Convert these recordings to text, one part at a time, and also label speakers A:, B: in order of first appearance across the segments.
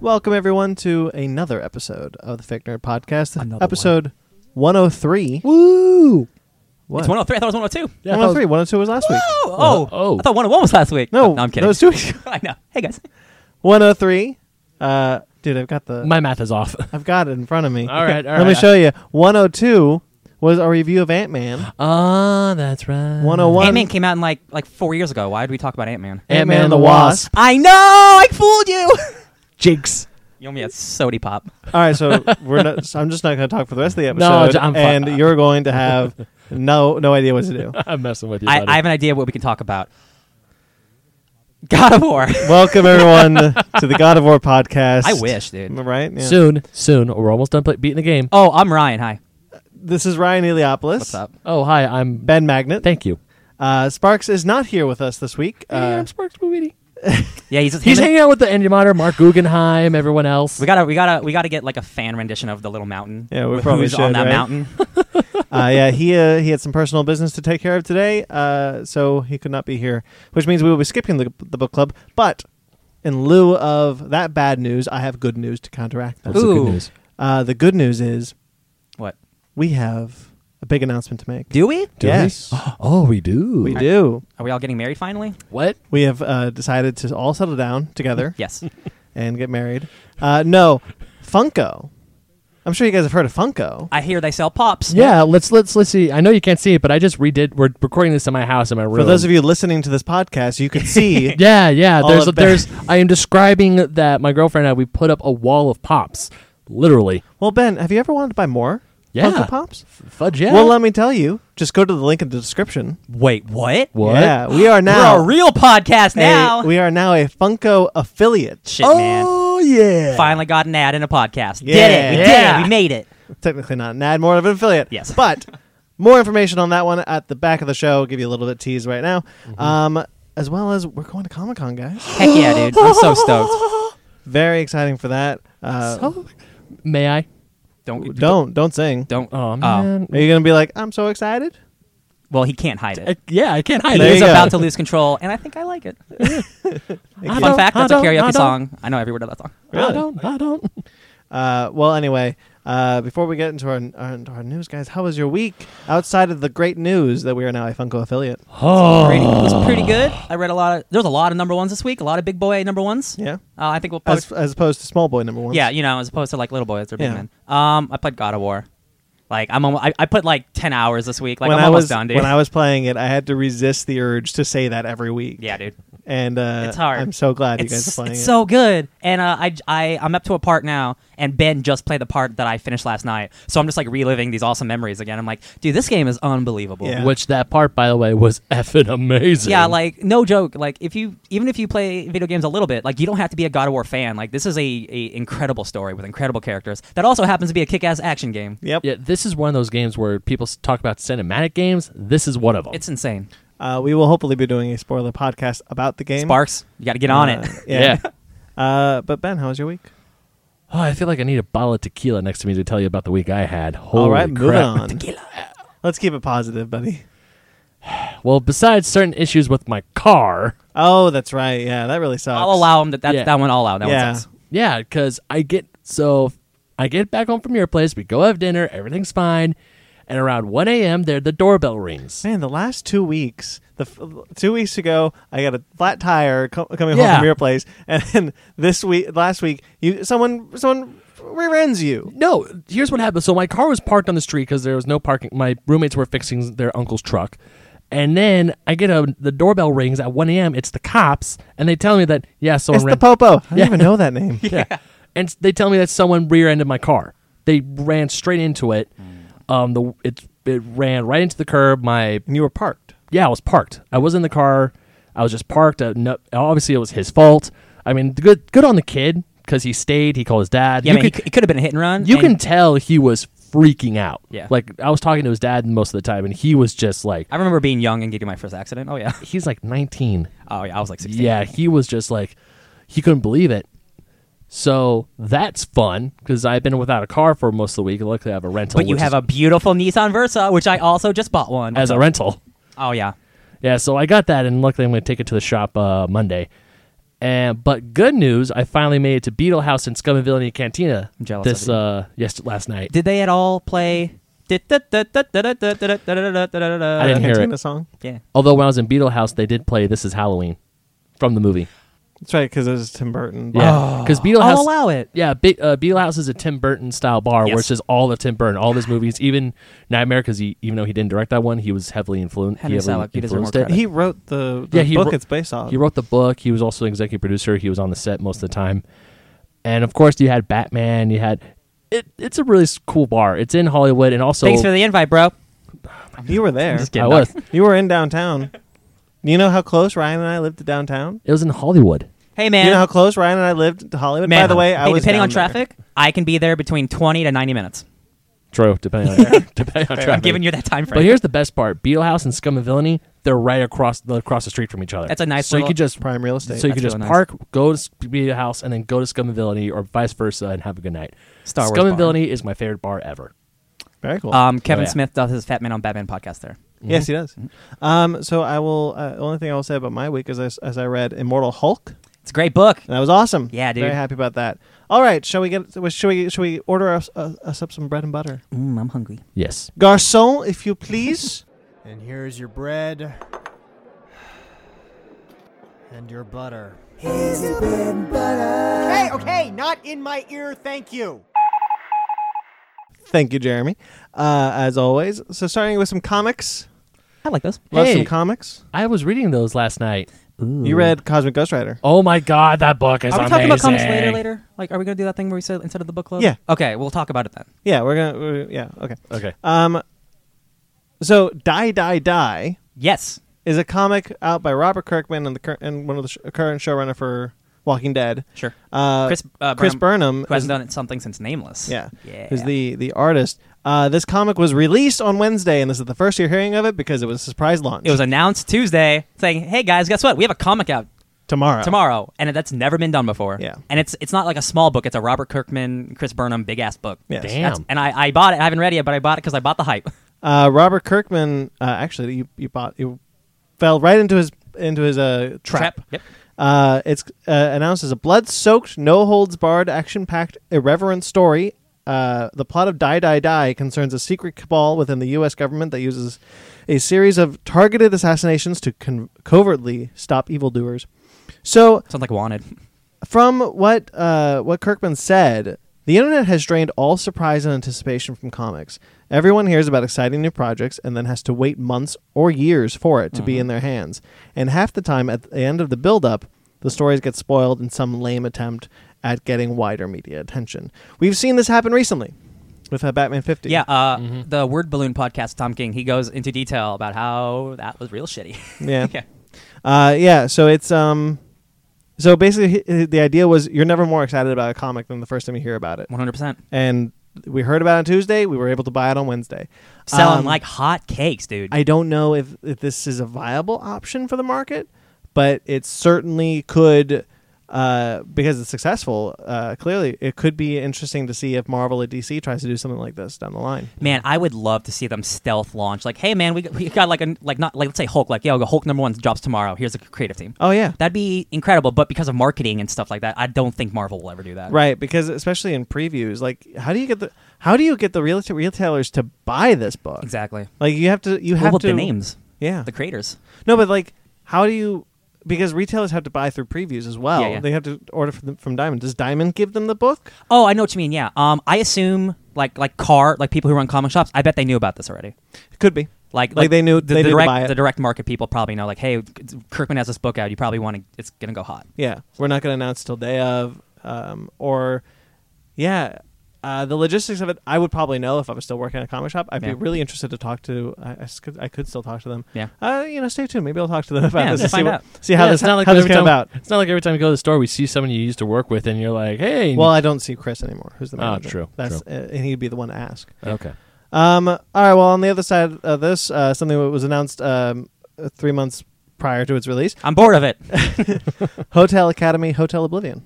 A: Welcome everyone to another episode of the Fake Nerd Podcast,
B: Another
A: episode 103.
B: Woo! oh
A: What?
C: It's 103. I thought it was 102.
B: Yeah,
A: 103. 102 was last week.
C: Oh, oh,
B: oh.
C: I thought 101 was last week.
A: No,
C: no I'm kidding.
A: That was two weeks. ago.
C: I know. Hey guys.
A: 103. Uh, dude, I've got the
B: My math is off.
A: I've got it in front of me.
B: All right, all
A: Let me
B: right.
A: show you. 102 was our review of oh Ant Man.
B: Ah, that's right.
A: 101.
C: Ant Man came out in like like four years ago. Why did we talk about Ant Man?
B: Ant-Man and the Wasp.
C: I know. I fooled you.
B: Jinx.
C: you owe me a sody pop.
A: All right, so we're not, so I'm just not going to talk for the rest of the
B: No,
A: episode,
B: I'm fi-
A: and you're going to have no no idea what to do.
B: I'm messing with you.
C: I,
B: buddy.
C: I have an idea what we can talk about. God of War.
A: Welcome everyone to the God of War podcast.
C: I wish, dude.
A: Right? Yeah.
B: Soon, soon, we're almost done play- beating the game.
C: Oh, I'm Ryan. Hi.
A: This is Ryan Eliopoulos.
C: What's up?
B: Oh, hi. I'm.
A: Ben Magnet.
B: Thank you.
A: uh, Sparks is not here with us this week.
B: Hey,
A: Uh,
B: I'm Sparks Booty.
C: Yeah, he's,
B: He's hanging out with the Endymonitor, Mark Guggenheim, everyone else.
C: We gotta, we gotta, we gotta get like a fan rendition of the Little Mountain.
A: Yeah, we
C: with
A: probably
C: who's
A: should,
C: on that
A: right?
C: mountain.
A: uh, yeah, he uh, he had some personal business to take care of today, uh, so he could not be here, which means we will be skipping the, the book club. But in lieu of that bad news, I have good news to counteract that.
B: That's the good
C: Ooh.
B: news.
A: Uh, the good news is
C: what?
A: we have a big announcement to make.
C: Do we?
B: Do we?
A: yes,
B: Oh, we do.
A: we do.
C: Are we all getting married finally?
B: What?
A: We have uh, decided to all settle down together
C: Yes.
A: and get married. Uh, no, Funko. I'm sure you guys have heard of Funko.
C: I hear they sell pops.
B: Yeah, let's let's let's see. I know you can't see it, but I just redid. We're recording this in my house in my room.
A: For those of you listening to this podcast, you can see
B: Yeah, yeah.
A: All
B: There's
A: of
B: there's. I am describing that my girlfriend and I we put up a wall of pops, literally.
A: Well, Ben, have you ever wanted to buy more
B: Yeah.
A: Funko Pops?
B: Fudge yeah.
A: Well, um, let me tell you. Just go to the link in the description.
C: Wait, what?
B: what?
A: Yeah, we are now
C: We're a real podcast
A: a-
C: now. Oh.
A: we are now a Funko affiliate.
C: Shit, man.
B: yeah.
C: Finally got an ad in a podcast.
A: Yeah.
C: Did it. We
B: Yeah.
C: did it. We made it.
A: Oh, Technically not an ad, more of an affiliate.
C: Yes.
A: but more information on that one at the back of the show. I'll give you a little bit tease right now.
C: Mm-hmm.
A: Um, as well as we're going to Comic Con, guys.
C: Heck yeah, dude. I'm so stoked.
A: Very exciting for that. Uh,
B: So, may I?
C: Don't.
A: don't don't sing.
C: Don't. um,
B: Oh man.
A: Are you gonna be like, I'm so excited?
C: Well, he uh, can't hide
B: I-
C: it.
B: yeah, I can't hide
C: He
A: There
B: it.
C: is
A: you go.
C: about to lose control, and I think I like it.
B: I
C: Fun
B: don't-
C: fact,
B: I
C: that's a
B: don't- I
C: karaoke
B: don't-
C: song. I know every word of that song.
A: Really?
B: I don't. I don't.
A: Uh, well, anyway, uh, before we get into our, our into our news, guys, how was your week outside of the great news that we are now a Funko affiliate?
C: Pretty, it was pretty good. I read a lot of. There was a lot of number ones this week. A lot of big boy number ones.
A: Yeah,
C: Uh, I think we'll. Probably,
A: as, as opposed to small boy number one.
C: yeah, you know, as opposed to like little boys or big
A: Yeah.
C: men. Um, I played God of War. Like I'm, almo- I, I put like ten hours this week. Like
A: when
C: I'm
A: I
C: almost
A: was
C: done, dude.
A: when I was playing it, I had to resist the urge to say that every week.
C: yeah, dude.
A: and uh,
C: It's hard.
A: I'm so glad you
C: it's,
A: guys are playing
C: it's
A: it.
C: so good. And uh, I, I, I'm up to a part now, and Ben just played the part that I finished last night. So I'm just like reliving these awesome memories again. I'm like, dude, this game is unbelievable.
A: Yeah.
B: Which that part, by the way, was effing amazing.
C: Yeah, like no joke. Like if you even if you play video games a little bit, like you don't have to be a God of War fan. Like this is a, a incredible story with incredible characters that also happens to be a kick-ass action game.
A: Yep.
B: Yeah, this is one of those games where people s- talk about cinematic games. This is one of them.
C: It's insane.
A: Uh, we will hopefully be doing a spoiler podcast about the game.
C: Sparks, you got to get on it.
A: Uh, Yeah. uh, but Ben, how was your week?
B: Oh, I feel like I need a bottle of tequila next to me to tell you about the week I had. Holy
A: All right, moving
B: crap.
A: on. Let's keep it positive, buddy.
B: Well, besides certain issues with my car,
A: Oh, that's right. Yeah, that really sucks.
C: I'll allow him that. That's,
B: Yeah.
C: That one, I'll allow. That
A: Yeah.
C: one sucks.
B: yeah, because I get so I get back home from your place. We go have dinner. Everything's fine. And around 1 a.m., there the doorbell rings.
A: Man, the last two weeks, the f- two weeks ago, I got a flat tire co- coming home
B: Yeah.
A: from your place, and then this week, last week, you someone someone rear ends you.
B: No, here's what happened. So my car was parked on the street because there was no parking. My roommates were fixing their uncle's truck, and then I get a the doorbell rings at 1 a.m. It's the cops, and they tell me that yeah, someone
A: It's
B: ran
A: the Popo. I don't even know that name.
B: yeah. And s- they tell me that someone rear-ended my car. They ran straight into it.
A: Mm.
B: Um, the it it ran right into the curb. My
A: And you were parked.
B: yeah, I was parked. I was in the car. I was just parked. Uh, no, obviously, it was his fault. I mean, good good on the kid because he stayed. He called his dad.
C: Yeah,
B: you
C: man,
B: could
C: it could have been a hit and run.
B: you
C: and-
B: can tell he was freaking out.
C: Yeah.
B: like I was talking to his dad most of the time, and he was just like,
C: I remember being young and getting my first accident. Oh yeah.
B: he's like 19.
C: Oh yeah. I was like 16.
B: Yeah, he was just like, he couldn't believe it. So that's fun because I've been without a car for most of the week. Luckily, I have a rental.
C: But you
B: which
C: have
B: is-
C: a beautiful Nissan Versa, which I also just bought one.
B: as a rental.
C: oh yeah.
B: Yeah, so I got that, and luckily I'm going to take it to the shop uh, Monday. And but good news, I finally made it to Beetle House in Scum and Villainy Cantina
C: I'm jealous
B: this
C: of you.
B: uh yes last night.
C: Did they at all play? I
B: I
C: didn't
B: didn't hear
A: Cantina
B: it.
A: song.
C: Yeah.
B: Although when I was in Beetle House, they did play "This Is Halloween" from the movie.
A: That's right, because it was Tim Burton. Oh.
B: Yeah, because Beetle
C: I'll
B: House.
C: allow it.
B: Yeah, Be- uh, Beetle House is a Tim Burton style bar where
C: Yes.
B: it's just all of Tim Burton, all of his movies, even Nightmare. Because he, even though he didn't direct that one, he was heavily influenced.
C: Henry
B: he heavily
C: Selick, he deserves more
B: influenced it.
C: credit.
A: He wrote the, the
B: Yeah, he
A: book
B: wrote-
A: it's based off.
B: He wrote the book. He was also an executive producer. He was on the set most of the time. And of course, you had Batman. You had it. It's a really s- cool bar. It's in Hollywood, and also
C: Thanks for the invite, bro.
A: you were there.
C: Just
B: I
C: kidding.
B: was.
A: You were in downtown. You know how close Ryan and I lived to downtown?
B: It was in Hollywood.
C: Hey, man.
A: You know how close Ryan and I lived to Hollywood?
C: man,
A: By the way, I
C: hey,
A: was
C: depending
A: down
C: on
A: there.
C: traffic, I can be there between 20 to 90 minutes.
B: True, depending on depending on
C: I'm
B: traffic.
C: giving you that time frame.
B: But here's the best part: Beale House and Scum and Villainy. They're right across the across the street from each other.
C: That's a nice
B: So you
C: little-
B: could just
A: Prime real estate.
B: so you could
C: That's
B: just
C: really nice.
B: park, go to S- Beale House, and then go to Scum and Villainy, or vice versa, and have a good night.
C: Star Wars
B: Scum and
C: bar.
B: Villainy is my favorite bar ever.
A: Very cool.
C: um, Kevin
B: yeah.
C: Smith does his Fat Man on Batman podcast there.
A: Yes, he does.
C: Mm-hmm.
A: Um, so I will. Uh, the only thing I will say about my week is I, s- as I read Immortal Hulk,
C: It's a great book.
A: and that was awesome.
C: Yeah, dude.
A: Very happy about that. All right, shall we get? Should we? Should we order us, uh, us up some bread and butter?
C: Mm, I'm hungry.
B: Yes.
A: Garçon, if you please.
D: And here's your bread. And your butter. Here's your bread and butter. Okay, okay, not in my ear, thank you.
A: Thank you, Jeremy. Uh, as always. So starting with some comics.
C: I like those.
A: Love
B: Hey.
A: some comics.
B: I was reading those last night.
A: You read Cosmic Ghost Rider.
B: Oh my god, that book is
C: Are we
B: amazing.
C: talking about comics later? Later? Like, are we gonna do that thing where we said instead of the book club?
A: Yeah.
C: Okay, we'll talk about it then.
A: Yeah, we're gonna. We're, yeah, okay.
B: Okay.
C: Uh,
A: Um, so die, die, die.
C: Yes.
A: is a comic out by Robert Kirkman and the cur- and one of the sh- current showrunner for Walking Dead.
C: Sure.
A: Uh,
C: Chris, uh,
A: Chris Burnham.
C: who hasn't
A: is-
C: done something since Nameless.
A: yeah,
C: Yeah.
A: who's the the artist? Uh, this comic was released on Wednesday, and this is the first you're hearing of it because it was a surprise launch.
C: It was announced Tuesday, saying, "Hey guys, guess what? We have a comic out
A: tomorrow.
C: tomorrow, and that's never been done before."
A: Yeah.
C: And it's it's not like a small book; it's a Robert Kirkman, Chris Burnham, big ass book.
A: Yes.
B: Damn.
C: That's- and I, I bought it. I haven't read it, yet, but I bought it because I bought the hype.
A: Uh, Robert Kirkman. Uh, actually, you you bought you fell right into his into his uh, trap.
C: Yep.
A: Uh, it's uh, announced as a blood-soaked, no-holds-barred, action-packed, irreverent story. Uh, the plot of Die Die Die concerns a secret cabal within the U.S. government that uses a series of targeted assassinations to con- covertly stop evildoers. So,
C: Sounds like Wanted.
A: from what uh, what Kirkman said, the internet has drained all surprise and anticipation from comics. Everyone hears about exciting new projects and then has to wait months or years for it to be in their hands. And half the time, at the end of the build-up, the stories get spoiled in some lame attempt at getting wider media attention. We've seen this happen recently with uh, Batman 50.
C: Yeah. Uh, The Word Balloon podcast, Tom King, he goes into detail about how that was real shitty.
A: yeah,
C: yeah.
A: Uh, yeah. So it's um, so basically, h- h- the idea was you're never more excited about a comic than the first time you hear about it.
C: One hundred percent.
A: and we heard about it on Tuesday. We were able to buy it on Wednesday.
C: Selling
A: Um,
C: like hot cakes, dude.
A: I don't know if, if this is a viable option for the market, but it certainly could. Uh, because it's successful, uh, clearly it could be interesting to see if Marvel or DC tries to do something like this down the line.
C: Man, I would love to see them stealth launch. Like, hey, man, we, we got like a like not like let's say Hulk. Like, yo, Hulk number one drops tomorrow. Here's a creative team.
A: Oh yeah,
C: That'd be incredible. But because of marketing and stuff like that, I don't think Marvel will ever do that.
A: right. Because especially in previews, like how do you get the how do you get the real retailers to buy this book?
C: Exactly.
A: Like you have to you
C: What
A: have
C: about
A: to
C: the names,
A: Yeah,
C: the creators?
A: No, but like, how do you? Because retailers have to buy through previews as well.
C: Yeah, yeah.
A: They have to order from, from Diamond. Does Diamond give them the book?
C: Oh, I know what you mean. Yeah. Um, I assume like like car like people who run comic shops. I bet they knew about this already.
A: It could be.
C: Like,
A: Like, they knew-
C: the,
A: they
C: the
A: knew to
C: direct
A: buy it.
C: the direct market people probably know like hey Kirkman has this book out you probably want to it's gonna go hot
A: Yeah, we're not going to announce till day of, um, or yeah, uh, the logistics of it. I would probably know if I was still working at a comic shop. I'd
C: Yeah.
A: be really interested to talk to. I, I s- could, I could still talk to them.
C: yeah
A: Uh, you know, stay tuned. Maybe I'll talk to them about
C: Yeah,
A: this.
C: to
A: and see
C: find
A: what-
C: out.
A: See how
B: Yeah,
A: this
B: it's not like
A: how this
B: every
A: came
B: time-
A: about.
B: It's not like every time you go to the store, we see someone you used to work with, and you're like, "Hey."
A: Well, I don't see Chris anymore. Who's the
B: Oh,
A: manager?
B: true,
A: That's Uh, and he'd be the one to ask.
B: okay.
A: Um, all right. Well, on the other side of this, uh, something that was announced um, uh, three months prior to its release:
C: I'm bored of it
A: Hotel Academy, Hotel Oblivion,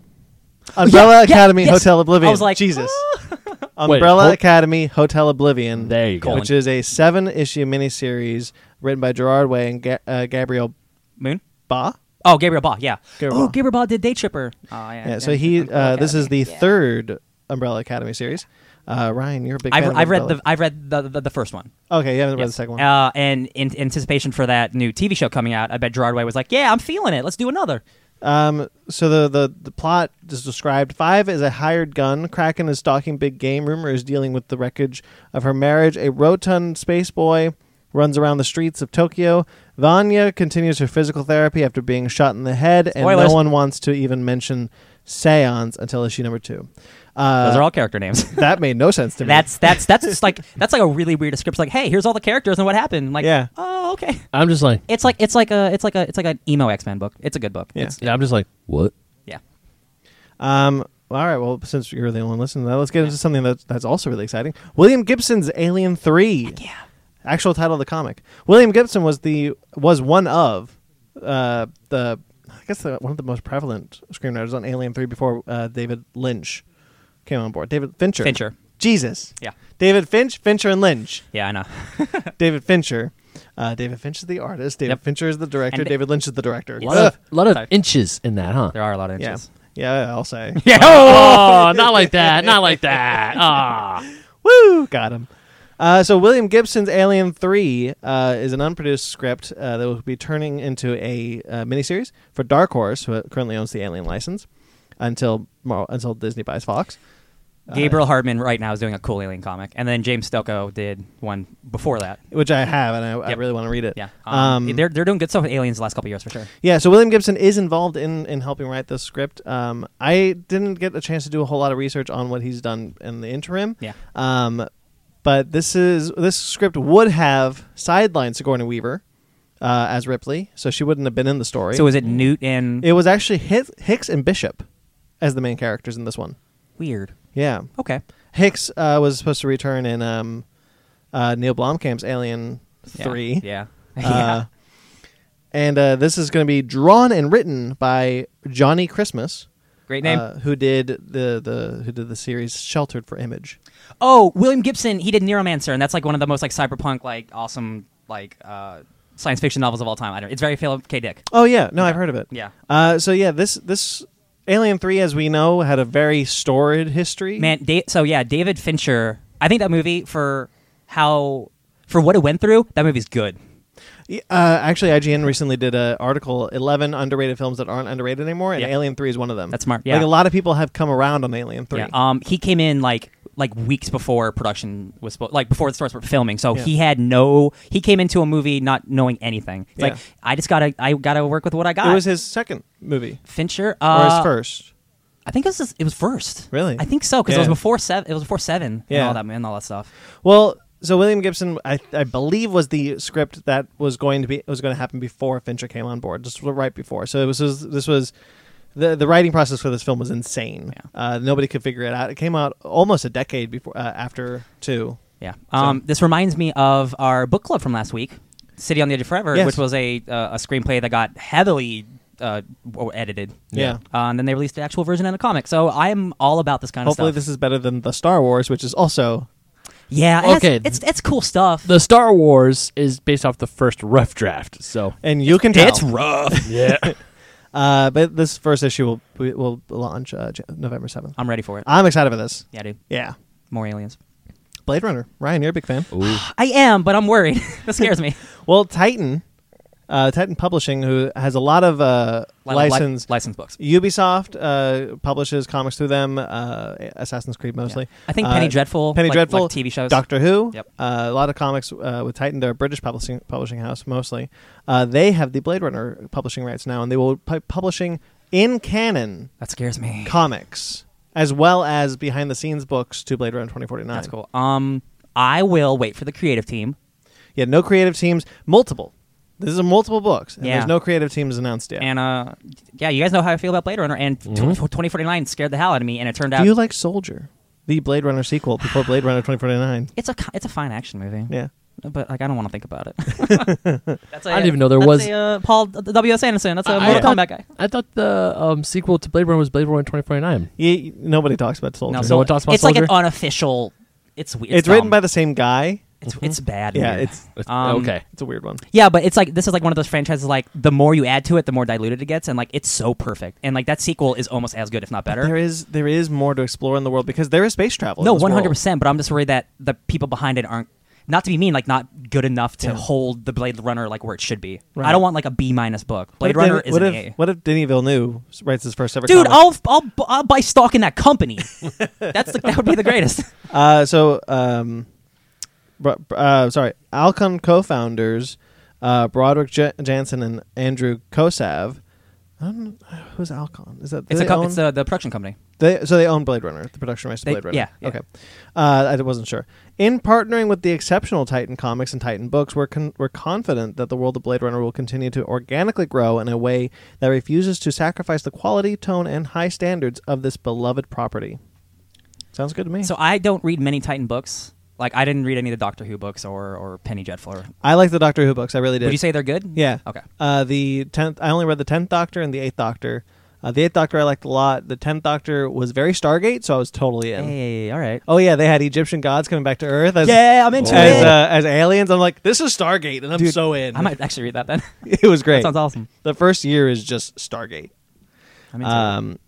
A: Umbrella
C: Oh, yeah,
A: Academy,
C: yes.
A: Hotel Oblivion.
C: I was like, "Ah."
A: Jesus.
B: Wait,
A: Umbrella
B: Ho-
A: Academy, Hotel Oblivion.
B: There you go.
A: Which is a seven-issue miniseries written by Gerard Way and Ga- uh, Gabriel
C: Moon
A: Ba.
C: Oh, Gabriel Ba, yeah.
A: Gabriel
C: oh,
A: Ba.
C: Gabriel Ba did Day Tripper. Oh, yeah.
A: Yeah, so he
C: Umbrella
A: uh, this is the
C: Academy.
A: third Umbrella Academy series. Uh, Ryan, you're a big. fan
C: I've,
A: of
C: I've read
A: Umbrella.
C: the I've read the the, the first one.
A: Okay, you haven't read
C: Yes.
A: the second one.
C: Uh, and in anticipation for that new TV show coming out, I bet Gerard Way was like, "Yeah, I'm feeling it. Let's do another."
A: Um, so the, the the plot is described. Five is a hired gun. Kraken is stalking big game. Rumor is dealing with the wreckage of her marriage. A rotund space boy runs around the streets of Tokyo. Vanya continues her physical therapy after being shot in the head, and
C: Spoilers.
A: no one wants to even mention seance until issue number two.
C: Those
A: Uh,
C: are all character names.
A: that made no sense to me.
C: that's that's that's just like that's like a really weird description. Like, hey, here's all the characters and what happened. Like,
A: Yeah.
C: oh, okay.
B: I'm just like,
C: It's like it's like a it's like a it's like an emo X Men book. It's a good book.
A: Yeah.
C: It's-
B: yeah, I'm just like, what?
C: yeah.
A: Um, all right. Well, since you're the only one listening, to that, let's get into something that that's also really exciting. William Gibson's Alien Three. yeah. Actual title of the comic. William Gibson was the was one of uh, the I guess the, one of the most prevalent screenwriters on Alien Three before uh, David Lynch came on board. David Fincher.
C: Fincher.
A: Jesus.
C: Yeah.
A: David Finch, Fincher and Lynch.
C: Yeah, I know.
A: David Fincher. Uh, David Finch is the artist. David
C: Yep.
A: Fincher is the director.
C: And Da-
A: David Lynch is the director.
B: A lot
A: Ugh.
B: of, lot of
C: Uh, Sorry.
B: inches in that, huh?
C: There are a lot of
A: yeah.
C: inches.
A: Yeah, I'll say.
B: Yeah. Oh, not like that. Not like that. Ah.
A: Woo! Got him. Uh, so William Gibson's Alien Three uh, is an unproduced script uh, that will be turning into a uh, miniseries for Dark Horse, who currently owns the Alien license, until Mar- until Disney buys Fox. Uh,
C: Gabriel Hardman right now is doing a cool alien comic, and then James Stocco did one before that.
A: Which I have, and I, I
C: Yep.
A: really want to read it.
C: Yeah, um,
A: Um,
C: they're they're doing good stuff with aliens the last couple years for sure.
A: yeah. So William Gibson is involved in in helping write this script. Um, I didn't get a chance to do a whole lot of research on what he's done in the interim.
C: Yeah.
A: Um, but this is this script would have sidelined Sigourney Weaver uh, as Ripley, so she wouldn't have been in the story.
C: So is it Newt and
A: It was actually Hicks, Hicks and Bishop as the main characters in this one.
C: weird?
A: Yeah,
C: Okay,
A: Hicks uh, was supposed to return in um, uh, Neil Blomkamp's Alien
C: Yeah.
A: Three,
C: Yeah,
A: Uh, and uh, this is going to be drawn and written by Johnny Christmas,
C: great name.
A: uh, who did the the who did the series Sheltered for Image.
C: oh, William Gibson, he did Neuromancer, and that's like one of the most like cyberpunk, like awesome, like uh, science fiction novels of all time. I don't. It's very Philip K. Dick.
A: Oh yeah, no, I've heard of it.
C: Yeah.
A: Uh, so yeah, this this Alien Three, as we know, had a very storied history.
C: Man, da- so yeah, David Fincher. I think that movie for how for what it went through, that movie's good.
A: Yeah, Uh, actually, IGN recently did an article: eleven underrated films that aren't underrated anymore, and
C: Yeah.
A: Alien Three is one of them.
C: That's smart,
A: Like
C: yeah.
A: a lot of people have come around on Alien Three.
C: Yeah. Um, he came in like like weeks before production was spo- like before the stores were filming, so
A: Yeah.
C: he had no. He came into a movie not knowing anything. It's
A: Yeah.
C: like I just gotta I gotta work with what I got.
A: it was his second movie
C: Fincher
A: or
C: uh,
A: his first.
C: I think it was it was first.
A: Really?
C: I think so because
A: Yeah.
C: it was before seven. It was before seven.
A: Yeah.
C: and all that and all that stuff.
A: Well, so William Gibson, I, I believe, was the script that was going to be was going to happen before Fincher came on board, just right before. So it was this was the the writing process for this film was insane.
C: Yeah.
A: Uh, nobody could figure it out. It came out almost a decade before uh, after two.
C: Yeah. Um, This reminds me of our book club from last week, City on the Edge of Forever,
A: Yes.
C: which was a uh, a screenplay that got heavily uh, w- edited.
A: Yeah.
C: Uh, and then they released the actual version in a comic. So I'm all about this kind
A: Hopefully,
C: of stuff.
A: this is better than the Star Wars, which is also
C: yeah. and
B: Okay.
C: It's, it's it's cool stuff.
B: The Star Wars is based off the first rough draft, so
A: and you can tell.
B: rough. Yeah.
A: Uh, but this first issue will we- will launch uh, Jan- November seventh.
C: I'm ready for it.
A: I'm excited for this.
C: yeah, dude.
A: Yeah,
C: More aliens.
A: Blade Runner. Ryan, you're a big fan.
C: I am, but I'm worried. this scares me.
A: Well, Titan, uh, Titan Publishing, who has a lot of uh,
C: Li- li-
A: license.
C: license books.
A: Ubisoft uh, publishes comics through them. Uh, Assassin's Creed mostly.
C: Yeah. I think Penny
A: Uh,
C: Dreadful,
A: Penny
C: like-
A: Dreadful
C: like TV shows.
A: Doctor Who.
C: Yep.
A: Uh, a lot of comics uh, with Titan. They're a British publishing publishing house mostly. Uh, they have the Blade Runner publishing rights now, and they will be publishing in canon
C: That scares me.
A: comics as well as behind the scenes books to Blade Runner 2049.
C: That's cool. Um, I will wait for the creative team.
A: Yeah, no creative teams, multiple. This is multiple books, and
C: Yeah.
A: there's no creative teams announced yet.
C: And uh, yeah, you guys know how I feel about Blade Runner, and tw-
B: Mm-hmm.
C: 2049 scared the hell out of me, and it turned out
A: Do you like Soldier, the Blade Runner sequel before Blade Runner 2049?
C: it's a co- it's a fine action movie.
A: Yeah.
C: But like I don't want to think about it. that's a,
B: I didn't even know there
C: that's
B: was-
C: a, uh, Paul W S Anderson. That's a
B: I-
C: Mortal
B: I-
C: Kombat guy.
B: I thought the um, sequel to Blade Runner was Blade Runner 2049.
A: You, nobody talks about Soldier.
B: so- one talks about
C: it's like an
B: Soldier?
C: unofficial. It's um, weird.
A: it's written
C: dumb.
A: by the same guy,
C: It's it's bad. and
A: Yeah,
C: weird.
A: it's
B: It's-
C: Um,
B: okay.
A: it's a weird one.
C: Yeah, but it's like this is like one of those franchises like the more you add to it, the more diluted it gets, and like it's so perfect. And like that sequel is almost as good, if not better.
A: There is there is more to explore in the world because there is space travel. in
C: no,
A: this
C: one
A: world.
C: hundred percent. But I'm just worried that the people behind it aren't not to be mean, like not good enough to
A: Yeah.
C: hold the Blade Runner like where it should be.
A: Right.
C: I don't want like a B minus book.
A: What
C: Blade
A: if
C: Runner
A: Denis-
C: is
A: what if,
C: an A.
A: What if Denis Villeneuve writes his first ever?
C: Dude,
A: comic?
C: I'll, I'll bu- I'll buy stock in that company. That's the, that would be the greatest.
A: Uh, so, um, br- br- uh, sorry, Alcon co-founders uh, Broderick J- Jansen and Andrew Kosav. I don't know, who's Alcon? Is that do
C: It's
A: they
C: a com-
A: own-
C: it's the, the production company.
A: They, so they own Blade Runner, the production rights to
C: They-
A: Blade Runner.
C: yeah, yeah.
A: Okay. Uh, I wasn't sure. In partnering with the exceptional Titan Comics and Titan Books, we're con- we're confident that the world of Blade Runner will continue to organically grow in a way that refuses to sacrifice the quality, tone, and high standards of this beloved property. Sounds good to me.
C: So I don't read many Titan books. Like I didn't read any of the Doctor Who books or or Penny Jetflower.
A: I like the Doctor Who books. I really did.
C: Would you say they're good?
A: Yeah.
C: Okay.
A: Uh, the tenth. I only read the tenth Doctor and the eighth Doctor. Uh, the eighth Doctor I liked a lot. The tenth Doctor was very Stargate, so I was totally in.
C: Hey, all right.
A: Oh yeah, they had Egyptian gods coming back to Earth. As,
C: Yeah, I'm into
A: as,
C: it.
A: Uh, as aliens. I'm like, this is Stargate, and I'm
C: Dude,
A: so in.
C: I might actually read that then.
A: it was great.
C: That sounds awesome.
A: The first year is just Stargate.
C: I'm into it.
A: Um,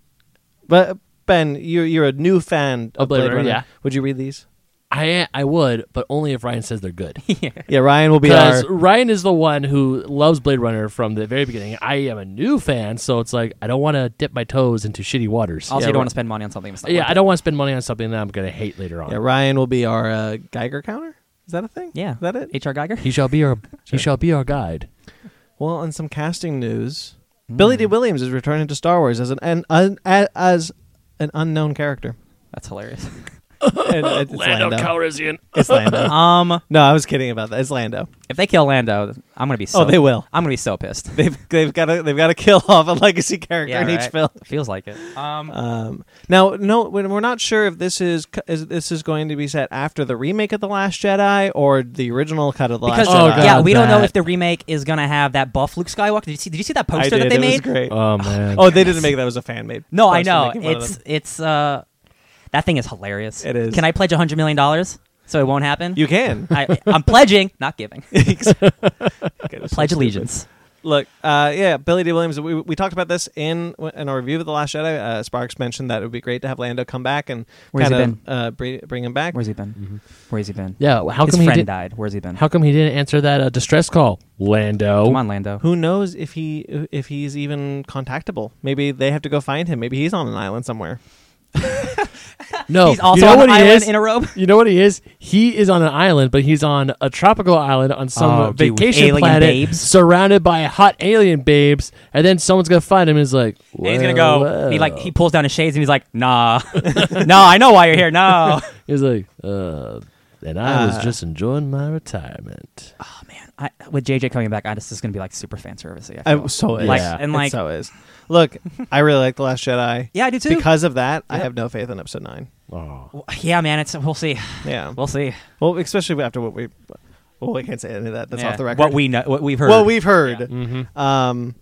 A: but Ben, you're you're a new fan of
B: Blade Runner, yeah.
A: Would you read these?
B: I I would, but only if Ryan says they're good.
A: Yeah, Ryan will be our.
B: Because Ryan is the one who loves Blade Runner from the very beginning. I am a new fan, so it's like I don't want to dip my toes into shitty waters.
C: Also,
A: Yeah,
C: you don't
A: right.
C: want to spend money on something. that's not
B: yeah,
C: worth
B: I
C: it.
B: don't want to spend money on something that I'm going to hate later on.
A: Yeah, Ryan will be our uh, Geiger counter. Is that a thing?
C: Yeah.
A: Is that it?
C: H.R. Geiger?
B: He shall be our he shall be our guide.
A: Well, and some casting news.
C: Hmm.
A: Billy D. Williams is returning to Star Wars as an, an, an a- as an unknown character.
C: That's hilarious.
A: And it's Lando.
B: Calrissian.
A: It's Lando.
C: um,
A: no, I was kidding about that. It's Lando.
C: if they kill Lando, I'm gonna be. so
A: Oh, they will.
C: I'm gonna be so pissed.
A: They've they've got to they've got to kill off a legacy character in each
C: right?
A: film.
C: Feels like it. Um,
A: Um, now, no, when- we're not sure if this is cu- is this is going to be set after the remake of the Last Jedi or the original cut of the
C: because
A: Last Jedi.
B: Oh, God,
C: yeah, we don't know
B: that-
C: if the remake is gonna have that buff Luke Skywalker. Did you see? Did you see that
A: I
C: poster
A: did.
C: that they
A: it
C: made?
A: was great.
B: Oh man.
A: oh, they didn't make that. It was a fan made.
C: No, I know. It's it's uh, that thing is hilarious.
A: It is.
C: Can I pledge hundred million dollars so it won't happen?
A: you can.
C: I, I'm pledging, not giving.
A: Okay, this is
C: Pledge
A: stupid.
C: allegiance.
A: Look, uh, yeah, Billy D. Williams. We, we talked about this in in our review of the Last Jedi. Uh, Sparks mentioned that it would be great to have Lando come back and
C: Where's he
A: kind of
C: been?
A: uh, bring, bring him back.
C: Where's he been?
A: Mm-hmm.
C: Where's he been?
B: Yeah, well, how
C: His
B: come he
C: friend
B: did,
C: died. Where's he been?
B: How come he didn't answer that uh, distress call, Lando?
C: Come on, Lando.
A: Who knows if he if he's even contactable? Maybe they have to go find him. Maybe he's on an island somewhere.
B: No,
C: He's also
B: you know
C: on
B: what
C: an
B: he
C: island
B: is?
C: in a robe.
B: You know what he is? He is on an island, but he's on a tropical island on some
C: Oh, dude, with
B: vacation
C: alien
B: planet,
C: babes.
B: surrounded by hot alien babes, and then someone's gonna find him. and Is like,
C: And he's gonna
B: "Well, uh,"
C: go. He like
B: well."
C: he pulls down his shades and he's like, "Nah, no, I know why you're here. No, Oh,
B: He's like, uh, and I was
A: Uh,
B: just enjoying my retirement.
C: oh man, I, with JJ coming back, I just this is gonna be like super fan servicey. I
A: I,
C: feel.
A: so is
C: Like,
B: Yeah.
C: and
A: It
C: like,
A: so is. Look, I really like the Last Jedi.
C: yeah, I do too.
A: Because of that, I have no faith in episode nine.
B: Oh,
C: W- yeah, man, it's we'll see,
A: Yeah. Well,
C: we'll see.
A: especially after what we. Well, we can't say any of that. That's
C: Yeah.
A: off the record.
C: What we know, what we've heard.
A: Well, we've heard.
B: mm-hmm.
A: Um,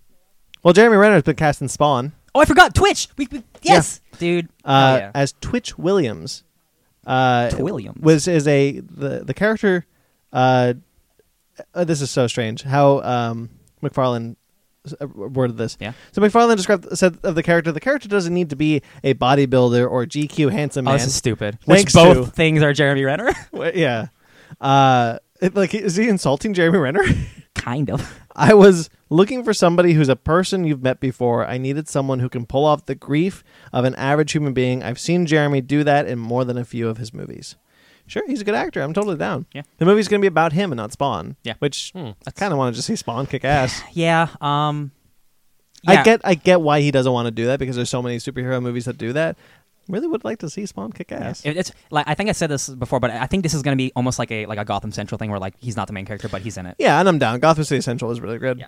A: well, Jeremy Renner's been cast in Spawn.
C: oh, I forgot Twitch. We, we yes, dude.
A: uh,
C: oh, yeah.
A: as Twitch Williams. Uh,
C: Twilliams.
A: was is a the the character. Uh, uh, this is so strange how um, McFarlane s- uh, worded this.
C: Yeah.
A: So McFarlane described said of the character, the character doesn't need to be a bodybuilder or GQ handsome
C: oh,
A: man.
C: this is stupid.
A: Thanks
C: Which both
A: to-
C: things are Jeremy Renner,
A: Wh- yeah. Uh, it, like is he insulting Jeremy Renner?
C: kind of.
A: I was looking for somebody who's a person you've met before. I needed someone who can pull off the grief of an average human being. I've seen Jeremy do that in more than a few of his movies. Sure, he's a good actor. I'm totally down.
C: Yeah.
A: The movie's going to be about him and not Spawn.
C: Yeah. Hmm,
A: Which I kind of want to just see Spawn kick ass.
C: Yeah. Um.
A: I
C: yeah.
A: get I get why he doesn't want to do that because there's so many superhero movies that do that. Really would like to see Spawn kick ass.
C: It- It's like I think I said this before, but I think this is going to be almost like a like a Gotham Central thing, where like he's not the main character, but he's in it.
A: Yeah, and I'm down. Gotham City Central is really good.
C: Yeah.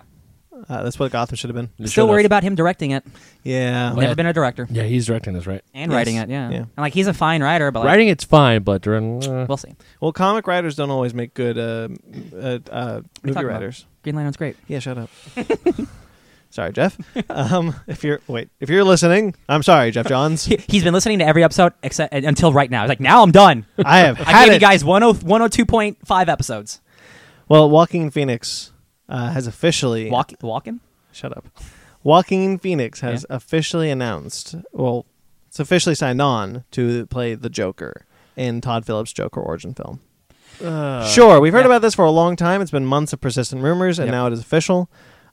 A: Uh, that's what Gotham should have been.
C: Still worried about him directing it.
A: Yeah.
C: Never been a director
B: Yeah, he's directing this, right?
C: and
A: Yes.
C: writing it. Oh, Yeah.
A: Yeah.
C: and like he's a fine writer, but like,
B: Writing it's fine, but during, uh,
C: we'll see.
A: Well, comic writers don't always make good uh, uh, uh,
C: talking
A: movie
C: about?
A: writers.
C: Green Lantern's great.
A: Yeah, shut up. Sorry, Jeff. um, if you're wait, if you're listening, I'm sorry, Jeff Johns.
C: He, he's been listening to every episode except uh, until right now. He's like, now I'm done.
A: I have
C: I
A: had
C: gave
A: it.
C: you guys oh, 10 102.5 episodes.
A: well, Walking Phoenix uh, has officially
C: Walk, walking?
A: Shut up. Walking Phoenix has officially announced, well, it's officially signed on to play the Joker in Todd Phillips' Joker origin film. sure, we've heard
C: yeah.
A: about this for a long time. It's been months of persistent rumors, and
B: Yep.
A: now it is official.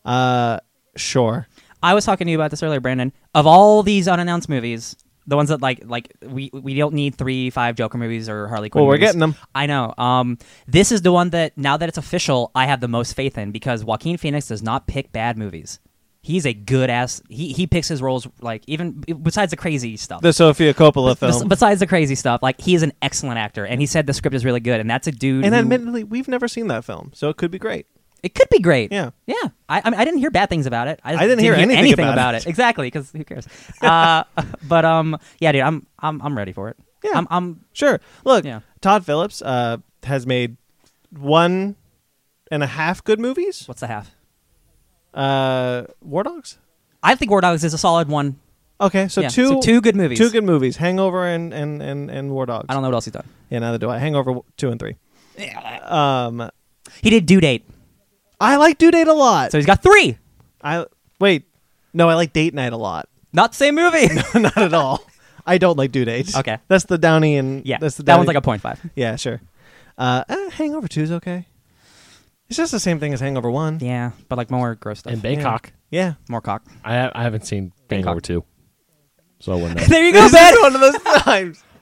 A: Uh, sure.
C: I was talking to you about this earlier, Brandon. Of all these unannounced movies, the ones that like like we we don't need three, five Joker movies or Harley Quinn.
A: Well, we're
C: movies.
A: getting them.
C: I know. Um, this is the one that now that it's official, I have the most faith in because Joaquin Phoenix does not pick bad movies. He's a good ass. He he picks his roles like even besides the crazy stuff.
A: The Sofia Coppola
C: Bes-
A: film.
C: Besides the crazy stuff, like he is an excellent actor, and he said the script is really good, and that's a dude.
A: and
C: who-
A: admittedly, we've never seen that film, so it could be great.
C: it could be great.
A: Yeah.
C: yeah. I, I, mean, I didn't hear bad things about it. I,
A: I didn't hear anything about it.
C: Exactly, because who cares? uh, but um, yeah, dude, I'm I'm I'm ready for it.
A: Yeah.
C: I'm, I'm
A: Sure. Look,
C: Yeah.
A: Todd Phillips uh, has made one and a half good movies.
C: what's the half?
A: Uh, War Dogs?
C: I think War Dogs is a solid one.
A: Okay, so
C: Yeah,
A: two
C: so two good movies.
A: Two good movies, Hangover and and and, and War Dogs.
C: I don't know what else he's done.
A: Yeah, neither do I. Hangover w- two and three. Um,
C: He did Due Date,
A: I like Due Date a lot.
C: so he's got three.
A: I wait, no, I like Date Night a lot.
C: Not the same movie.
A: Not at all. I don't like Due Date.
C: Okay.
A: that's the Downey and
C: yeah,
A: that's the
C: that one's
A: Downey-
C: like a point five.
A: yeah, sure. Uh, eh, Hangover two is okay. It's just the same thing as Hangover one.
C: Yeah, but like more gross stuff.
B: And Bangkok.
A: Yeah.
C: more cock.
B: I ha- I haven't seen Hangover
C: Bangkok.
B: two, so I wouldn't. know.
C: there you go,
A: This
C: Ben.
A: is one of those times.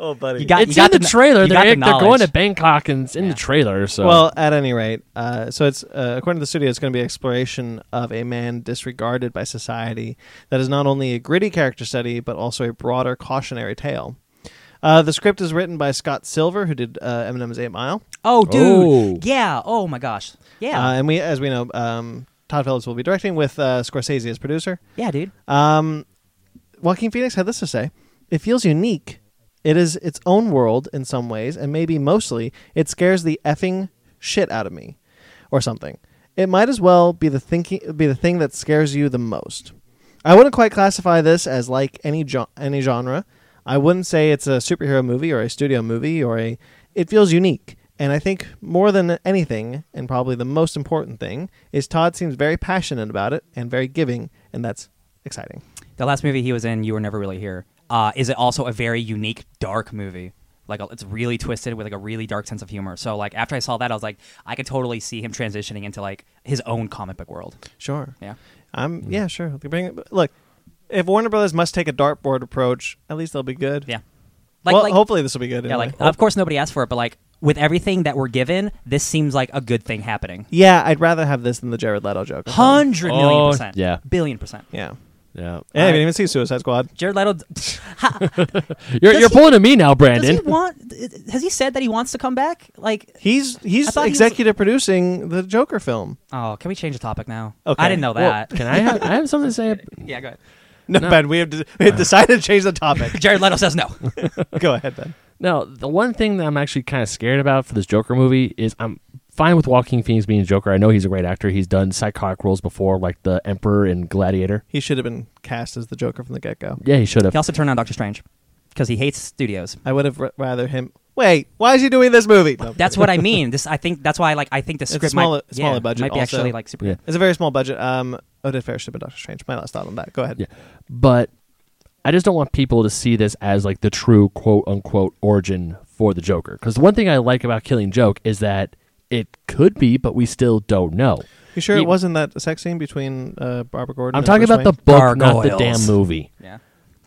A: Oh, buddy.
C: You got-
B: it's in
C: got
B: the,
C: the kn-
B: trailer.
C: you got
B: They're,
C: the
B: they're going
C: knowledge.
B: to Bangkok and it's in the trailer. So
A: Well, at any rate, uh, so it's uh, according to the studio, it's going to be exploration of a man disregarded by society that is not only a gritty character study but also a broader cautionary tale. Uh, the script is written by Scott Silver, who did uh, Eminem's Eight Mile,
C: Oh, dude.
B: Oh.
C: Yeah. Oh my gosh. Yeah.
A: uh, and we, as we know, um, Todd Phillips will be directing with uh, Scorsese as producer.
C: yeah, dude.
A: Um, Joaquin Phoenix had this to say: "It feels unique. It is its own world in some ways, and maybe mostly, it scares the effing shit out of me, or something. It might as well be the thinking be the thing that scares you the most. I wouldn't quite classify this as like any jo- any genre. I wouldn't say it's a superhero movie or a studio movie or a. It feels unique." And I think more than anything, and probably the most important thing, is Todd seems very passionate about it and very giving, and that's exciting.
C: The last movie he was in, You Were Never Really Here, uh, is it also a very unique, dark movie. Like it's really twisted with like a really dark sense of humor. So like after I saw that, I was like, I could totally see him transitioning into like his own comic book world.
A: Sure.
C: Yeah.
A: I'm. Yeah, sure. They Bring it, look, if Warner Brothers must take a dartboard approach, at least they'll be good.
C: Yeah.
A: Like, well, hopefully this will be good.
C: yeah,
A: anyway.
C: like of course nobody asked for it, but like with everything that we're given, this seems like a good thing happening.
A: yeah, I'd rather have this than the Jared Leto joke.
C: Hundred million
B: Oh,
C: percent.
B: yeah.
C: Billion percent.
A: Yeah.
B: yeah,
A: Yeah, I haven't even seen Suicide Squad.
C: Jared Leto
B: you're,
C: Does
B: you're
C: he-
B: pulling to me now,
C: does he
B: Brandon.
C: want has he said that he wants to come back? Like
A: He's
C: I
A: he's
C: thought he was-
A: executive producing the Joker film.
C: oh, can we change the topic now?
A: Okay.
C: I didn't know
A: Well,
C: that.
B: Can I have I have something to say?
C: yeah, go ahead.
A: No, Ben, we have de- we have decided to change the topic.
C: Jared Leto says no.
A: Go ahead, Ben.
B: No, the one thing that I'm actually kind of scared about for this Joker movie is I'm fine with Walking Phoenix being Joker. I know he's a great actor. He's done psychotic roles before, like the Emperor and Gladiator.
A: He should have been cast as the Joker from the get go.
B: Yeah, he should have.
C: He also turned on Doctor Strange because he hates studios.
A: I would have r- rather him. Wait, why is he doing this movie? No.
C: That's what I mean. This I think that's why like I think the
A: a
C: script
A: smaller-
C: might
A: smaller
C: yeah,
A: budget
C: might be
A: also.
C: actually like super
B: Yeah.
A: it's a very small budget. Um, Odette Fair should have been Doctor Strange. My last thought on that. Go ahead.
B: Yeah. But I just don't want people to see this as like the true quote unquote origin for the Joker. Because the one thing I like about Killing Joke is that it could be, but we still don't know.
A: You sure
B: He-
A: it wasn't that sex scene between uh, Barbara Gordon?
B: I'm
A: and
B: talking
A: Bruce
B: about the
A: Wayne?
B: book, not the
C: Gargoyles.
B: damn movie.
C: Yeah.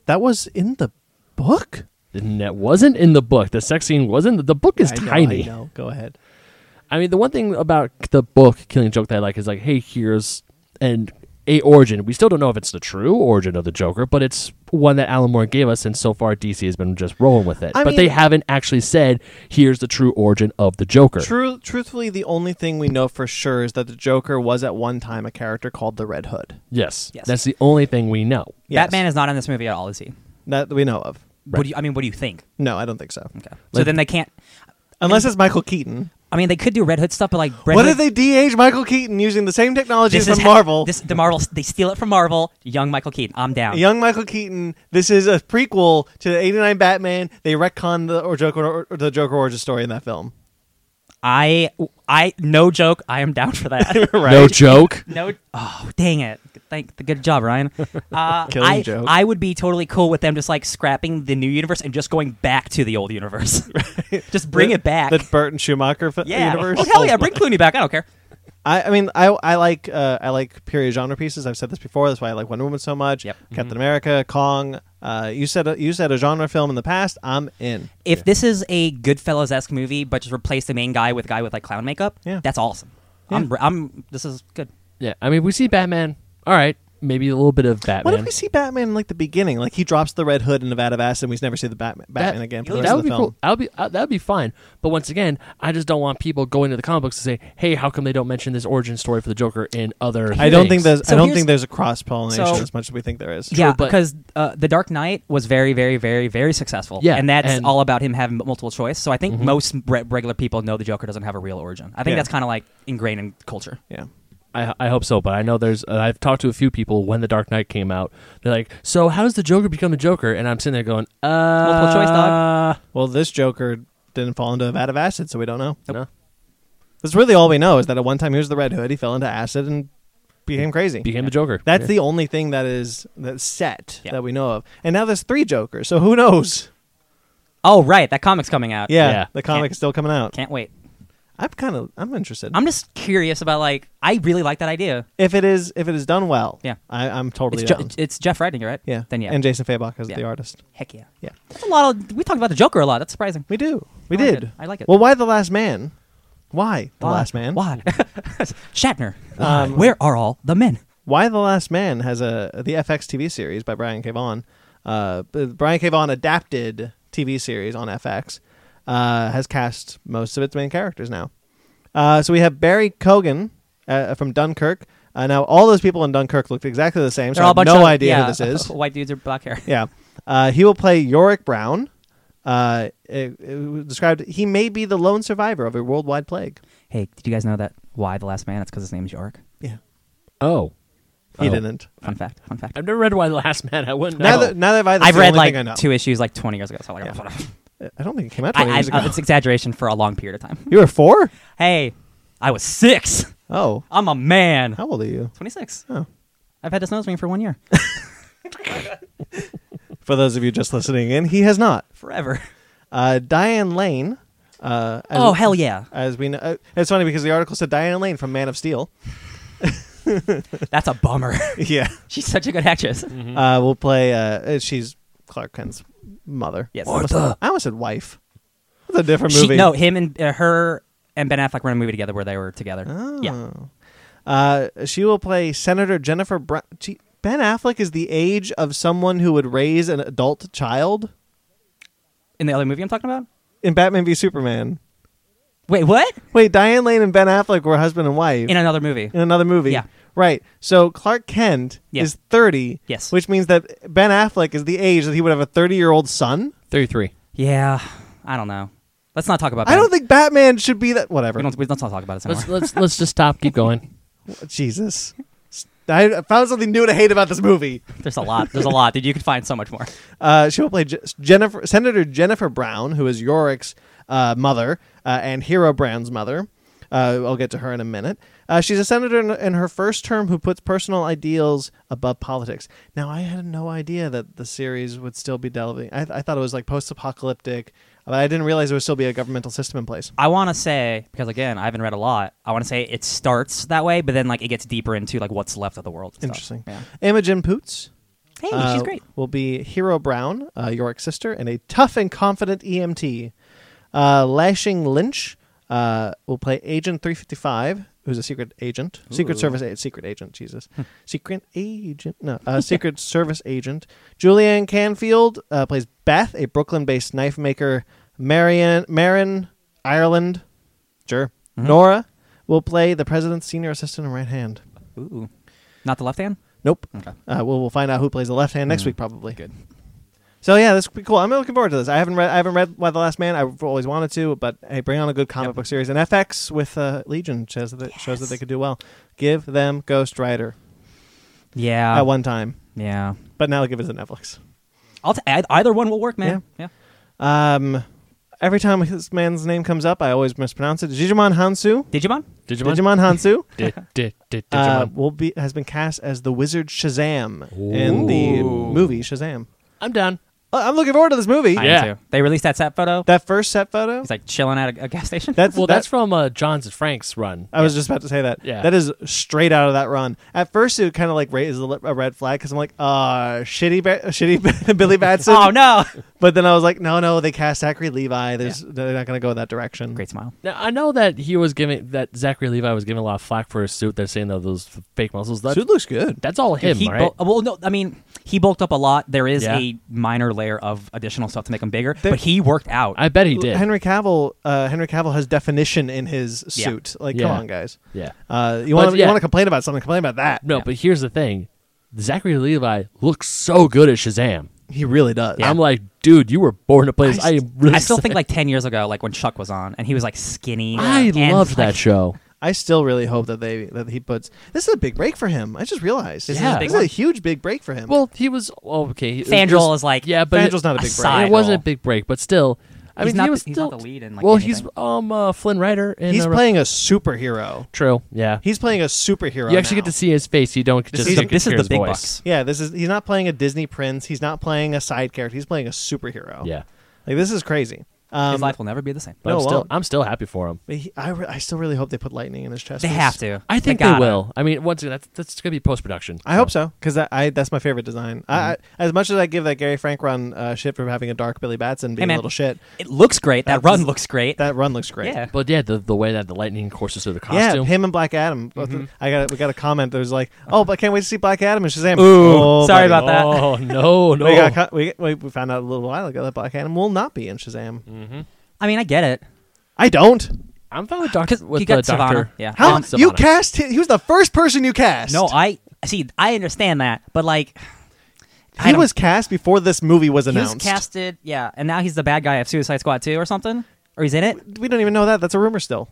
A: that was in the book.
B: And that wasn't in the book. The sex scene wasn't. The book is
A: I know,
B: tiny.
A: I know. Go ahead.
B: I mean, the one thing about the book Killing Joke that I like is like, hey, here's an a origin. We still don't know if it's the true origin of the Joker, but it's one that Alan Moore gave us, and so far DC has been just rolling with it.
A: I
B: but
A: mean-
B: they haven't actually said here's the true origin of the Joker.
A: True, truthfully, the only thing we know for sure is that the Joker was at one time a character called the Red Hood.
B: Yes.
C: Yes.
B: that's the only thing we know.
A: Yes.
C: Batman is not in this movie at all, is he?
A: Not that we know of.
C: What do you, I mean? What do you think?
A: No, I don't think so.
C: Okay. So then they can't.
A: Unless it's Michael Keaton.
C: I mean, they could do Red Hood stuff, but like Red
A: what
C: Hood,
A: if they de-age Michael Keaton using the same technology
C: This
A: from
C: is ha-
A: Marvel?
C: This the Marvel. They steal it from Marvel. Young Michael Keaton. I'm down.
A: Young Michael Keaton. This is a prequel to the '89 Batman. They retcon the or Joker or, or the Joker origin story in that film.
C: I I no joke. I am down for that.
A: right?
B: No joke.
C: No. Oh, dang it! Thank the good job, Ryan. Uh,
A: Killing
C: I,
A: joke.
C: I would be totally cool with them just like scrapping the new universe and just going back to the old universe. just bring
A: The-
C: it back.
A: The Burton Schumacher fi-
C: yeah.
A: universe.
C: Oh hell yeah! Bring Clooney back. I don't care.
A: I, I mean, I I like uh, I like period genre pieces. I've said this before. That's why I like Wonder Woman so much.
C: Yep. Mm-hmm.
A: Captain America, Kong. Uh, you said a, you said a genre film in the past. I'm in.
C: If this is a Goodfellas esque movie, but just replace the main guy with a guy with like clown makeup,
A: Yeah.
C: that's awesome. I'm, I'm. This is good.
B: Yeah, I mean, we see Batman. All right, maybe a little bit of Batman.
A: What if we see Batman in, like the beginning? Like he drops the red hood in Nevada acid, and we never see the Batman, Batman again for the
B: that
A: rest of
B: would
A: the
B: be
A: film.
B: cool. That would be uh, that would be fine. But once again, I just don't want people going to the comic books to say, "Hey, how come they don't mention this origin story for the Joker in other?"
A: I don't think
B: things?"
A: there's
C: So
A: I don't
C: here's-
A: think there's a cross pollination
C: So-
A: as much as we think there is.
C: yeah,
B: but-
C: because uh, the Dark Knight was very, very, very, very successful.
B: Yeah,
C: and that's
B: and-
C: all about him having multiple choice. So I think most re- regular people know the Joker doesn't have a real origin. I think
A: Mm-hmm. Yeah.
C: that's kind of like ingrained in culture.
A: Yeah.
B: I, I hope so, but I know there's. Uh, I've talked to a few people when The Dark Knight came out. They're like, "So how does the Joker become the Joker?" And I'm sitting there going, "Uh,
C: Multiple choice, dog.
A: Well, this Joker didn't fall into a vat of acid, so we don't know.
B: No,
A: That's really all we know is that at one time he was the Red Hood. He fell into acid and became crazy.
B: became the Joker.
A: That's
B: Yeah.
A: the only thing that is that's set
C: Yeah.
A: that we know of. And now there's three Jokers, so who knows?
C: Oh right, that comic's coming out.
A: Yeah,
B: Yeah.
A: the comic is still coming out.
C: can't wait.
A: I'm kind of I'm interested.
C: I'm just curious about like I really like that idea.
A: if it is if it is done well,
C: Yeah.
A: I, I'm totally
C: It's,
A: down.
C: jo- it's Jeff Reitner, right?
A: yeah,
C: Then yeah.
A: and Jason Fabok is
C: Yeah.
A: the artist.
C: Heck yeah.
A: Yeah,
C: That's a lot of. We talked about the Joker a lot. That's surprising.
A: we do. We
C: I like
A: did.
C: it. I like it.
A: Well, why the Last Man? Why the
C: Why?
A: Last Man?
C: Why? Shatner.
A: Um,
C: Where are all the men?
A: Why the Last Man has a the FX TV series by Brian K. Vaughan. Uh, b- Brian K. Vaughan adapted TV series on FX uh, has cast most of its main characters now. Uh, so we have Barry Cogan uh, from Dunkirk. Uh, now all those people in Dunkirk looked exactly the same, so
C: They're
A: I
C: all a
A: have
C: bunch
A: no
C: of-
A: idea
C: yeah,
A: who this is.
C: White dudes with black hair.
A: yeah, uh, he will play Yorick Brown. Uh, it- it was described he may be the lone survivor of a worldwide plague.
C: Hey, did you guys know that? Why the last man? It's because his name's York.
A: Yeah,
B: oh,
A: he
B: Oh.
A: didn't.
C: Fun fact. Fun fact.
B: I've never read Why the Last Man. I wouldn't know.
A: Neither, neither have I. That's
C: I've
A: the
C: read
A: only
C: like
A: thing I know.
C: two issues like 20 years ago. So I'm like,
A: I don't think it came out
C: I,
A: twenty
C: I-
A: years ago.
C: uh, it's exaggeration for a long period of time.
A: You were four?
C: Hey, I was six.
A: Oh,
C: I'm a man.
A: how old are you?
C: 26.
A: Oh.
C: I've had this nose ring for one year.
A: For those of you just listening in, he has not.
C: Forever.
A: Uh, Diane Lane. Uh, as,
C: Oh, hell yeah.
A: As we know, uh, it's funny because the article said Diane Lane from Man of Steel.
C: That's a bummer.
A: yeah,
C: She's such a good actress.
A: uh, will play. Uh, uh, she's Clark Kent's mother.
C: Yes.
A: I almost,
B: Martha.
A: I almost said wife. That's a different
C: She,
A: movie.
C: no, him and uh, her and Ben Affleck were in a movie together where they were together.
A: Oh.
C: Yeah.
A: Uh, she will play Senator Jennifer Brown. Gee, ben Affleck is the age of someone who would raise an adult child
C: In the other movie I'm talking about?
A: in Batman v Superman.
C: Wait, what?
A: Wait, Diane Lane and Ben Affleck were husband and wife.
C: In another movie.
A: in another movie.
C: Yeah.
A: Right. So Clark Kent
C: Yeah.
A: is 30.
C: Yes.
A: Which means that Ben Affleck is the age that he would have a 30 year old son.
B: Thirty-three.
C: Yeah. I don't know. Let's not talk about
A: I
C: Ben.
A: don't think Batman should be that.
C: we
A: Whatever.
C: don't, we don't talk about it anymore.
B: Let's let's let's just stop. Keep going.
A: Jesus. I found something new to hate about this movie.
C: There's a lot. There's a lot, dude. You could find so much more.
A: Uh, she will play Je- Jennifer, Senator Jennifer Brown, who is Yorick's uh, mother uh, and Hero Brown's mother. Uh, I'll get to her in a minute. Uh, she's a senator in, in her first term who puts personal ideals above politics. Now, I had no idea that the series would still be delving. I, I thought it was like post-apocalyptic, but I didn't realize there would still be a governmental system in place.
C: I want to say because again, I haven't read a lot. I want to say it starts that way, but then like it gets deeper into like what's left of the world. and stuff.
A: Interesting. Imogen Poots.
C: Hey,
A: uh,
C: she's great.
A: Will be Hero Brown, uh, Yorick's sister, and a tough and confident EMT. Uh, Lashing Lynch uh, will play Agent 355, who's a secret agent, Secret Service a- secret agent. Jesus, secret agent, no, uh, Secret Service agent. Julianne Canfield uh, plays Beth, a Brooklyn-based knife maker. Marian, Marin, Ireland, sure. Nora will play the president's senior assistant and right hand.
C: Ooh, not the left hand.
A: Nope.
C: Okay.
A: Uh, we'll, we'll find out who plays the left hand next week, probably. Good. So yeah, this could be cool. I'm looking forward to this. I haven't read I haven't read Why the Last Man. I've always wanted to, but hey, bring on a good comic book series. And FX with uh, Legion shows that shows that they could do well. Give them Ghost Rider
C: Yeah.
A: at one time,
C: Yeah.
A: but now give it to Netflix.
C: I'll t- eith- either one will work, man. Yeah.
A: Um, every time this man's name comes up, I always mispronounce it. Digimon Hansu.
C: Digimon?
B: Digimon.
A: Digimon Hansu.
B: Di- di- di-
A: Uh,
B: Digimon.
A: will be has been cast as the wizard Shazam in the
B: Ooh.
A: movie Shazam.
B: I'm down.
A: Uh, I'm looking forward to this movie.
C: I am
B: Yeah.
C: too. They released that set photo.
A: That first set photo.
C: He's like chilling at a, a gas station.
A: That's
B: Well,
A: that-
B: that's from uh, John's and Frank's run.
A: I was just about to say that.
B: Yeah.
A: That is straight out of that run. At first, it kind of like raises a, li- a red flag because I'm like, ah, shitty, ba- shitty Billy Batson.
C: oh no.
A: But then I was like, no, no, they cast Zachary Levi. There's, They're not going to go that direction.
C: Great smile.
B: Now I know that he was giving that Zachary Levi was giving a lot of flack for his suit. They're saying that those f- fake muscles. That's,
A: Suit looks good.
B: that's all him,
C: he
B: right?
C: bul- well, no, I mean he bulked up a lot. There is
B: Yeah.
C: a minor layer of additional stuff to make him bigger,
A: There-
C: but he worked out.
B: I bet he did.
A: Henry Cavill, uh, Henry Cavill has definition in his
C: Yeah.
A: suit. Like,
B: Yeah.
A: come on, guys.
B: yeah.
A: Uh, you
B: But
A: want to
B: yeah.
A: want to complain about something? Complain about that.
B: No, but here's the thing. Zachary Levi looks so good at Shazam.
A: He really does.
B: I'm like, dude, you were born to play this. I, am really
C: I still
B: excited.
C: think like ten years ago, like when Chuck was on, and he was like skinny.
B: I
C: and,
B: loved
C: like,
B: that show.
A: I still really hope that they that he puts. This is a big break for him. I just realized.
B: This is a Yeah. big
A: this is a
C: one.
A: huge big break for him.
B: Well, he was oh, okay. he-
C: Fandral
B: just-
C: is like-
B: yeah, but
A: Fandrel's not a big break.
B: It
C: side
B: wasn't a
C: role.
B: big break, but still, I
C: He's
B: mean,
C: not
B: he
C: the-
B: was
C: he's
B: still
C: not the lead in, like,
B: well,
C: anything.
B: he's um uh, Flynn Rider. In,
A: he's
B: uh,
A: playing a superhero.
B: True. Yeah,
A: He's playing a superhero.
B: you actually
A: now.
B: get to see his face. You don't
C: This
B: just
C: is the,
B: get to
C: this is
B: hear
C: the
B: his
C: big
B: voice.
C: bucks.
A: Yeah, this is. He's not playing a Disney prince. He's not playing a side character. He's playing a superhero.
B: Yeah,
A: like this is crazy.
C: His
A: Um,
C: life will never be the same.
B: but
A: Oh. No,
B: I'm still
A: well-
B: I'm still happy for him.
A: but he- I, re- I still really hope they put lightning in his chest.
C: They have to.
B: I think they
C: gotta.
B: will. I mean, once again, that's that's gonna be post production.
A: I hope so because I, I that's my favorite design. I, I
C: Mm-hmm.
A: as much as I give that Gary Frank run uh, shit for having a dark Billy Batson being a
C: man.
A: little shit.
C: It looks great. That
A: That's-
C: run looks great.
A: That run looks great.
C: Yeah.
B: But yeah, the the way that the lightning courses through the
A: Yeah,
B: costume.
A: him and Black Adam. both-
C: Mm-hmm.
A: I got we got a comment that was like, "Oh, but I can't wait to see Black Adam and Shazam."
C: Ooh,
A: Oh,
C: sorry
A: buddy.
C: about that.
B: Oh no, no.
A: We, got, co- we, we we found out a little while ago that Black Adam will not be in Shazam.
C: I mean, I get it.
A: I don't.
B: I'm fine with
C: Because
B: Doctor
C: you
B: with
C: got
B: the Doctor.
C: Savannah, yeah.
A: How
B: Um,
A: you
B: Savannah.
A: cast? hi- He was the first person you cast.
C: No, I see. I understand that, but like, I
A: he
C: don't-
A: was cast before this movie was
C: he
A: announced.
C: was casted. Yeah, and now he's the bad guy of Suicide Squad 2 or something, or he's in it.
A: We don't even know that. That's a rumor still.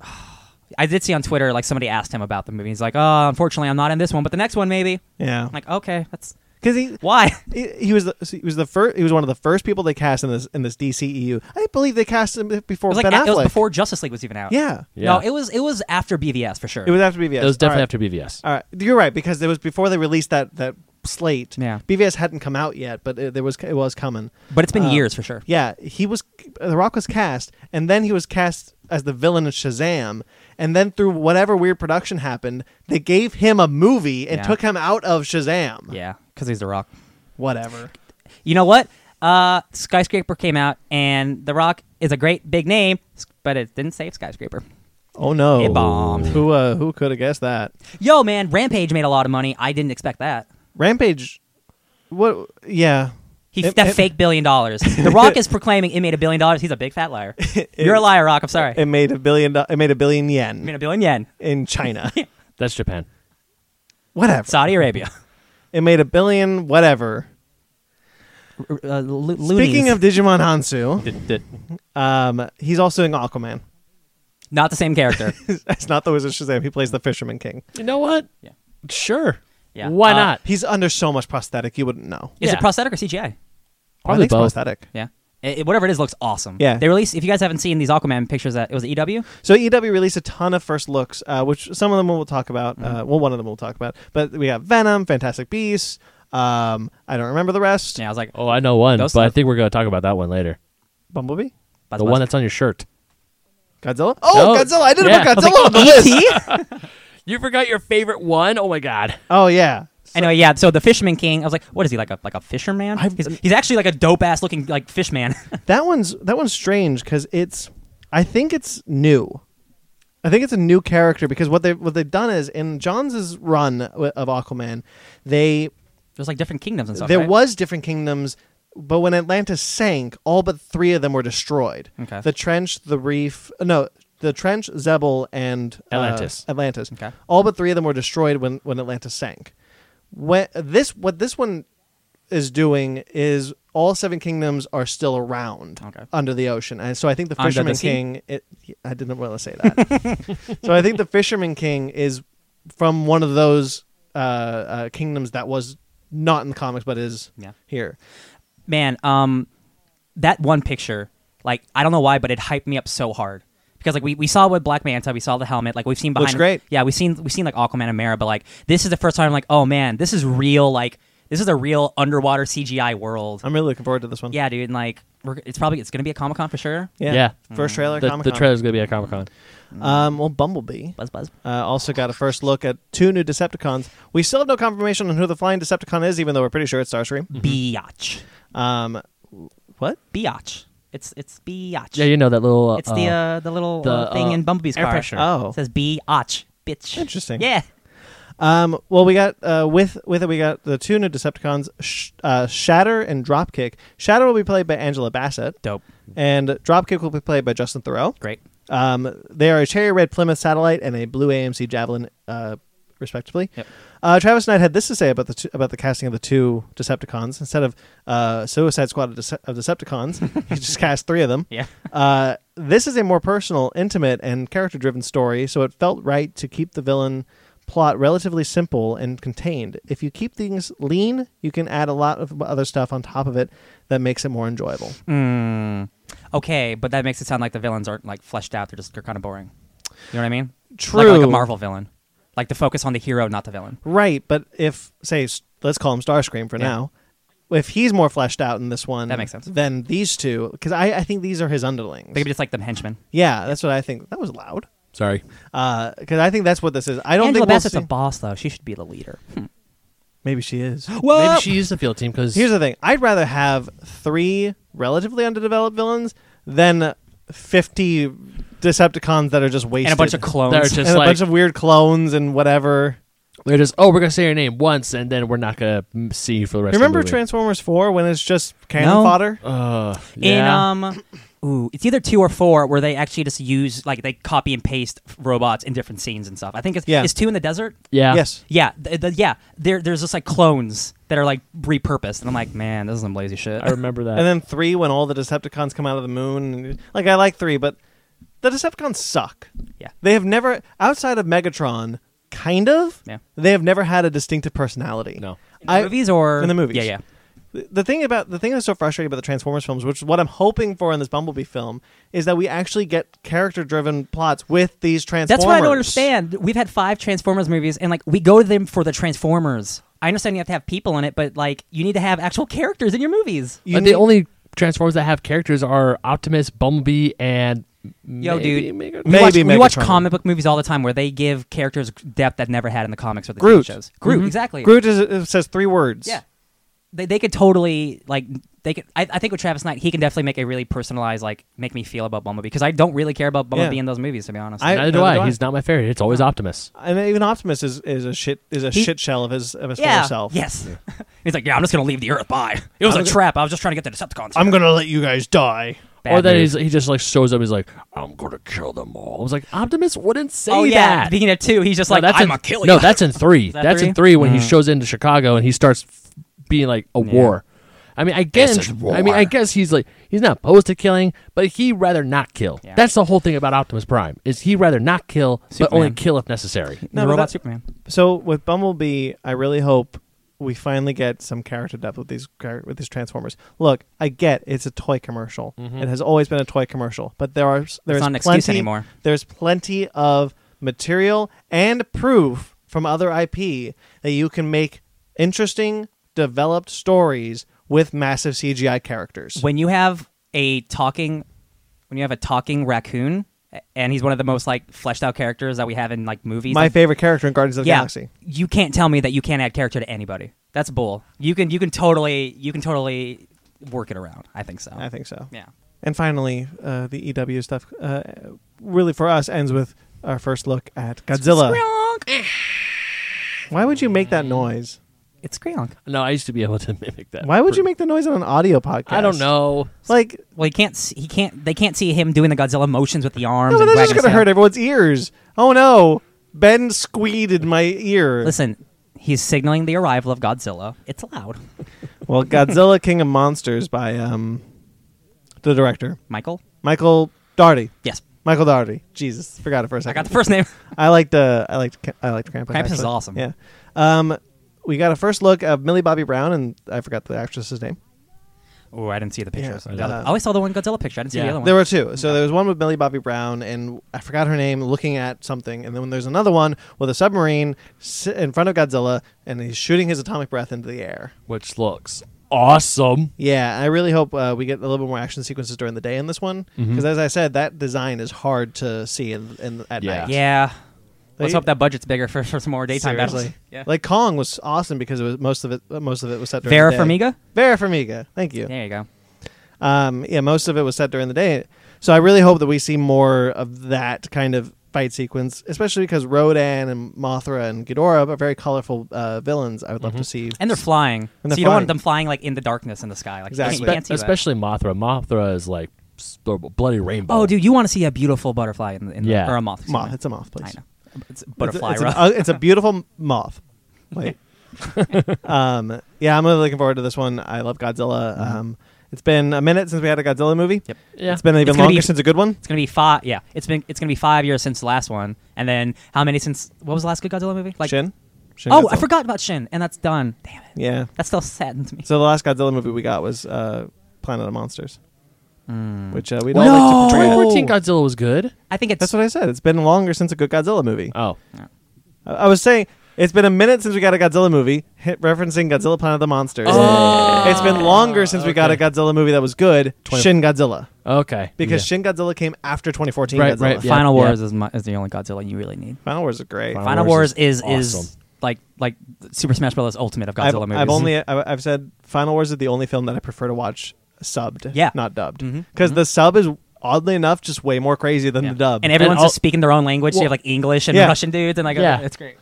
C: I did see on Twitter like somebody asked him about the movie. He's like, "Oh, unfortunately, I'm not in this one, but the next one maybe."
A: Yeah,
C: I'm like, "Okay, that's
A: because he,
C: why."
A: he he was the, he was the first he was one of the first people they cast in this in this DCEU. I believe they cast him before
C: It was like
A: Ben
C: a- it was
A: Affleck.
C: before Justice League was even out.
A: Yeah,
B: Yeah.
C: No, it was it was after BVS for sure.
A: it was after BVS.
B: It was definitely
A: All right.
B: after BVS.
A: All right, you're right because it was before they released that that slate.
C: Yeah.
A: BVS hadn't come out yet, but it, there was it was coming.
C: but it's been
A: uh,
C: years for sure.
A: Yeah, he was The Rock was cast, and then he was cast as the villain in Shazam, and then through whatever weird production happened, they gave him a movie and
C: Yeah.
A: took him out of Shazam.
C: Yeah, because he's the Rock.
A: Whatever.
C: You know what? Uh, Skyscraper came out, and the Rock is a great big name, s- but it didn't save Skyscraper.
A: Oh no.
C: It bombed.
A: Who uh, who could have guessed that?
C: Yo, man, Rampage made a lot of money. I didn't expect that.
A: Rampage. What? Yeah.
C: He
A: It-
C: that
A: it-
C: fake billion dollars. The Rock is proclaiming it made a billion dollars. He's a big fat liar. You're a liar, Rock. I'm sorry.
A: It made a billion. do- It made a billion yen
C: I mean, a billion yen.
A: in China.
B: That's Japan.
A: whatever.
C: Saudi Arabia.
A: It made a billion. Whatever.
C: Uh, lo-
A: Speaking
C: loonies.
A: of Digimon Hansu, um, he's also in Aquaman.
C: not the same character.
A: That's not the Wizard Shazam. He plays the Fisherman King.
B: You know what?
C: Yeah.
B: Sure.
C: Yeah.
B: Why
C: Uh,
B: not?
A: He's under so much prosthetic, you wouldn't know.
C: Is
B: Yeah.
C: it prosthetic or CGI?
A: I
B: Probably
A: think it's
B: both.
A: prosthetic.
C: Yeah. It, it- whatever it is looks awesome.
A: Yeah.
C: They released if you guys haven't seen these Aquaman pictures that it E was EW.
A: So EW released a ton of first looks, uh, which some of them we'll talk about. Uh,
B: Mm-hmm.
A: well, one of them we'll talk about. But we got Venom, Fantastic Beasts. Um, I don't remember the rest.
C: Yeah, I was like,
B: Oh, I know one,
C: Those
B: but I
C: stuff.
B: think we're going to talk about that one later.
A: Bumblebee,
C: Buzz
B: the
C: Buzz.
B: one that's on your shirt.
A: Godzilla. Oh,
B: No.
A: Godzilla! I didn't
B: Yeah.
A: put
B: I was like, "E
A: Godzilla on the list.
B: You forgot your favorite one? Oh my god.
A: Oh yeah.
C: Anyway, yeah. So the Fisherman King, I was like, what is he like a like a fisherman?
A: I've-
C: He's, he's actually like a dope ass looking like fishman.
A: That one's that one's strange because it's, I think it's new. I think it's a new character because what they what they've done is in Johns' run w- of Aquaman, they
C: There's like different kingdoms and stuff.
A: there
C: right?
A: was different kingdoms, but when Atlantis sank, all but three of them were destroyed.
C: Okay.
A: The trench, the reef, no, the trench, Zebel, and uh,
B: Atlantis.
A: Atlantis.
C: Okay.
A: All but three of them were destroyed when when Atlantis sank. When this what this one is doing is all seven kingdoms are still around
C: Okay.
A: under the ocean, and so I think the
C: Under the
A: fisherman
C: sea?
A: king. It, I didn't want to say that. so I think the fisherman king is from one of those uh, uh, kingdoms that was not in the comics, but is
C: Yeah.
A: here.
C: man, um, that one picture, like I don't know why, but it hyped me up so hard because like we, we saw with Black Manta, we saw the helmet, like we've seen behind.
A: Looks great.
C: Yeah, we've seen we've seen like Aquaman and Mara, but like this is the first time I'm like, oh man, this is real. Like this is a real underwater CGI world.
A: I'm really looking forward to this one.
C: yeah, dude, and like we're, it's probably it's gonna be a Comic Con for sure.
A: yeah.
B: Yeah.
A: First trailer,
B: The, the
A: Comic-Con.
B: trailer's gonna be at Comic Con.
A: Um, well, Bumblebee.
C: Buzz buzz.
A: Uh, also got a first look at two new Decepticons. We still have no confirmation on who the flying Decepticon is, even though we're pretty sure it's Starscream.
C: Biatch.
B: Hmm.
A: Um, what?
C: Biatch. It's it's biatch.
B: Yeah, you know that little. Uh,
C: it's the uh, the little
B: the,
C: uh, thing
B: uh,
C: in Bumblebee's
B: air
C: car.
B: freshener.
A: Oh.
C: It says biatch, bitch.
A: Interesting.
C: Yeah.
A: Um, well, we got uh, with with it, we got the two new Decepticons, sh- uh, Shatter and Dropkick. Shatter will be played by Angela Bassett,
C: Dope.
A: and Dropkick will be played by Justin Thoreau.
C: Great.
A: Um, they are a cherry red Plymouth satellite and a blue AMC Javelin, uh, respectively.
C: Yep.
A: Uh, Travis Knight had this to say about the two, about the casting of the two Decepticons. Instead of uh, Suicide Squad of, Dece- of Decepticons, he just cast three of them.
C: Yeah.
A: Uh, this is a more personal, intimate, and character-driven story, so it felt right to keep the villain plot relatively simple and contained. If you keep things lean, you can add a lot of other stuff on top of it that makes it more enjoyable.
C: Mm. Okay, but that makes it sound like the villains aren't like fleshed out. They're just they're kind of boring. You know what I mean? Like- Like,
A: True.
C: a Marvel villain, like the focus on the hero, not the villain.
A: Right, but if say s- let's call him Starscream for
C: Yeah.
A: now, if he's more fleshed out in this one,
C: That makes sense.
A: Then these two, because I, I think these are his underlings.
C: They could be just like the henchmen.
A: yeah, that's what I think. That was loud.
B: Sorry.
A: Because I think that's what this is. I don't
C: Angela
A: think we'll
C: Bassett's a
A: see-
C: boss though. She should be the leader. Hmm.
A: Maybe she is.
B: Maybe she used the field team because
A: Here's the thing. I'd rather have three relatively underdeveloped villains than fifty Decepticons that are just wasted
C: And a bunch of
B: they're
C: clones.
B: just
A: and a
B: like
A: bunch of weird clones and whatever.
B: they're just oh we're gonna say your name once and then we're not gonna mm, see you for the rest.
A: Remember
B: of the movie.
A: Transformers Four when it's just cannon
C: No.
A: fodder?
B: Uh,
C: In
B: yeah.
C: um, ooh, it's either two or four where they actually just use like they copy and paste robots in different scenes and stuff. I think it's
A: Yeah.
C: it's two in the desert.
B: yeah.
A: Yes.
C: Yeah, th- th- yeah. There, there's just like clones that are like repurposed, and I'm like, man, this is some lazy shit.
B: I remember that.
A: And then three, when all the Decepticons come out of the moon. and- Like I like three, but the Decepticons suck.
C: Yeah.
A: They have never, outside of Megatron, kind of.
C: Yeah.
A: They have never had a distinctive personality.
B: no.
A: I-
C: movies or
A: in the movies.
C: Yeah, yeah.
A: The the thing about the thing that's so frustrating about the Transformers films, which is what I'm hoping for in this Bumblebee film, is that we actually get character-driven plots with these Transformers.
C: That's what I don't understand. We've had five Transformers movies, and like we go to them for the Transformers. I understand you have to have people in it, but like you need to have actual characters in your movies.
A: You
B: Uh,
A: need-
B: the only Transformers that have characters are Optimus, Bumblebee, and
C: Yo,
B: maybe
C: dude.
B: Megatron?
A: Maybe
C: we watch, we watch
A: Megatron.
C: comic book movies all the time where they give characters depth that never had in the comics or the
A: Groot. Mm-hmm.
C: TV shows. Groot, exactly.
A: Groot is, it says three words.
C: Yeah, they, they could totally like they could. I, I think with Travis Knight, he can definitely make a really personalized like make me feel about Bumblebee because I don't really care about Bumblebee
A: Yeah.
C: in those movies to be honest.
A: I-
B: Neither do
A: neither
B: I.
A: do I.
B: He's not my favorite. It's always Optimus.
A: And even Optimus is, is a shit is a
C: He-
A: shit shell of his of his
C: yeah.
A: former self.
C: Yes. He's like, yeah, I'm just gonna leave the Earth. Bye. It was a trap. I was just trying to get the Decepticons.
A: I'm gonna let you guys die.
C: Bad
B: or that
C: move.
B: he's, he just like shows up. He's like, "I'm gonna kill them all." I was like, Optimus wouldn't say
C: oh yeah,
B: that.
C: at the beginning of two, he's just like,
B: that's
C: I'm
B: in,
C: gonna kill you.
B: No, that's in three.
C: that
B: that's in
C: three?
B: three when he shows into Chicago and he starts f- being like a war. I mean, I
C: This
B: guess.
C: is
B: I mean, I
C: war.
B: guess he's like he's not opposed to killing, but he rather not kill.
C: Yeah.
B: That's the whole thing about Optimus Prime is he rather not kill, but only
C: Superman.
B: kill if necessary.
A: No,
C: the
A: but
C: robot
A: that-
C: Superman.
A: So with Bumblebee, I really hope we finally get some character depth with these char- with these Transformers. Look, I get it's a toy commercial. It has always been a toy commercial, but there are there's
C: Mm-hmm. not an excuse
A: plenty,
C: anymore.
A: There's plenty of material and proof from other IP that you can make interesting, developed stories with massive CGI characters.
C: When you have a talking, when you have a talking raccoon, a- and he's one of the most like fleshed out characters that we have in like movies.
A: My
C: and-
A: favorite character in Guardians of the
C: yeah,
A: Galaxy.
C: you can't tell me that you can't add character to anybody. That's bull. You can you can totally you can totally work it around. I think so.
A: I think so.
C: yeah.
A: And finally, uh, the EW stuff uh, really for us ends with our first look at Godzilla.
C: Skronk.
A: Why would you make that noise?
C: It's Skronk.
B: No, I used to be able to mimic that.
A: Why would you make the noise on an audio podcast?
B: I don't know.
A: Like,
C: Well, he can't. See, he can't. They can't see him doing the Godzilla motions with the arms.
A: no, but
C: and
A: that's
C: wagging
A: just
C: his
A: gonna
C: tail.
A: hurt everyone's ears. Oh no, Ben squeeded my ear.
C: Listen, He's signaling the arrival of Godzilla. It's loud.
A: Well, Godzilla King of Monsters by um, the director
C: Michael?
A: Michael Darty.
C: Yes.
A: Michael Darty. Jesus, forgot it for a
C: I
A: second.
C: got the first name.
A: I liked uh, I liked Ca- I liked Krampus.
C: Krampus is
A: actually.
C: awesome.
A: Yeah. Um, we got a first look of Millie Bobby Brown, and I forgot the actress's name.
C: Oh, I didn't see the pictures.
A: Yeah,
C: The other-
A: uh,
C: I always saw the one Godzilla picture. I didn't see the
B: Yeah.
C: other one.
A: There were two. So there was one with Millie Bobby Brown, and I forgot her name, looking at something. And then there's another one with a submarine s- in front of Godzilla, and he's shooting his atomic breath into the air.
B: which looks awesome.
A: Yeah, I really hope uh, we get a little bit more action sequences during the day in this one,
B: Mm-hmm.
A: because as I said, that design is hard to see in, in at
B: Yeah.
A: night.
C: yeah. Let's
A: They-
C: hope that budget's bigger for, for some more daytime
A: Seriously.
C: battles. Yeah.
A: Like Kong was awesome because it was most of it. Most of it was set during
C: Vera
A: the day.
C: Farmiga?
A: Vera Farmiga. Thank you.
C: There you go.
A: Um, yeah, most of it was set during the day. So I really hope that we see more of that kind of fight sequence, especially because Rodan and Mothra and Ghidorah are very colorful uh, villains. I would love to see.
C: Mm-hmm. And they're flying.
A: And they're
C: so you don't
A: flying.
C: want them flying like in the darkness in the sky. Like you can't-
A: Exactly.
C: you
B: Be-
C: can't see that.
B: especially Mothra. Mothra is like s- bloody rainbow.
C: Oh, dude, you want to see a beautiful butterfly in, the- in the-
B: Yeah.
C: or a moth? excuse
A: moth.
C: me.
A: It's a moth, please.
C: I know. It's a
A: It's a-
C: butterfly.
A: It's, an-
C: right?
A: uh, it's a beautiful moth. Wait. um, yeah, I'm really looking forward to this one. I love Godzilla. Um, it's been a minute since we had a Godzilla movie.
C: Mm-hmm. Yep.
B: Yeah.
A: It's been even
C: It's gonna
A: longer
C: be-
A: since a good one.
C: It's gonna be five. Yeah, it's been it's gonna be five years since the last one, and then how many since what was the last good Godzilla movie? Like
A: Shin. Shin
C: Oh, I
A: Godzilla.
C: forgot about Shin, and that's done. Damn it,
A: Yeah.
C: that still saddens me.
A: So the last Godzilla movie we got was uh, Planet of Monsters,
B: Hmm.
A: which uh, we
C: No!
A: don't like to portray.
B: 2014 Godzilla was good.
C: I think it's
A: That's what I said. It's been longer since a good Godzilla movie.
B: Oh,
A: I I was saying it's been a minute since we got a Godzilla movie, hit referencing Godzilla Planet of the Monsters.
C: Oh.
A: It's been longer since we got a
B: okay.
A: Godzilla movie that was good,
B: Twenty-
A: Shin Godzilla,
B: okay.
A: because
B: yeah.
A: Shin Godzilla came after 2014
B: Right,
A: Godzilla.
B: right, yeah.
C: Final Wars is, my, is the only Godzilla you really need.
A: Final Wars is great.
B: Final
C: Final
B: Wars
C: Wars, is
B: is
C: is,
B: awesome.
C: like like Super Smash Bros. Ultimate of
A: I've,
C: Godzilla movies.
A: I've only I- I've said Final Wars is the only film that I prefer to watch subbed,
C: Yeah.
A: not dubbed, because
C: Mhm,
A: the sub is oddly enough just way more crazy than
C: Yeah.
A: the dub.
C: and everyone's
B: all-
C: just speaking their own language. so you
B: Well-
C: have like English and
A: Yeah.
C: Russian dudes, and like
B: Yeah.
C: it's great.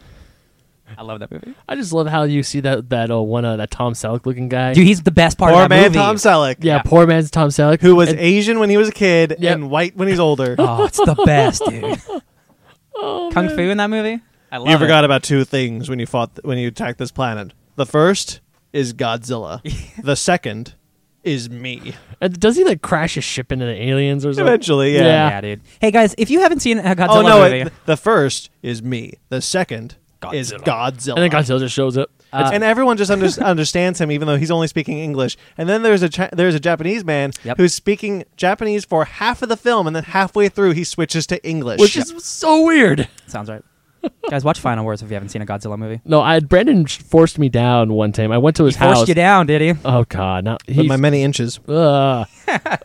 C: I love that movie,
B: I just love how you see that that uh, one uh, that Tom Selleck looking guy.
C: dude. He's the best part
A: poor
C: of that
A: man
C: movie.
A: Tom Selleck,
B: yeah, poor man's Tom Selleck,
A: who was
B: And-
A: Asian when he was a kid
B: Yep.
A: and white when he's older.
C: Oh, it's the best, dude. Kung Fu in that movie. I love
A: You
C: it.
A: forgot about two things when you fought th- when you attacked this planet. The first is Godzilla. the second is me.
B: and does he like crash his ship into the aliens or something?
A: Eventually, yeah.
B: Yeah.
C: Yeah, dude. Hey guys, if you haven't seen a Godzilla
A: oh no!
C: movie,
A: It, the first is me. The second is Godzilla.
B: And then Godzilla just shows up.
C: Uh,
A: and everyone just under- understands him, even though he's only speaking English. And then there's a Chi- there's a Japanese man
C: Yep.
A: who's speaking Japanese for half of the film, and then halfway through he switches to English.
B: which is so weird.
C: sounds right. guys, watch Final Wars if you haven't seen a Godzilla movie.
B: No, I Brandon sh- forced me down one time. I went to his
C: He
B: house.
C: forced you down, did he?
B: Oh God, not
A: With
B: he's,
A: my many inches.
B: uh,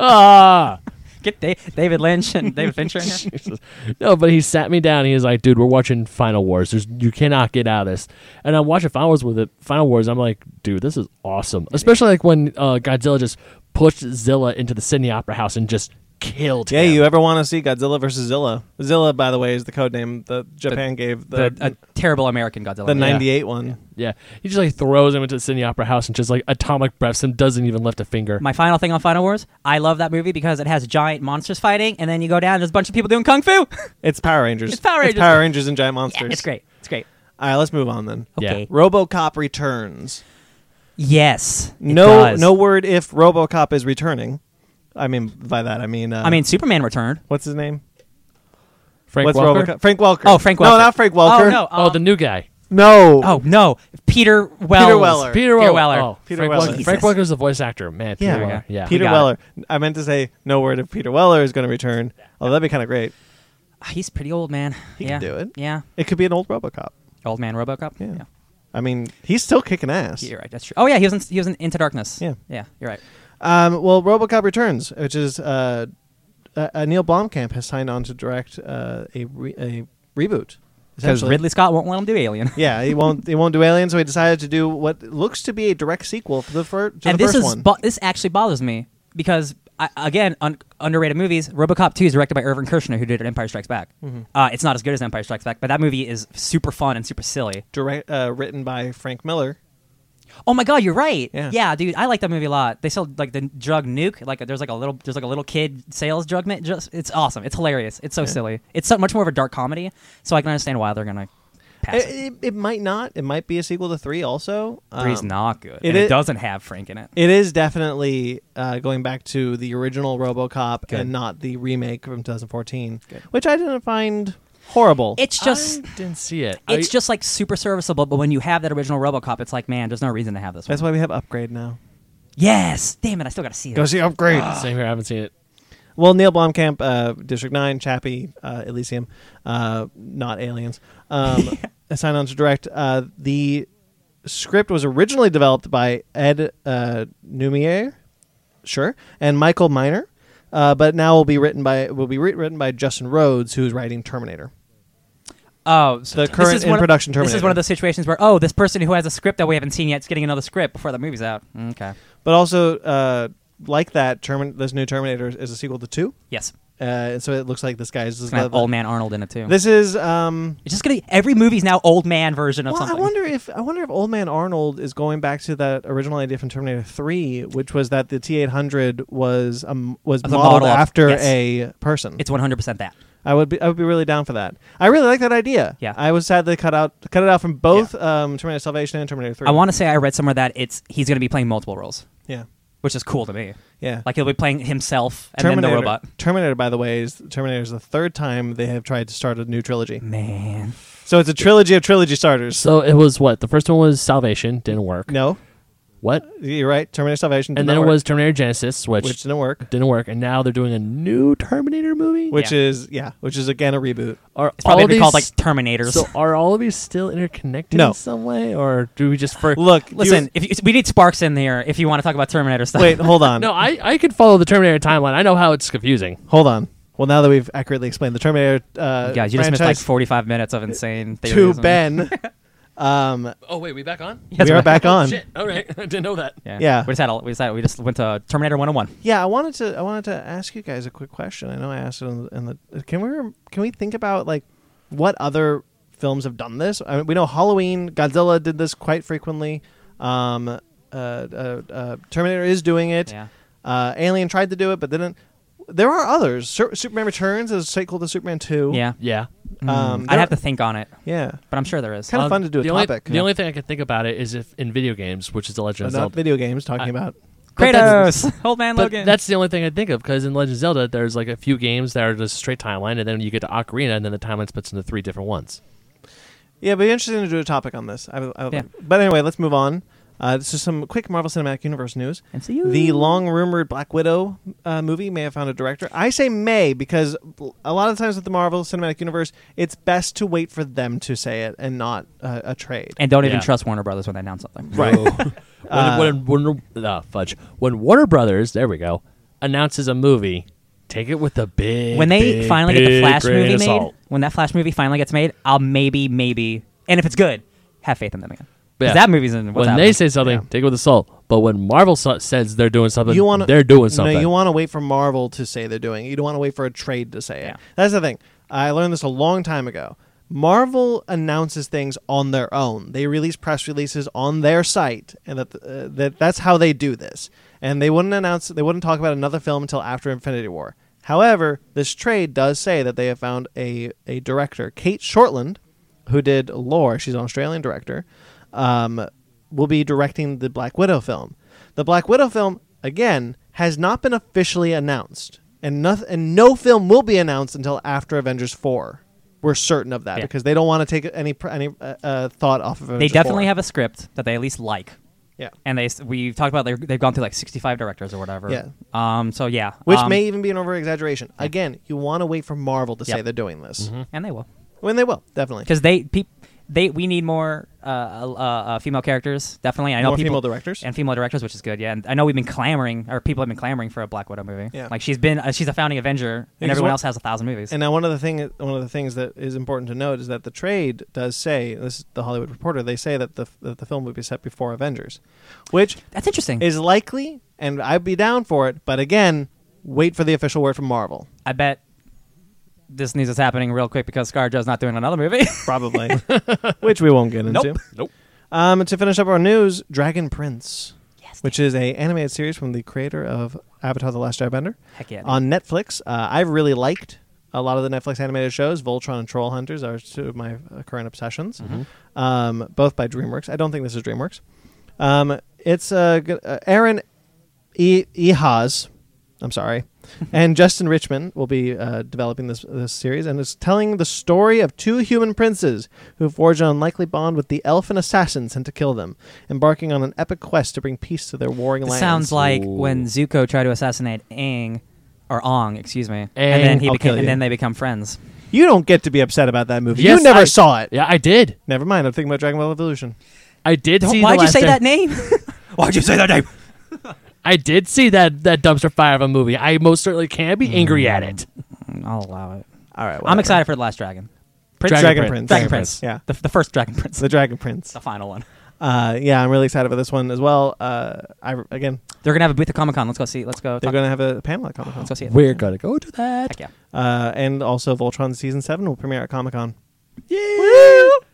B: ah.
C: Get da- David Lynch and David Fincher in here.
B: Jesus. No, but he sat me down. He was like, "Dude, we're watching Final Wars. There's you cannot get out of this." And I'm watching Final Wars with it. Final Wars. I'm like, "Dude, this is awesome." Especially like when uh, Godzilla just pushed Zilla into the Sydney Opera House and just killed
A: Yeah,
B: him.
A: you ever want to see Godzilla versus Zilla? Zilla, by the way, is the code name that Japan gave the
C: The, uh, a terrible American Godzilla.
A: the
C: movie.
A: '98 one.
B: yeah. He just like throws him into the Sydney Opera House and just like atomic breaths him. Doesn't even lift a finger.
C: My final thing on Final Wars, I love that movie because it has giant monsters fighting, and then you go down, there's a bunch of people doing kung fu.
A: It's Power Rangers.
C: It's Power Rangers.
A: Power Rangers and giant monsters.
C: it's great. Oh. It's great.
A: All right, let's move on then.
B: Yeah.
C: Okay.
A: RoboCop returns.
C: Yes. it
A: no,
C: does.
A: no word if RoboCop is returning. I mean, by that I mean, uh,
C: I mean, Superman returned.
A: what's his name?
B: Frank
A: what's
B: Welker?
A: RoboCop? Frank Welker.
C: Oh, Frank Welker.
A: No, not Frank Welker.
C: Oh no.
B: oh, the
C: um,
B: new guy.
A: no.
C: Oh no. Peter Wells.
A: Weller.
B: Peter
C: Peter
B: Weller.
C: Weller.
B: Oh,
A: Peter
B: Frank
A: Weller.
B: Welker. Frank
C: Jesus.
B: Welker's the voice actor. Man, Peter
A: yeah,
B: Weller. Yeah.
A: Peter
C: We got
A: Weller. I meant to say no word if Peter Weller is going to return. Oh, that'd be kind of great.
C: Ah, He's pretty old, man.
A: He
C: yeah.
A: can do it.
C: Yeah.
A: It could be an old RoboCop.
C: Old man RoboCop.
A: Yeah. I mean, he's still kicking ass.
C: Yeah, You're right. That's true. Oh yeah, he was in, he was in Into Darkness.
A: Yeah.
C: Yeah. You're right.
A: Um, well, RoboCop Returns, which is uh, uh, uh, Neil Blomkamp has signed on to direct uh, a re- a reboot.
C: Because
A: essentially.
C: Ridley Scott won't let him do Alien.
A: yeah, he won't he won't do Alien, so he decided to do what looks to be a direct sequel for the, fir- to
C: and
A: the
C: this
A: first
C: is
A: one.
C: bo- this actually bothers me because I, again, un- underrated movies. RoboCop 2 is directed by Irvin Kershner, who did Empire Strikes Back.
A: Mm-hmm.
C: Uh, it's not as good as Empire Strikes Back, but that movie is super fun and super silly.
A: direct, uh, written by Frank Miller.
C: Oh my god, you're right.
A: Yeah.
C: dude, I like that movie a lot. They sell like the drug nuke. Like there's like a little there's like a little kid sales drug. Ma- just, it's awesome. It's hilarious. It's so silly. It's so much more of a dark comedy. So I can understand why they're gonna. pass
A: It,
C: it.
A: it, it might not. It might be a sequel to three. Also,
C: Three's
A: Um,
C: not good.
A: it
C: and it
A: is-
C: doesn't have Frank in it.
A: It is definitely uh, going back to the original RoboCop
C: Good.
A: and not the remake from 2014, which I didn't find horrible.
C: It's just
B: I didn't see it.
C: it's
B: I-
C: just like super serviceable, but when you have that original RoboCop, it's like, man, there's no reason to have this one.
A: That's why we have Upgrade now.
C: Yes, damn it, I still gotta see it.
A: see Upgrade.
C: Ah.
B: same here. I haven't seen it.
A: Well, Neil Blomkamp, uh, District Nine, Chappie, uh, Elysium, uh, not Aliens. Um, Assigned on to direct. Uh, the script was originally developed by Ed uh, Numier, sure, and Michael Miner, uh, but now will be written by will be rewritten by Justin Rhodes, who's writing Terminator.
C: oh, so
A: The
C: this
A: current
C: is one of-
A: in-production
C: This is
A: Terminator.
C: one of those situations where oh, this person who has a script that we haven't seen yet is getting another script before the movie's out. Mm, Okay,
A: But also, uh, like that, Termin- this new Terminator is a sequel to two,
C: yes,
A: uh, and so it looks like this guy's this is,
C: it's gonna have
A: the-
C: old man Arnold in it too.
A: this is um,
C: it's just gonna every movie's now old man version of
A: Well,
C: something.
A: I wonder if I wonder if Old Man Arnold is going back to that original idea from Terminator Three, which was that the T eight hundred was um, was
C: As a
A: modeled
C: model of-
A: after
C: yes.
A: a person.
C: It's 100 percent that.
A: I would be I would be really down for that. I really like that idea.
C: Yeah.
A: I was sad they cut out cut it out from both um, Terminator Salvation and Terminator Three.
C: I want to say I read somewhere that it's he's gonna be playing multiple roles,
A: yeah,
C: which is cool to me.
A: yeah.
C: Like he'll be playing himself and
A: Terminator,
C: then the robot.
A: Terminator, by the way, is Terminator is the third time they have tried to start a new
C: Mm.
A: trilogy.
C: Man,
A: So it's a trilogy of trilogy starters.
B: So it was what the first one was Salvation didn't work.
A: No,
B: What
A: you're right. Terminator Salvation, did
B: and
A: not
B: then it
A: work,
B: was Terminator Genesis, which,
A: which didn't work.
B: didn't work, and now they're doing a new Terminator movie.
A: Which
C: Yeah.
A: is yeah, which is again a reboot.
B: are
C: it's probably
B: all
C: gonna be called like
B: these-
C: Terminators.
B: So are all of these still interconnected
A: No.
B: in some way, or do we just for
A: Look, you-
C: Listen, if you, we need Sparks in there if you want to talk about Terminator stuff.
A: Wait, hold on.
B: No, I I could follow the Terminator timeline. I know how it's confusing.
A: Hold on. Well, now that we've accurately explained the Terminator uh,
C: guys, you just
A: franchise
C: missed like 45 minutes of insane
A: to
C: theories.
A: Ben, um,
B: Oh wait, we back on?
A: we are back on.
B: All right, I didn't know that.
C: Yeah.
A: Yeah.
C: we just had all, we just had, we just went to Terminator 101.
A: Yeah, I wanted to. I wanted to ask you guys a quick question. I know I asked it in the. In the can we rem- can we think about like what other films have done this? I mean, we know Halloween, Godzilla did this quite frequently. Um, uh, uh, uh, Terminator is doing it.
C: Yeah.
A: Uh, Alien tried to do it, but didn't. There are others. Sur- Superman Returns is a sequel to Superman Two.
C: Yeah,
B: Yeah.
A: Um,
C: I'd
A: there-
C: Mm. have to think on it,
A: Yeah.
C: but I'm sure there is.
A: Kind of
B: Um,
A: fun to do a
B: the only-
A: topic.
B: The only thing I can think about it is if in video games, which is the Legend
A: But
B: of
A: not
B: Zelda.
A: video games. Talking
B: I-
A: about.
B: But that's-
C: Kratos, old man
B: But
C: Logan.
B: that's the only thing I think of because in Legend of Zelda, there's like a few games that are just straight timeline, and then you get to Ocarina, and then the timeline splits into three different ones.
A: Yeah, but it'd be interesting to do a topic on this. I, would- I would
C: Yeah.
A: like- But anyway, let's move on. Uh, this is some quick Marvel Cinematic Universe news.
C: MCU.
A: The long rumored Black Widow uh, movie may have found a director. I say may because a lot of times with the Marvel Cinematic Universe, it's best to wait for them to say it and not uh, a trade.
C: and don't even
B: Yeah.
C: trust Warner Brothers when they announce something.
A: Right.
B: When, when, when uh, fudge, when Warner Brothers, there we go, announces a movie, take it with a big.
C: When they
B: big,
C: finally get the
B: big
C: Flash
B: grain of
C: movie made,
B: salt.
C: when that Flash movie finally gets made, I'll maybe, maybe, and if it's good, have faith in them again. Because
B: Yeah.
C: that movie's in. What's
B: when
C: happening.
B: they say something,
A: Yeah.
B: take it with a salt. But when Marvel so- says they're doing something,
A: you want
B: they're doing something.
A: No, you want to wait for Marvel to say they're doing it. You don't want to wait for a trade to say it.
C: Yeah.
A: That's the thing. I learned this a long time ago. Marvel announces things on their own. They release press releases on their site, and that, uh, that that's how they do this. And they wouldn't announce, they wouldn't talk about another film until after Infinity War. However, this trade does say that they have found a a director, Kate Shortland, who did Lore. She's an Australian director. Um, will be directing the Black Widow film. The Black Widow film, again, has not been officially announced, and, noth- and no film will be announced until after Avengers 4. We're certain of that
C: Yeah.
A: because they don't want to take any pr- any uh, uh, thought off of
C: they
A: Avengers
C: definitely
A: 4.
C: have a script that they at least like.
A: Yeah.
C: And they, s- we've talked about they're- they've gone through like 65 directors or whatever.
A: Yeah.
C: Um. So yeah.
A: Which
C: um,
A: may even be an over exaggeration. Again, you want to wait for Marvel to say
C: Yep.
A: they're doing this.
C: and they will
A: When they will, definitely.
C: because they peop, they we need more uh, uh, uh, female characters definitely. I know
A: More
C: people,
A: female directors.
C: and female directors, which is good. Yeah, and I know we've been clamoring or people have been clamoring for a Black Widow movie.
A: Yeah.
C: Like she's been uh, she's a founding Avenger,
A: Yeah, 'cause
C: and everyone
A: what-
C: else has a thousand movies.
A: And now one of the thing, one of the things that is important to note is that the trade does say this. Is the Hollywood Reporter they say that the that the film would be set before Avengers, which
C: That's interesting.
A: is likely, and I'd be down for it. But again, wait for the official word from Marvel.
C: I bet this news is happening real quick because ScarJo's not doing another movie.
A: Probably, which we won't get into.
C: Nope.
B: Nope.
A: Um, to finish up our news, Dragon Prince,
C: Yes,
A: which is a animated series from the creator of Avatar: The Last Airbender,
C: Heck yeah.
A: on Netflix. Uh, I really liked. A lot of the Netflix animated shows, Voltron and Troll Hunters, are two of my uh, current obsessions, um, both by DreamWorks. I don't think this is DreamWorks. Um, it's uh, g- uh, Aaron E. Ehas, I'm sorry, and Justin Richmond will be uh, developing this this series, and it's telling the story of two human princes who forge an unlikely bond with the elfin assassin sent to kill them, embarking on an epic quest to bring peace to their warring
C: This
A: lands.
C: sounds like
B: Ooh.
C: when Zuko tried to assassinate Aang, or Ong, excuse me,
B: Aang,
C: and then he
A: I'll kill
C: became,
A: you.
C: and then they become friends.
A: you don't get to be upset about that movie.
B: Yes,
A: you never
B: I-
A: saw it.
B: Yeah, I did.
A: Never mind. I'm thinking about Dragon Ball Evolution.
B: I did see.
C: Don't,
B: the
C: why'd you
B: last
C: say
B: day-
C: that name? why'd you say that name?
B: I did see that that dumpster fire of a movie. I most certainly can be angry at it.
C: I'll allow it.
A: All right.
C: I'm excited for the last dragon, Prince,
A: Dragon Prince.
C: Dragon Prince,
A: Yeah.
C: the, the first Dragon Prince,
A: The Dragon Prince.
C: the final one.
A: Uh, yeah, I'm really excited for this one as well. Uh, I again,
C: They're gonna have a booth at Comic Con. Let's go see. Let's go.
A: they're
C: talk-
A: going to have a panel at Comic Con,
C: Let's go see it.
B: We're gonna go to that.
C: Heck yeah.
A: uh, and also Voltron season seven will premiere at Comic Con.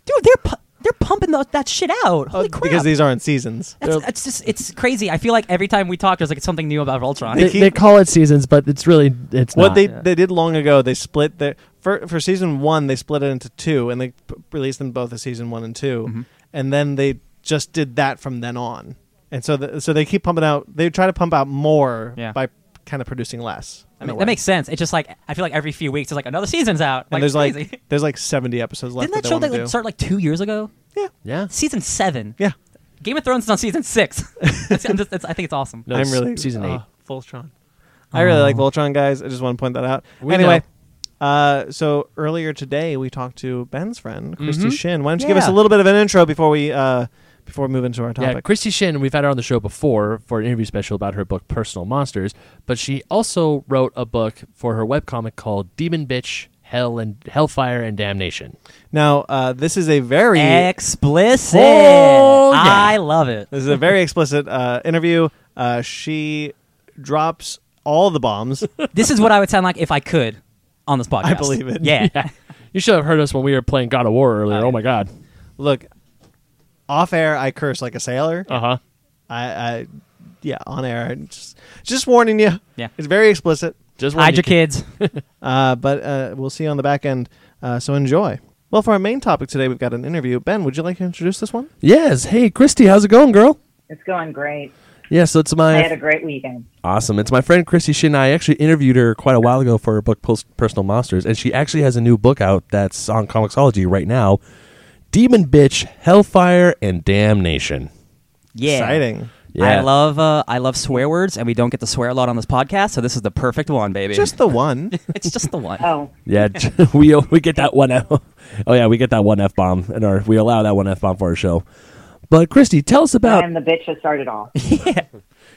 C: Dude, they're pu- they're pumping tho- that shit out. Holy crap!
A: Uh, because these aren't seasons.
C: that's, that's just it's crazy. I feel like every time we talk, there's like something new about Voltron.
B: They,
A: keep-
B: they call it seasons, but it's really it's
A: What
B: not.
A: they
C: yeah.
A: they did long ago, they split the for for season one, they split it into two, and they p- released them both as season one and 2
C: Mm-hmm.
A: and then they just did that from then on. And so the, so they keep pumping out. They try to pump out more
C: Yeah.
A: by kind of producing less.
C: I
A: in a
C: mean,
A: way.
C: that makes sense. It's just like I feel like every few weeks, it's like another season's out.
A: And
C: Like,
A: there's like
C: crazy.
A: there's like 70 episodes left.
C: didn't that
A: they
C: show
A: wanna
C: that like,
A: do.
C: start like two years ago?
A: Yeah,
B: yeah.
C: Season seven.
A: yeah.
C: Game of Thrones is on season six. That's- I'm just- that's- I think it's awesome.
B: No,
A: I'm
B: it's
A: really
B: season eight.
A: uh, Voltron. I really like Voltron, guys. I just want to point that out.
B: Oh. We
A: anyway, uh, so earlier today we talked to Ben's friend Christy
B: Mm-hmm.
A: Shin. Why don't you give us a
C: Yeah.
A: little bit of an intro before we uh, before we move into our
B: Yeah,
A: topic?
B: Christy Shin, we've had her on the show before for an interview special about her book Personal Monsters, but she also wrote a book for her webcomic called Demon Bitch, Hell and Hellfire and Damnation.
A: now uh, this is a very
C: Explicit.
B: Oh, yeah.
C: I love it.
A: this is a very explicit uh, interview. Uh, she drops all the bombs.
C: This is what I would sound like if I could on this podcast. I
A: believe it.
C: Yeah.
B: You should have heard us when we were playing God of War earlier. oh my god.
A: Look, off air I curse like a sailor.
B: Uh-huh.
A: I, I yeah on air just just warning you.
C: Yeah.
A: it's very explicit.
B: Just
C: Hide your kids.
A: Uh, but uh, we'll see you on the back end. Uh, so enjoy. Well, for our main topic today, we've got an interview. Ben, would you like to introduce this one?
B: Yes. Hey Christy, how's it going, girl?
E: It's going great.
B: Yeah, so it's
E: I
B: my
E: had a great weekend.
B: Awesome. It's my friend Christy Shin. I actually interviewed her quite a while ago for her book Post Personal Monsters, and she actually has a new book out that's on Comixology right now. Demon Bitch, Hellfire, and Damnation.
C: Yeah.
A: Exciting.
B: Yeah.
C: I love uh, I love swear words, and we don't get to swear a lot on this podcast, so this is the perfect one, baby.
A: Just the one.
C: it's just the one.
E: Oh,
F: Yeah, we
B: uh,
F: we get that one. F- oh yeah, we get that one f bomb, and our we allow that one f bomb for our show. But Christy, tell us
B: Oh.
F: about
E: and the bitch that started all.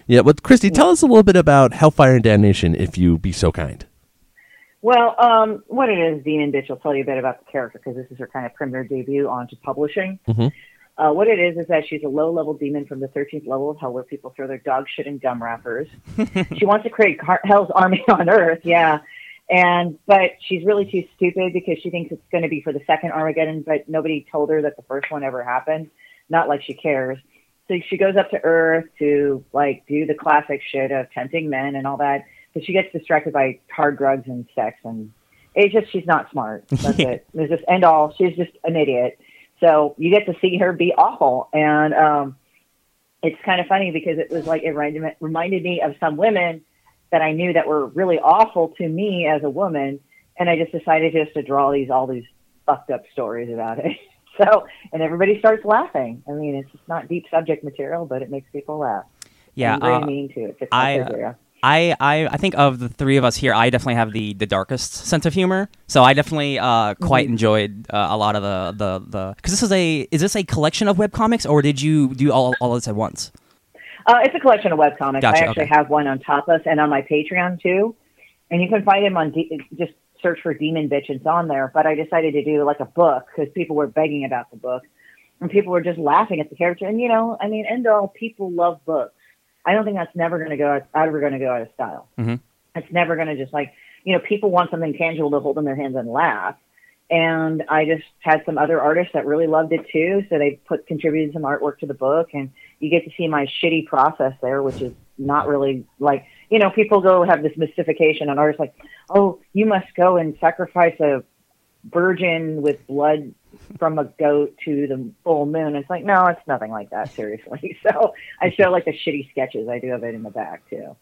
F: yeah. But Christy, tell us a little bit about Hellfire and Damnation, if you be so kind.
E: Well, um, what it is, Dean and Bitch will tell you a bit about the character because this is her kind of premier debut onto publishing. Uh, what it is is that she's a low-level demon from the 13th level of hell, where people throw their dog shit and gum wrappers. she wants to create Har- Hell's army on Earth, yeah. And but she's really too stupid because she thinks it's going to be for the second Armageddon, but nobody told her that the first one ever happened. Not like she cares. So she goes up to Earth to like do the classic shit of tempting men and all that, but she gets distracted by hard drugs and sex, and it's just she's not smart. That's it. There's just end all. She's just an idiot. So you get to see her be awful, and um, it's kind of funny because it was like it reminded me- reminded me of some women that I knew that were really awful to me as a woman, and I just decided just to draw these all these fucked up stories about it. So, and everybody starts laughing. I mean, it's just not deep subject material, but it makes people laugh.
C: yeah.
E: I'm very
C: uh,
E: mean to it. It's
C: I,
E: not their
C: uh, I, I I think of the three of us here, I definitely have the, the darkest sense of humor. So I definitely uh, quite enjoyed uh, a lot of the the the because this is a is this a collection of webcomics or did you do all all of this at once?
E: Uh, it's a collection of webcomics.
C: Gotcha,
E: I actually
C: okay.
E: have one on Topless and on my Patreon too. And you can find them on D- just search for Demon Bitch. It's on there. But I decided to do like a book because people were begging about the book and people were just laughing at the character. And you know, I mean, end all people love books. I don't think that's never going to go out, ever going to go out of style.
C: Mhm.
E: It's never going to just like you know, people want something tangible to hold in their hands and laugh. And I just had some other artists that really loved it too, so they put contributed some artwork to the book and you get to see my shitty process there, which is not really like you know, people go have this mystification on artists like, oh, you must go and sacrifice a virgin with blood from a goat to the full moon. It's like, no, it's nothing like that, seriously. So I show like the shitty sketches I do of it in the back too.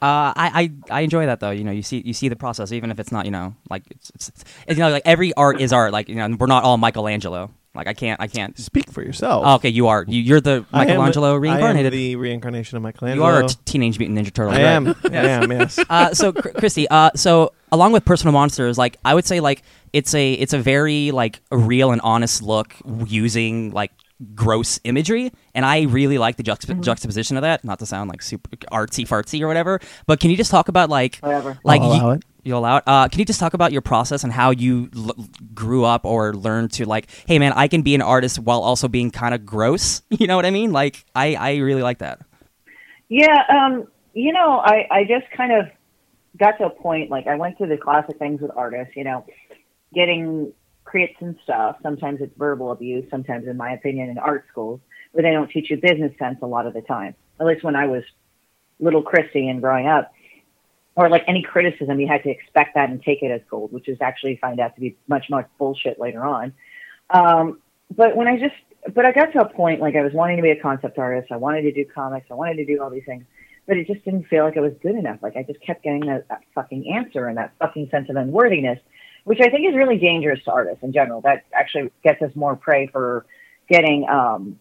C: Uh, I, I I enjoy that though. You know, you see you see the process, even if it's not you know like it's, it's, it's you know like every art is art. Like you know, we're not all Michelangelo. Like I can't I can't.
A: Speak for yourself.
C: Oh, okay, you are you, you're the
A: I am-
C: Michelangelo
A: I am
C: reincarnated.
A: the reincarnation of
C: you
A: Michelangelo.
C: are a t- teenage mutant ninja turtle.
A: I
C: right?
A: am. I am. Yes.
C: uh, so Chr- Christy, uh, so along with personal monsters, like I would say, like it's a it's a very like real and honest look using like gross imagery, and I really like the juxta- juxtaposition of that. Not to sound like super artsy fartsy or whatever, but can you just talk about like
E: Whatever.
C: like
A: I'll
C: you-
A: allow it.
C: you allow it. Uh, can you just talk about your process and how you l- grew up or learned to like, hey man, I can be an artist while also being kind of gross. You know what I mean? Like I I really like that.
E: Yeah, um, you know, I, I just kind of got to a point, like I went through the classic things with artists, you know, getting crits and stuff. Sometimes it's verbal abuse, sometimes in my opinion in art schools, where they don't teach you business sense a lot of the time. At least when I was little Christy and growing up. Or like any criticism, you had to expect that and take it as gold, which is actually find out to be much, much bullshit later on. Um, but when I just, but I got to a point like I was wanting to be a concept artist. I wanted to do comics. I wanted to do all these things, but it just didn't feel like I was good enough. Like I just kept getting that, that fucking answer and that fucking sense of unworthiness, which I think is really dangerous to artists in general. That actually gets us more prey for getting, um,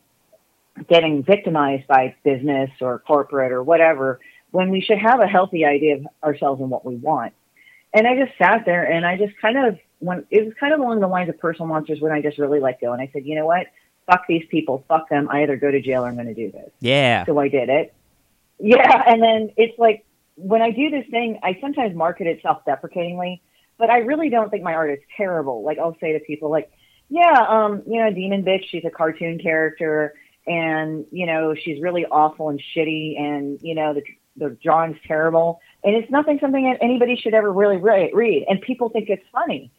E: getting victimized by business or corporate or whatever when we should have a healthy idea of ourselves and what we want. And I just sat there and I just kind of when it was kind of along the lines of personal monsters when I just really let go and I said, you know what? Fuck these people, fuck them. I either go to jail or I'm gonna do this.
C: Yeah.
E: So I did it. Yeah, and then it's like when I do this thing, I sometimes market it self-deprecatingly, but I really don't think my art is terrible. Like I'll say to people, like, "Yeah, um, you know, Demon Bitch, she's a cartoon character, and you know, she's really awful and shitty, and you know, the the drawing's terrible, and it's nothing something that anybody should ever really re- read, and people think it's funny."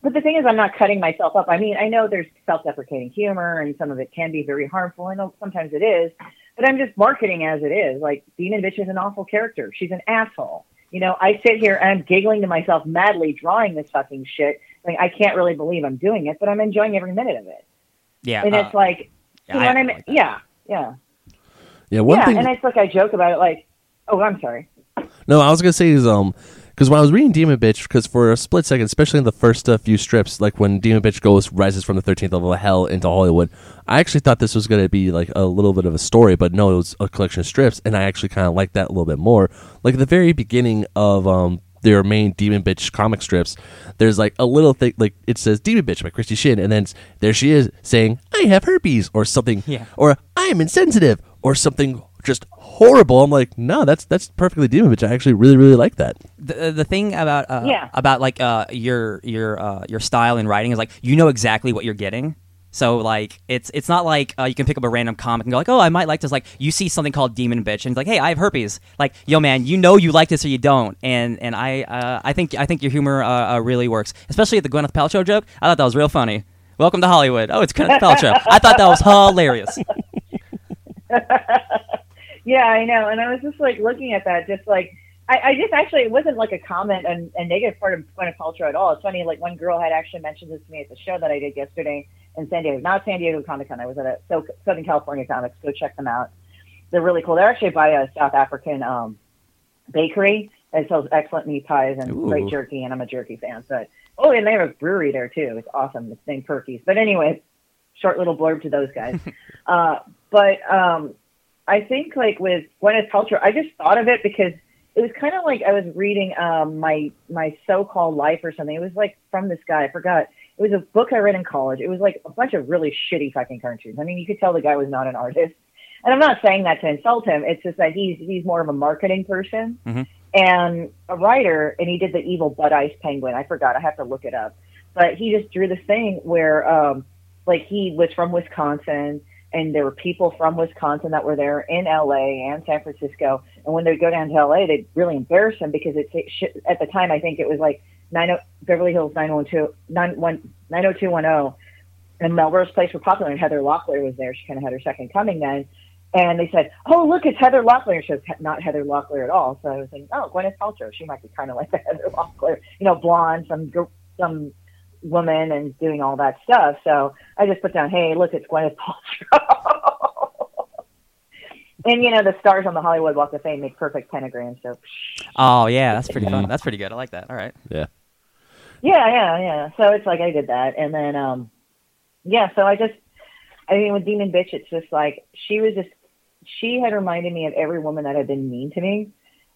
E: But the thing is, I'm not cutting myself up. I mean, I know there's self-deprecating humor, and some of it can be very harmful. I know sometimes it is, but I'm just marketing as it is. Like Demon Bitch is an awful character. She's an asshole. You know, I sit here and I'm giggling to myself madly drawing this fucking shit. Like I can't really believe I'm doing it, but I'm enjoying every minute of it.
C: Yeah.
E: And
C: uh,
E: it's like,
C: yeah,
E: you know
C: I-
E: what
C: I
E: I mean?
C: like that.
E: yeah, yeah,
F: Yeah, one
E: yeah.
F: thing.
E: And it's like I joke about it, like, oh, I'm sorry.
F: No, I was gonna say is um, because when I was reading Demon Bitch, because for a split second, especially in the first uh, few strips, like when Demon Bitch goes rises from the thirteenth level of hell into Hollywood, I actually thought this was gonna be like a little bit of a story, but no, it was a collection of strips, and I actually kind of liked that a little bit more. Like at the very beginning of um. Their main Demon Bitch comic strips. There's like a little thing, like it says "Demon Bitch" by Christy Shin, and then it's- there she is saying "I have herpes" or something,
C: Yeah.
F: or "I am insensitive" or something just horrible. I'm like, no, that's that's perfectly demon bitch. I actually really really like that.
C: the, the thing about uh,
E: Yeah.
C: about like uh, your your uh, your style in writing is like you know exactly what you're getting. So like it's it's not like uh, you can pick up a random comic and go like oh I might like this like you see something called demon bitch and it's like hey I have herpes like yo man you know you like this or you don't and and I uh, I think I think your humor uh, uh, really works especially at the Gwyneth Paltrow joke I thought that was real funny welcome to Hollywood oh it's Gwyneth Paltrow I thought that was hilarious
E: Yeah, I know. And I was just like looking at that, just like I, I just actually it wasn't like a comment and a negative part of Gwyneth Paltrow at all. It's funny, like one girl had actually mentioned this to me at the show that I did yesterday in San Diego, not San Diego Comic Con. I was at a so, Southern California Comics. Go check them out. They're really cool. They're actually by a South African um, bakery that sells excellent meat pies and great
C: Ooh.
E: jerky. And I'm a jerky fan, but oh, and they have a brewery there too. It's awesome. It's named Perky's. But anyway, short little blurb to those guys. uh, but um, I think like with Gwyneth Paltrow, I just thought of it because it was kind of like I was reading um, my my so-called life or something. It was like from this guy. I forgot. It was a book I read in college. It was like a bunch of really shitty fucking cartoons. I mean, you could tell the guy was not an artist. And I'm not saying that to insult him. It's just that he's he's more of a marketing person
C: Mhm.
E: and a writer. And he did the evil Bud Ice Penguin. I forgot. I have to look it up. But he just drew this thing where um, like he was from Wisconsin and there were people from Wisconsin that were there in LA and San Francisco. And when they would go down to LA, they'd really embarrass them because it's it, sh- at the time I think it was like 90, Beverly Hills 912 91 oh. 90210 and Melrose Place were popular, and Heather Locklear was there. She kind of had her second coming then, And they said, "Oh, look, it's Heather Locklear." She was he- not Heather Locklear at all. So I was thinking, "Oh, Gwyneth Paltrow. She might be kind of like Heather Locklear, you know, blonde, some gr- some woman, and doing all that stuff." So I just put down, "Hey, look, it's Gwyneth Paltrow." and you know, the stars on the Hollywood Walk of Fame make perfect pentagrams. So
C: Oh yeah, that's pretty fun. That's pretty good. I like that. All right.
F: Yeah.
E: Yeah, yeah, yeah. So it's like I did that, and then um, yeah. So I just, I mean, with Demon Bitch, it's just like she was just, she had reminded me of every woman that had been mean to me,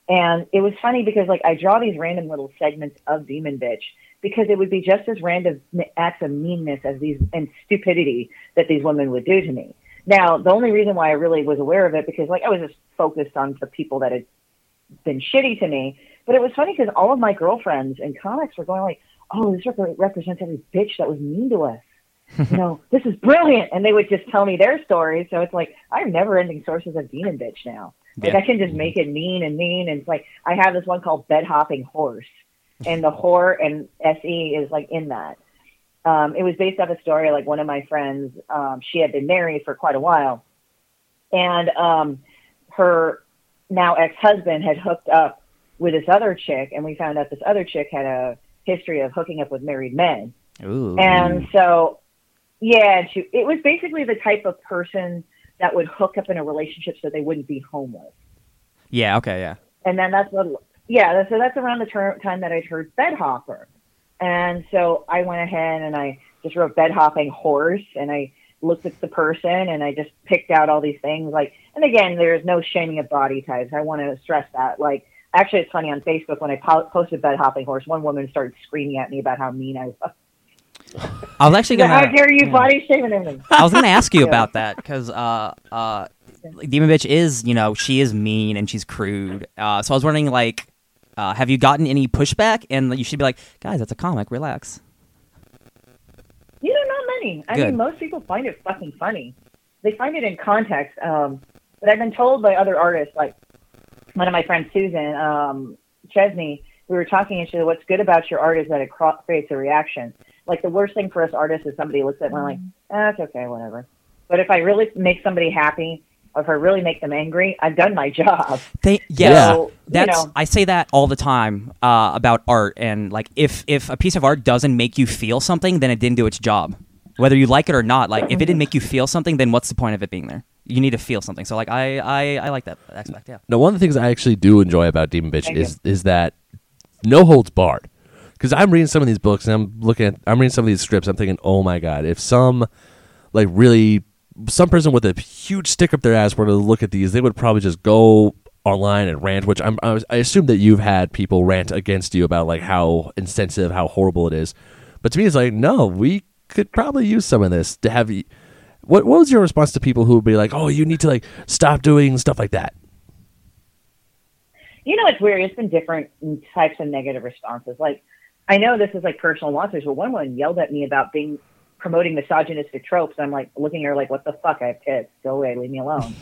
E: and it was funny because like I draw these random little segments of Demon Bitch because it would be just as random acts of meanness as these and stupidity that these women would do to me. Now, the only reason why I really was aware of it because like I was just focused on the people that had been shitty to me. But it was funny because all of my girlfriends in comics were going like, "Oh, this rep- represents every bitch that was mean to us." you know, this is brilliant, and they would just tell me their stories. So it's like I have never-ending sources of demon bitch now. Like
C: Yeah.
E: I can just make it mean and mean, and it's like I have this one called bed hopping horse, and the whore and se is like in that. Um, it was based off a story like one of my friends. Um, she had been married for quite a while, and um, her now ex husband had hooked up with this other chick, and we found out this other chick had a history of hooking up with married men.
C: Ooh.
E: And so, yeah, and she, it was basically the type of person that would hook up in a relationship so they wouldn't be homeless.
C: yeah. Okay. Yeah.
E: And then that's what, yeah, that's- so that's around the ter- time that I'd heard bed hopper. And so I went ahead and I just wrote bed hopping horse and I looked at the person and I just picked out all these things. Like, and again, there's no shaming of body types. I want to stress that. Like, actually, it's funny on Facebook when I po- posted bed hopping horse, one woman started screaming at me about how mean I was.
C: I was actually gonna.
E: How dare you
C: yeah.
E: body shame and everything?
C: I was gonna ask you
E: Yeah.
C: about that because uh, uh, like, Demon Bitch is you know she is mean and she's crude. Uh, so I was wondering like, uh, have you gotten any pushback? And like, you should be like, guys, that's a comic. Relax.
E: You know, not many. I
C: Good.
E: mean, most people find it fucking funny. They find it in context. Um, but I've been told by other artists, like one of my friends, Susan um, Chesney, we were talking, and she said, What's good about your art is that it cro- creates a reaction. Like, the worst thing for us artists is somebody looks at it and we're like,
C: Mm-hmm.
E: ah, It's okay, whatever. But if I really make somebody happy, or if I really make them angry, I've done my job.
C: Thank
E: Yeah.
C: yeah.
E: So, you
C: That's
E: know.
C: I say that all the time uh, about art and like if if a piece of art doesn't make you feel something, then it didn't do its job. Whether you like it or not, like if it didn't make you feel something, then what's the point of it being there? You need to feel something. So like I I, I like that aspect. Yeah.
F: Now, one of the things I actually do enjoy about Demon Bitch
E: Thank
F: is is that no holds barred. Because I'm reading some of these books and I'm looking at I'm reading some of these scripts. I'm thinking, oh my god, if some like really some person with a huge stick up their ass were to look at these, they would probably just go online and rant. Which I'm I, was, I assume that you've had people rant against you about like how insensitive, how horrible it is. But to me, it's like no, we could probably use some of this to have. y- What what was your response to people who would be like, oh, you need to like stop doing stuff like that?
E: you know, it's weird. It's been different types of negative responses. Like, I know this is like personal monsters, but one woman yelled at me about being promoting misogynistic tropes. I'm like looking at her like, what the fuck? I have kids. Go away. Leave me alone.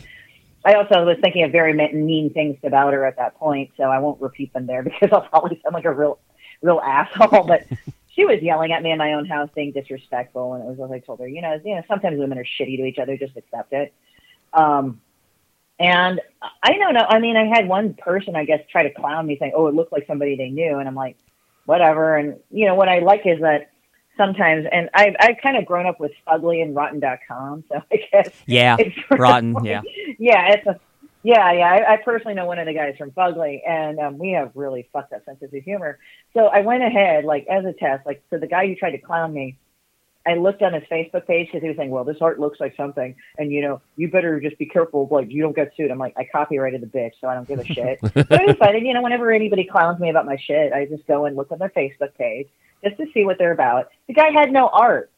E: I also was thinking of very me- mean things about her at that point, so I won't repeat them there because I'll probably sound like a real, real asshole. But she was yelling at me in my own house, being disrespectful, and it was like I told her, you know, you know, sometimes women are shitty to each other. Just accept it. Um, and I don't know. I mean, I had one person, I guess, try to clown me saying, oh, it looked like somebody they knew. And I'm like, whatever. And, you know, what I like is that sometimes, and I've, I've kind of grown up with fugly and rotten.com. So I guess
C: Yeah.
E: it's
C: Rotten,
E: really-
C: yeah.
E: yeah, it's a, yeah, yeah. I, I personally know one of the guys from Fugly, and um, we have really fucked up senses of humor. So I went ahead, like as a test, like so the guy who tried to clown me, I looked on his Facebook page because he was saying, "Well, this art looks like something, and you know, you better just be careful, like you don't get sued." I'm like, I copyrighted the bitch, so I don't give a shit. but I decided, you know, whenever anybody clowns me about my shit, I just go and look on their Facebook page just to see what they're about. The guy had no art.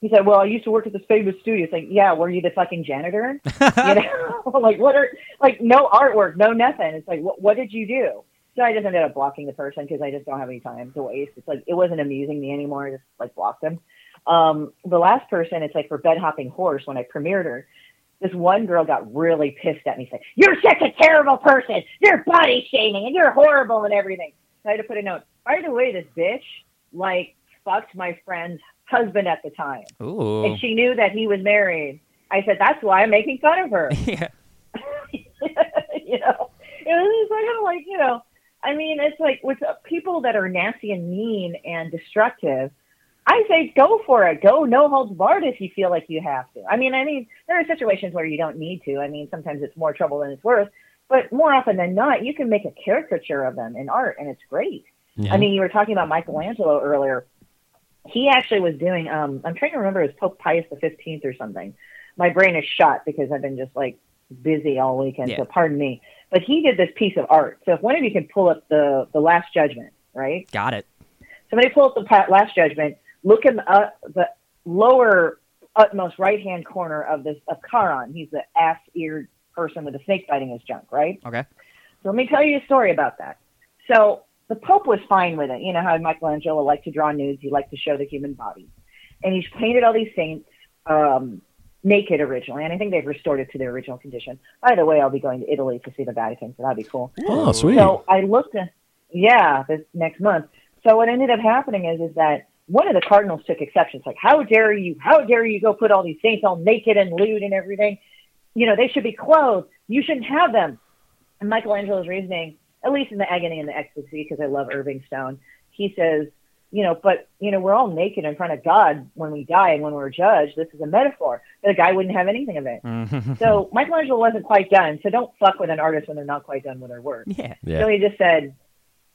E: He said, "Well, I used to work at this famous studio." It's like, yeah, were you the fucking janitor? you know, like what are like no artwork, no nothing. It's like what what did you do? So I just ended up blocking the person because I just don't have any time to waste. It's like it wasn't amusing me anymore. I just like blocked them. Um, the last person, it's like for bed hopping horse when I premiered her. This one girl got really pissed at me, saying, "You're such a terrible person. You're body shaming and you're horrible and everything." So I had to put a note. By the way, this bitch like fucked my friend's husband at the time,
C: Ooh.
E: and she knew that he was married. I said, "That's why I'm making fun of her."
C: yeah.
E: you know, it was just kind of like, you know, I mean, it's like with uh, people that are nasty and mean and destructive, I say go for it. Go no holds barred if you feel like you have to. I mean, I mean, there are situations where you don't need to. I mean, sometimes it's more trouble than it's worth, but more often than not, you can make a caricature of them in art, and it's great. I mean, you were talking about Michelangelo earlier he actually was doing um I'm trying to remember it was Pope Pius the fifteenth or something. My brain is shot because I've been just like busy all weekend,
C: Yeah.
E: so pardon me. But he did this piece of art. So if one of you can pull up the the Last Judgment, right?
C: Got it.
E: Somebody pull up the pa- Last Judgment. Look in the, uh, the lower utmost right hand corner of this of Charon. He's the ass eared person with the snake biting his junk, right?
C: Okay.
E: So let me tell you a story about that. So the Pope was fine with it. You know how Michelangelo liked to draw nudes, he liked to show the human body. And he's painted all these saints um, naked originally, and I think they've restored it to their original condition. By the way, I'll be going to Italy to see the Vatican, so that'd be cool.
F: Oh, sweet.
E: So I looked at, yeah, this next month. So what ended up happening is, is that one of the cardinals took exceptions, like, how dare you, how dare you go put all these saints all naked and lewd and everything. You know, they should be clothed. You shouldn't have them. And Michelangelo's reasoning, at least in the agony and the ecstasy, because I love Irving Stone, he says, you know, but, you know, we're all naked in front of God when we die and when we're judged. This is a metaphor. The guy wouldn't have anything of it. So Michelangelo wasn't quite done. So don't fuck with an artist when they're not quite done with their work.
C: Yeah.
F: Yeah.
E: So he just said,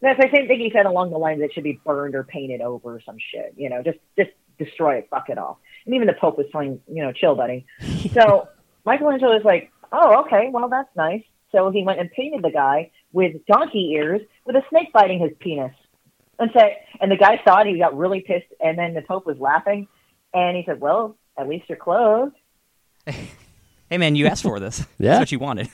E: that's the same thing he said along the lines that should be burned or painted over or some shit. You know, just just destroy it, fuck it all. And even the Pope was telling, you know, chill, buddy. so Michelangelo was like, oh, okay, well, that's nice. So he went and painted the guy with donkey ears with a snake biting his penis. And said, and the guy saw it, he got really pissed. And then the Pope was laughing. And he said, well, at least you're clothed.
C: Hey man, you asked for this.
F: Yeah.
C: That's what you wanted.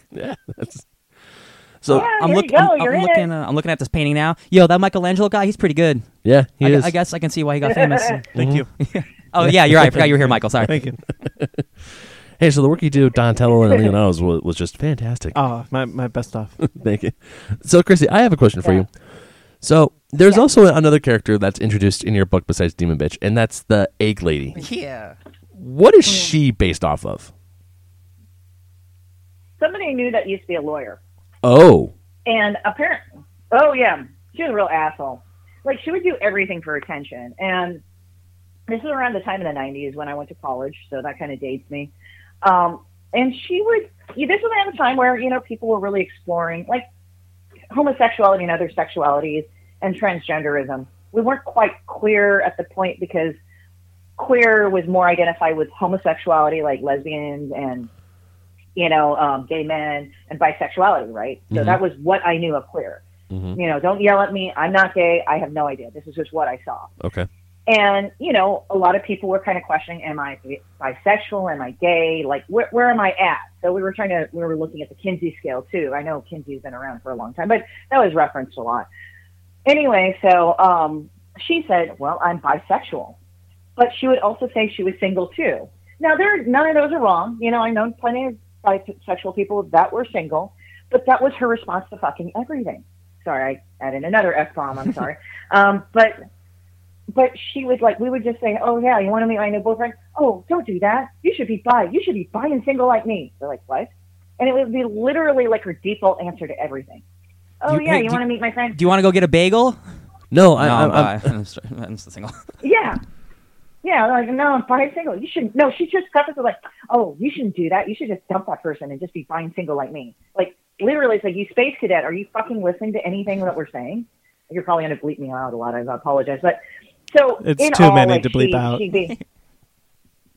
F: So
E: Yeah,
C: I'm,
E: here
C: look-
E: Oh, you go.
C: I'm, I'm
E: you're in
C: looking.
E: it.
C: Uh, I'm looking at this painting now. Yo, that Michelangelo guy, he's pretty good.
F: yeah, he
C: I, gu-
F: is.
C: I guess I can see why he got famous.
A: Thank you.
C: oh yeah, you're right. I forgot you were here, Michael. Sorry.
A: Thank you.
F: Hey, so the work you do, Donatello and Leonardo's was, was just fantastic.
C: Uh,
A: Oh, my, my best off.
F: Thank you. So, Chrissy, I have a question for
E: Yeah.
F: you. So, there's also another character that's introduced in your book besides Demon Bitch, and that's the Egg Lady.
C: Yeah.
F: What is
C: Mm.
F: she based off of?
E: Somebody knew that used to be a lawyer.
F: Oh,
E: And apparently, oh yeah, she was a real asshole. Like she would do everything for attention. And this is around the time in the '90s when I went to college, so that kind of dates me. Um, and she would. yeah, This was at a time where you know people were really exploring like homosexuality and other sexualities and transgenderism. We weren't quite queer at the point because queer was more identified with homosexuality, like lesbians and you know um, gay men and bisexuality, right? So that was what I knew of queer.
F: Mm-hmm.
E: You know, don't yell at me. I'm not gay. I have no idea. This is just what I saw.
F: okay.
E: And, you know, a lot of people were kind of questioning, am I bi- bisexual? Am I gay? Like, where, where am I at? So we were trying to, we were looking at the Kinsey scale too. I know Kinsey's been around for a long time, but that was referenced a lot. Anyway, so um, she said, well, I'm bisexual. But she would also say she was single too. Now, there, none of those are wrong. You know, I've known plenty of bisexual people that were single, but that was her response to fucking everything. Sorry, I added another F bomb. I'm sorry. um, but but she was like, we would just say, oh yeah, you want to meet my new boyfriend? Oh, don't do that. You should be bi. You should be bi and single like me. They're like, what? And it would be literally like her default answer to everything. Oh
C: You-
E: yeah,
C: hey,
E: you
C: do-
E: want to meet my friend?
C: Do you want to go get a bagel?
F: No, I,
C: no,
F: I'm,
C: I'm,
F: I'm,
C: bi. I'm, sorry. I'm just single.
E: Yeah. Yeah, like no, I'm bi and single. You shouldn't. No, she just covers it like, oh, you shouldn't do that. You should just dump that person and just be bi and single like me. Like literally, it's like you space cadet. Are you fucking listening to anything that we're saying? You're probably gonna bleep me out a lot. I apologize, but so
A: It's
E: in
A: too
E: all,
A: many
E: like,
A: to bleep
E: she-
A: out.
E: she'd be-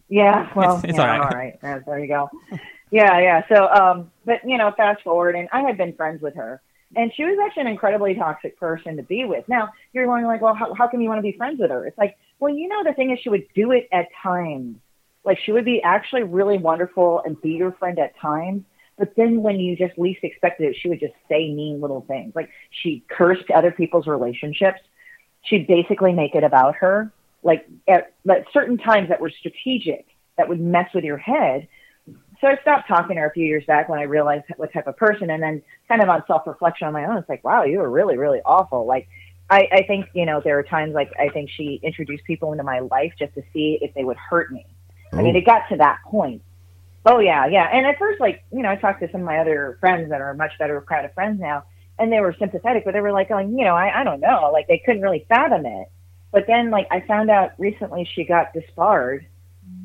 E: yeah, well,
C: It's- it's
E: yeah,
C: all right.
E: all right. Yeah, there you go. Yeah, yeah. So, um, but you know, fast forward, and I had been friends with her, and she was actually an incredibly toxic person to be with. Now you're going like, well, how, how come you want to be friends with her? It's like, well, you know, the thing is, she would do it at times. Like she would be actually really wonderful and be your friend at times, but then when you just least expected it, she would just say mean little things. Like she cursed other people's relationships. She'd basically make it about her. Like at, at certain times that were strategic, that would mess with your head. So I stopped talking to her a few years back when I realized what type of person, and then kind of on self reflection on my own, it's like, wow, you were really, really awful. Like, I, I think, you know, there were times like I think she introduced people into my life just to see if they would hurt me. I mean, it got to that point. Oh yeah, yeah. And at first, like you know, I talked to some of my other friends that are a much better crowd of friends now, and they were sympathetic, but they were like, going, you know, I, I don't know, like they couldn't really fathom it. But then, like I found out recently, she got disbarred,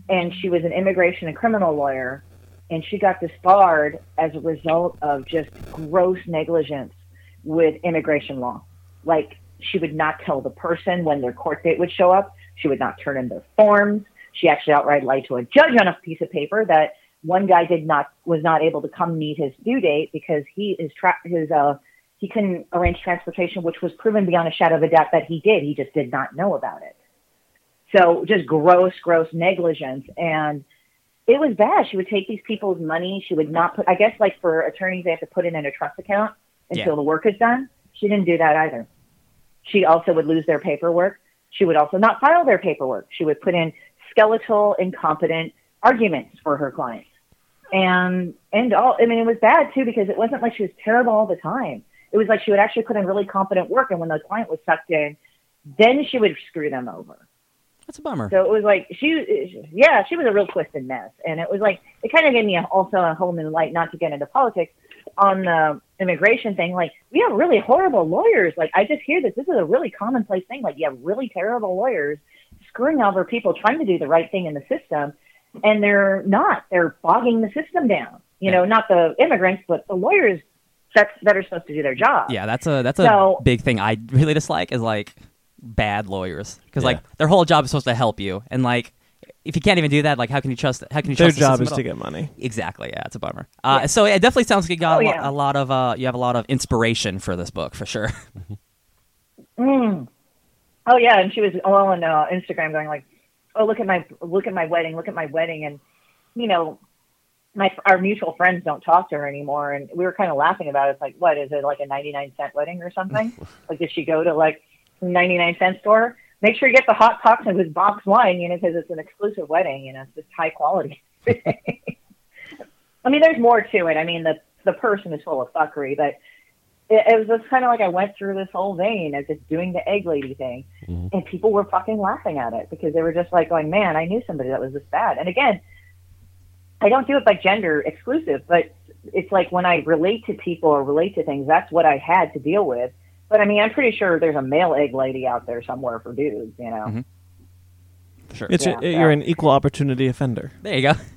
E: and she was an immigration and criminal lawyer, and she got disbarred as a result of just gross negligence with immigration law. Like she would not tell the person when their court date would show up. She would not turn in their forms. She actually outright lied to a judge on a piece of paper that one guy did not was not able to come meet his due date because he is tra- his uh he couldn't arrange transportation, which was proven beyond a shadow of a doubt that he did. He just did not know about it. So just gross, gross negligence. And it was bad. She would take these people's money. She would not put, I guess, like for attorneys, they have to put it in a trust account until
C: Yeah.
E: the work is done. She didn't do that either. She also would lose their paperwork. She would also not file their paperwork. She would put in skeletal, incompetent arguments for her clients. And, and all, I mean, it was bad too because it wasn't like she was terrible all the time. It was like she would actually put in really competent work. And when the client was sucked in, then she would screw them over.
C: That's a bummer.
E: So it was like she, yeah, she was a real twisted mess, and it was like it kind of gave me a, also a whole new light not to get into politics on the immigration thing. Like we have really horrible lawyers. Like I just hear this. This is a really commonplace thing. Like you have really terrible lawyers screwing over people trying to do the right thing in the system, and they're not. They're bogging the system down. You know, not the immigrants, but the lawyers that that are supposed to do their job.
C: yeah, that's a that's a
E: So-
C: big thing I really dislike is like bad lawyers because
F: Yeah.
C: like their whole job is supposed to help you, and like if you can't even do that, like how can you trust? How can you
A: Their
C: trust? the
A: job
C: system
A: is
C: at
A: to
C: all?
A: get money.
C: Exactly. Yeah, it's a bummer. Uh, So it definitely sounds like you got
E: Oh,
C: a, lo-
E: yeah.
C: a lot of uh, you have a lot of inspiration for this book for sure.
E: Mm. Oh yeah, and she was all on uh, Instagram going like, "Oh look at my look at my wedding, look at my wedding," and you know, my our mutual friends don't talk to her anymore, and we were kind of laughing about it. It's like, what is it like a ninety nine cent wedding or something? like, did she go to like ninety nine cent store? Make sure you get the hot toxins with box wine, you know, because it's an exclusive wedding, you know, it's just high quality. I mean, there's more to it. I mean, the the person is full of fuckery, but it, it was just kind of like I went through this whole vein of just doing the egg lady thing, and people were fucking laughing at it because they were just like going, "Man, I knew somebody that was this bad." And again, I don't do it by gender exclusive, but it's like when I relate to people or relate to things, that's what I had to deal with. But I mean, I'm pretty sure there's a male egg lady out there somewhere for dudes, you know.
C: For sure.
A: It's
E: Yeah,
A: it-
E: yeah.
A: you're an equal opportunity offender.
C: There you go.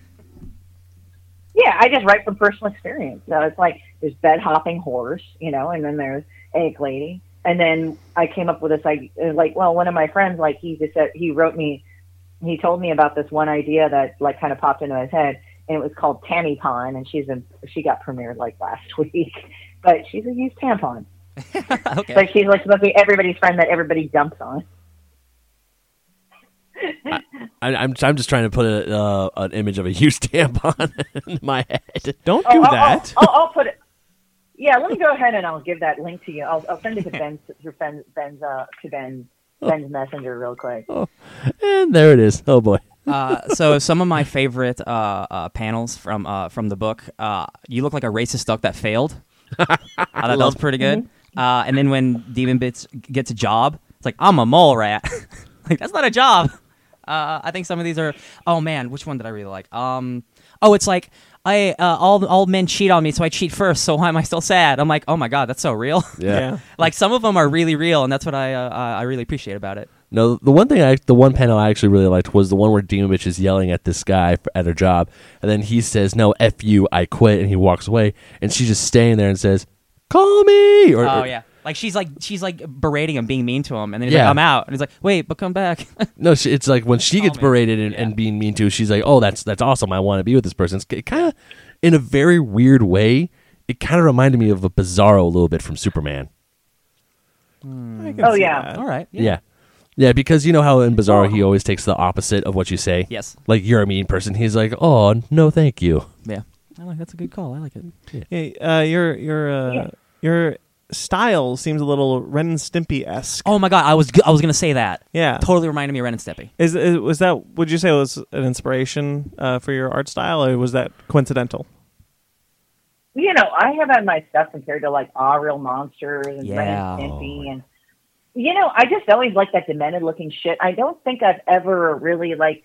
E: Yeah, I just write from personal experience. So it's like there's bed hopping horse, you know, and then there's egg lady, and then I came up with this like like well, one of my friends like he just said he wrote me, he told me about this one idea that like kind of popped into his head, and it was called tampon, and she's in she got premiered like last week, but she's a used tampon,
C: okay.
E: but she's like supposed to be everybody's friend that everybody dumps on.
F: I, I'm I'm just trying to put a, uh, an image of a used tampon in my head.
A: Don't
E: Oh,
A: do
E: I'll-
A: that.
E: I'll, I'll, I'll put it. Yeah, let me go ahead and I'll give that link to you. I'll, I'll send it to Ben's through Ben's, Ben's uh, to Ben's
A: Oh.
E: Ben's messenger real quick.
F: And there it is. Oh boy.
C: uh, so some of my favorite uh, uh, panels from uh, from the book. Uh, you look like a racist duck that failed. I thought that was pretty good. Uh, and then when Demon Bits gets a job, it's like I'm a mole rat. like that's not a job. Uh, I think some of these are. Oh man, which one did I really like? Um, oh, it's like I uh, all all men cheat on me, so I cheat first. So why am I still sad? I'm like, oh my god, that's so real.
A: Yeah.
C: like some of them are really real, and that's what I uh, I I really appreciate about it.
F: No, the one thing I, the one panel I actually really liked was the one where Demovich is yelling at this guy f at her job, and then he says, "No, f you, I quit," and he walks away, and she's just staying there and says, "Call me." Or,
C: Oh
F: or-
C: yeah. Like she's like she's like berating him, being mean to him, and then he's
F: Yeah.
C: like, "I'm out," and he's like, "Wait, but come back."
F: No, she, it's like when she
C: Call
F: gets
C: me.
F: berated and,
C: Yeah.
F: and being mean to, she's like, "Oh, that's that's awesome. I want to be with this person." It's kind of, in a very weird way, it kind of reminded me of a Bizarro a little bit from Superman.
A: I can
E: Oh,
A: see
E: yeah.
A: that.
C: All right.
F: Yeah. yeah. because you know how in Bizarro he always takes the opposite of what you say.
C: Yes.
F: Like you're a mean person. He's like, "Oh, no, thank you."
C: Yeah. I like that's a good call. I like it.
A: Hey, uh, your your uh,
E: Yeah.
A: your style seems a little Ren and Stimpy esque.
C: Oh my god, I was g- I was gonna say that.
A: yeah.
C: Totally reminded me of Ren and Stimpy.
A: Is, is was that? Would you say it was an inspiration uh, for your art style, or was that coincidental?
E: You know, I have had my stuff compared to like Ah Real Monsters and Ren
C: Yeah.
E: and Stimpy and you know, I just always like that demented looking shit. I don't think I've ever really like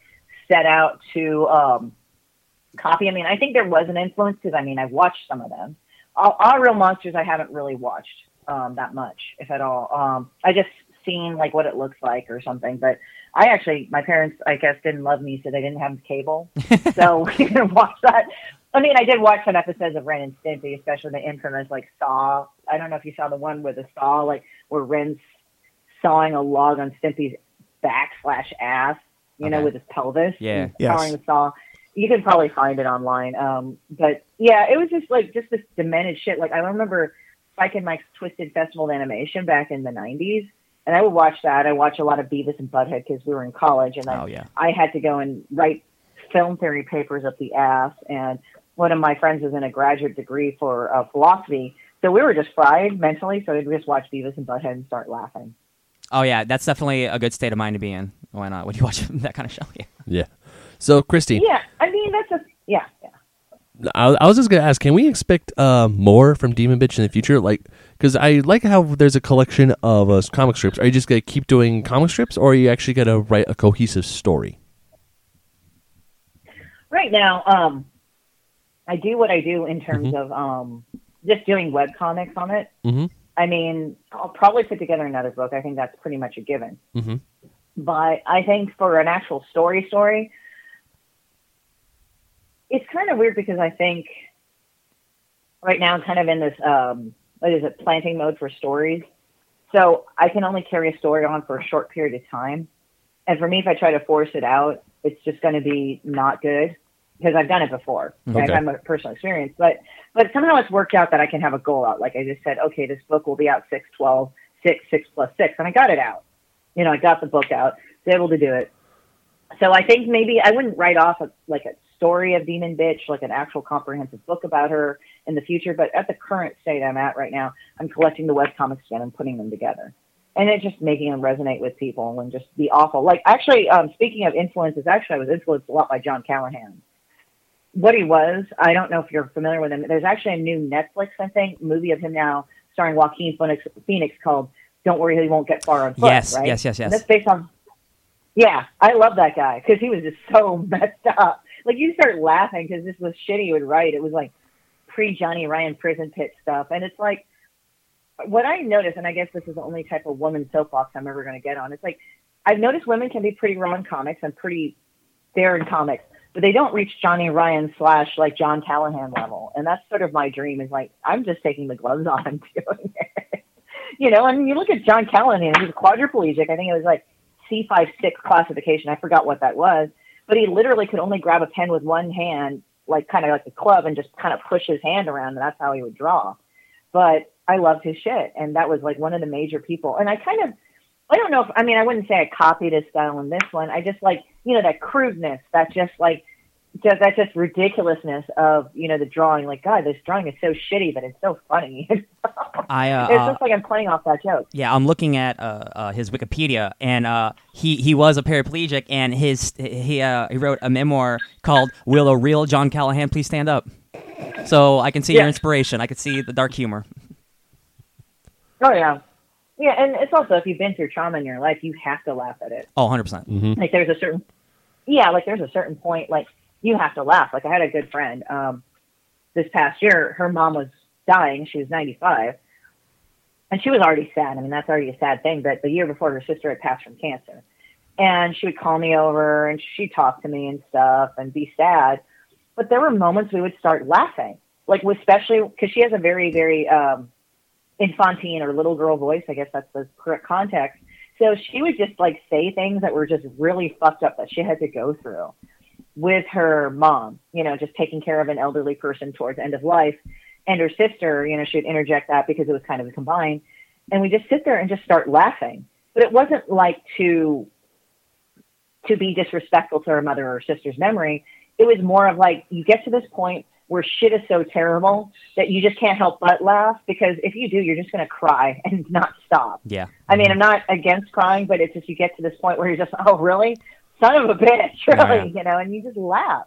E: set out to um copy. I mean, I think there was an influence because I mean, I've watched some of them. All, all Real Monsters, I haven't really watched um, that much, if at all. Um, I just seen like what it looks like or something. But I actually, my parents, I guess, didn't love me, so they didn't have cable, so we didn't watch that. I mean, I did watch some episodes of Ren and Stimpy, especially the infamous like saw. I don't know if you saw the one with the saw, like where Ren's sawing a log on Stimpy's back slash ass, you know,
C: Okay.
E: with his pelvis.
C: Yeah.
E: and
A: Yes.
E: Sawing the saw. You can probably find it online. Um, but yeah, it was just like just this demented shit. Like I remember Spike and Mike's Twisted Festival of Animation back in the nineties. And I would watch that. I watched a lot of Beavis and Butthead because we were in college and then
C: Oh yeah.
E: I had to go and write film theory papers up the ass. And one of my friends was in a graduate degree for uh, philosophy. So we were just fried mentally. So we'd just watch Beavis and Butthead and start laughing.
C: Oh yeah. That's definitely a good state of mind to be in. Why not? When you watch that kind of show. Yeah.
F: Yeah. So, Christy,
E: Yeah. I mean, that's a, yeah. yeah.
F: I, I was just gonna ask, can we expect uh, more from Demon Bitch in the future? Like, because I like how there's a collection of uh, comic strips. Are you just gonna keep doing comic strips, or are you actually gonna write a cohesive story?
E: Right now, um, I do what I do in terms of um, just doing web comics on it.
F: Mhm.
E: I mean, I'll probably put together another book. I think that's pretty much a given.
F: Mhm.
E: But I think for an actual story story, it's kind of weird because I think right now I'm kind of in this um, what is it planting mode for stories. So I can only carry a story on for a short period of time. And for me, if I try to force it out, it's just going to be not good because I've done it before. I've
F: Okay.
E: had my personal experience, but but somehow it's worked out that I can have a goal out. Like I just said, okay, this book will be out six, twelve, six, six plus six, and I got it out. You know, I got the book out, was able to do it. So I think maybe I wouldn't write off a, like a story of Demon Bitch, like an actual comprehensive book about her in the future. But at the current state I'm at right now, I'm collecting the web comics again and putting them together and it just making them resonate with people and just be awful. Like actually, um, speaking of influences, actually I was influenced a lot by John Callahan. What he was, I don't know if you're familiar with him. There's actually a new Netflix, I think, movie of him now starring Joaquin Phoenix, Phoenix called "Don't Worry, He Won't Get Far on Foot."
C: Yes,
E: right?
C: yes, yes, yes.
E: And that's based on. Yeah, I love that guy because he was just so messed up. Like you start laughing because this was shit he would write. It was like pre Johnny Ryan prison pit stuff, and it's like what I notice, and I guess this is the only type of woman soapbox I'm ever going to get on. It's like I've noticed women can be pretty raw in comics and pretty there in comics, but they don't reach Johnny Ryan slash like John Callahan level. And that's sort of my dream is like I'm just taking the gloves off and doing it. you know, and you look at John Callahan, he's quadriplegic. I think it was like C five six classification. I forgot what that was, but he literally could only grab a pen with one hand, like kind of like a club, and just kind of push his hand around, and that's how he would draw but I loved his shit. And that was like one of the major people. And I kind of, I don't know if, I mean, I wouldn't say I copied his style in this one. I just like, you know, that crudeness, that just like, just, that just ridiculousness of, you know, the drawing. Like, God, this drawing is so shitty, but it's so funny. it's
C: I uh, uh,
E: just like I'm playing off that joke.
C: Yeah, I'm looking at uh, uh, his Wikipedia, and uh, he he was a paraplegic, and his he uh, he wrote a memoir called "Will a Real John Callahan Please Stand Up." So I can see your
E: Yeah.
C: inspiration. I can see the dark humor.
E: Oh, yeah. Yeah. And it's also, if you've been through trauma in your life, you have to laugh at it.
C: Oh, 100 percent.
E: like there's a certain yeah like there's a certain point like you have to laugh like i had a good friend um this past year her mom was dying she was 95 and she was already sad i mean that's already a sad thing but the year before her sister had passed from cancer and she would call me over and she talked to me and stuff and be sad but there were moments we would start laughing like especially because she has a very very um infantine or little girl voice i guess that's the correct context so she would just like say things that were just really fucked up that she had to go through with her mom, you know, just taking care of an elderly person towards end of life and her sister, you know, she would interject that because it was kind of combined. And we just sit there and just start laughing. But it wasn't like to to be disrespectful to her mother or sister's memory. It was more of like you get to this point where shit is so terrible that you just can't help but laugh because if you do, you're just gonna cry and not stop.
C: Yeah, Mm-hmm.
E: I mean, I'm not against crying, but it's just you get to this point where you're just, oh, really? Son of a bitch,
C: Yeah,
E: really, you know, and you just laugh.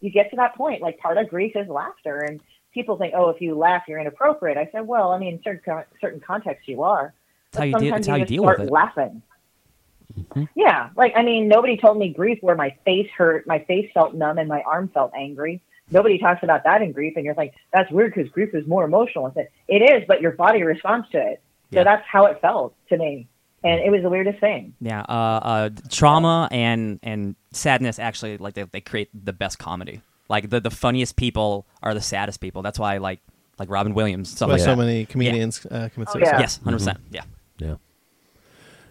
E: You get to that point. Like, part of grief is laughter. And people think, oh, if you laugh, you're inappropriate. I said, well, I mean, in certain, con- certain contexts, you are.
C: That's how you deal.
E: sometimes
C: That's how you
E: just
C: deal with
E: start
C: it. Mm-hmm.
E: laughing. Yeah, like I mean, nobody told me grief where my face hurt, my face felt numb, and my arm felt angry. Nobody talks about that in grief, and you're like, that's weird because grief is more emotional. It's like, It is, but your body responds to it. So
C: Yeah.
E: that's how it felt to me, and it was the weirdest thing.
C: Yeah, uh, uh, trauma and and sadness actually like they, they create the best comedy. Like the, the funniest people are the saddest people. That's why like like Robin Williams stuff
A: Why
C: like
A: so
C: that.
A: many comedians uh, commit
E: Oh,
A: suicide.
E: yeah.
C: Yes, 100%. percent Yeah.
F: Yeah.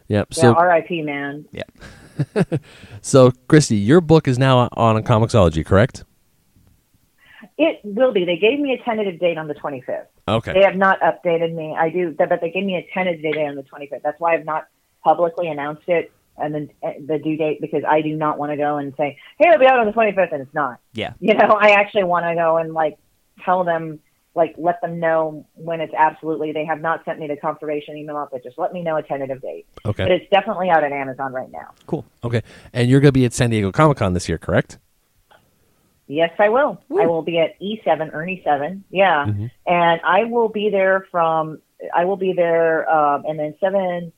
F: Yep.
E: Yeah,
F: So,
E: R.I.P. Man.
C: Yeah.
F: so Christy, your book is now on Comixology, correct?
E: It will be. They gave me a tentative date on the 25th.
F: Okay.
E: They have not updated me. I do, but they gave me a tentative date on the 25th. That's why I've not publicly announced it and then uh, the due date because I do not want to go and say, "Hey, it'll be out on the 25th," and it's not.
C: Yeah.
E: You know, I actually want to go and like tell them, like let them know when it's absolutely. They have not sent me the confirmation email out, but just let me know a tentative date. But
F: Okay.
E: it's definitely out on Amazon right now.
C: Cool.
F: Okay. And you're going to be at San Diego Comic Con this year, correct?
E: Yes, I will. I will be at E7, Ernie 7. Yeah.
F: Mm-hmm.
E: And I will be there from, I will be there, um, and then 7.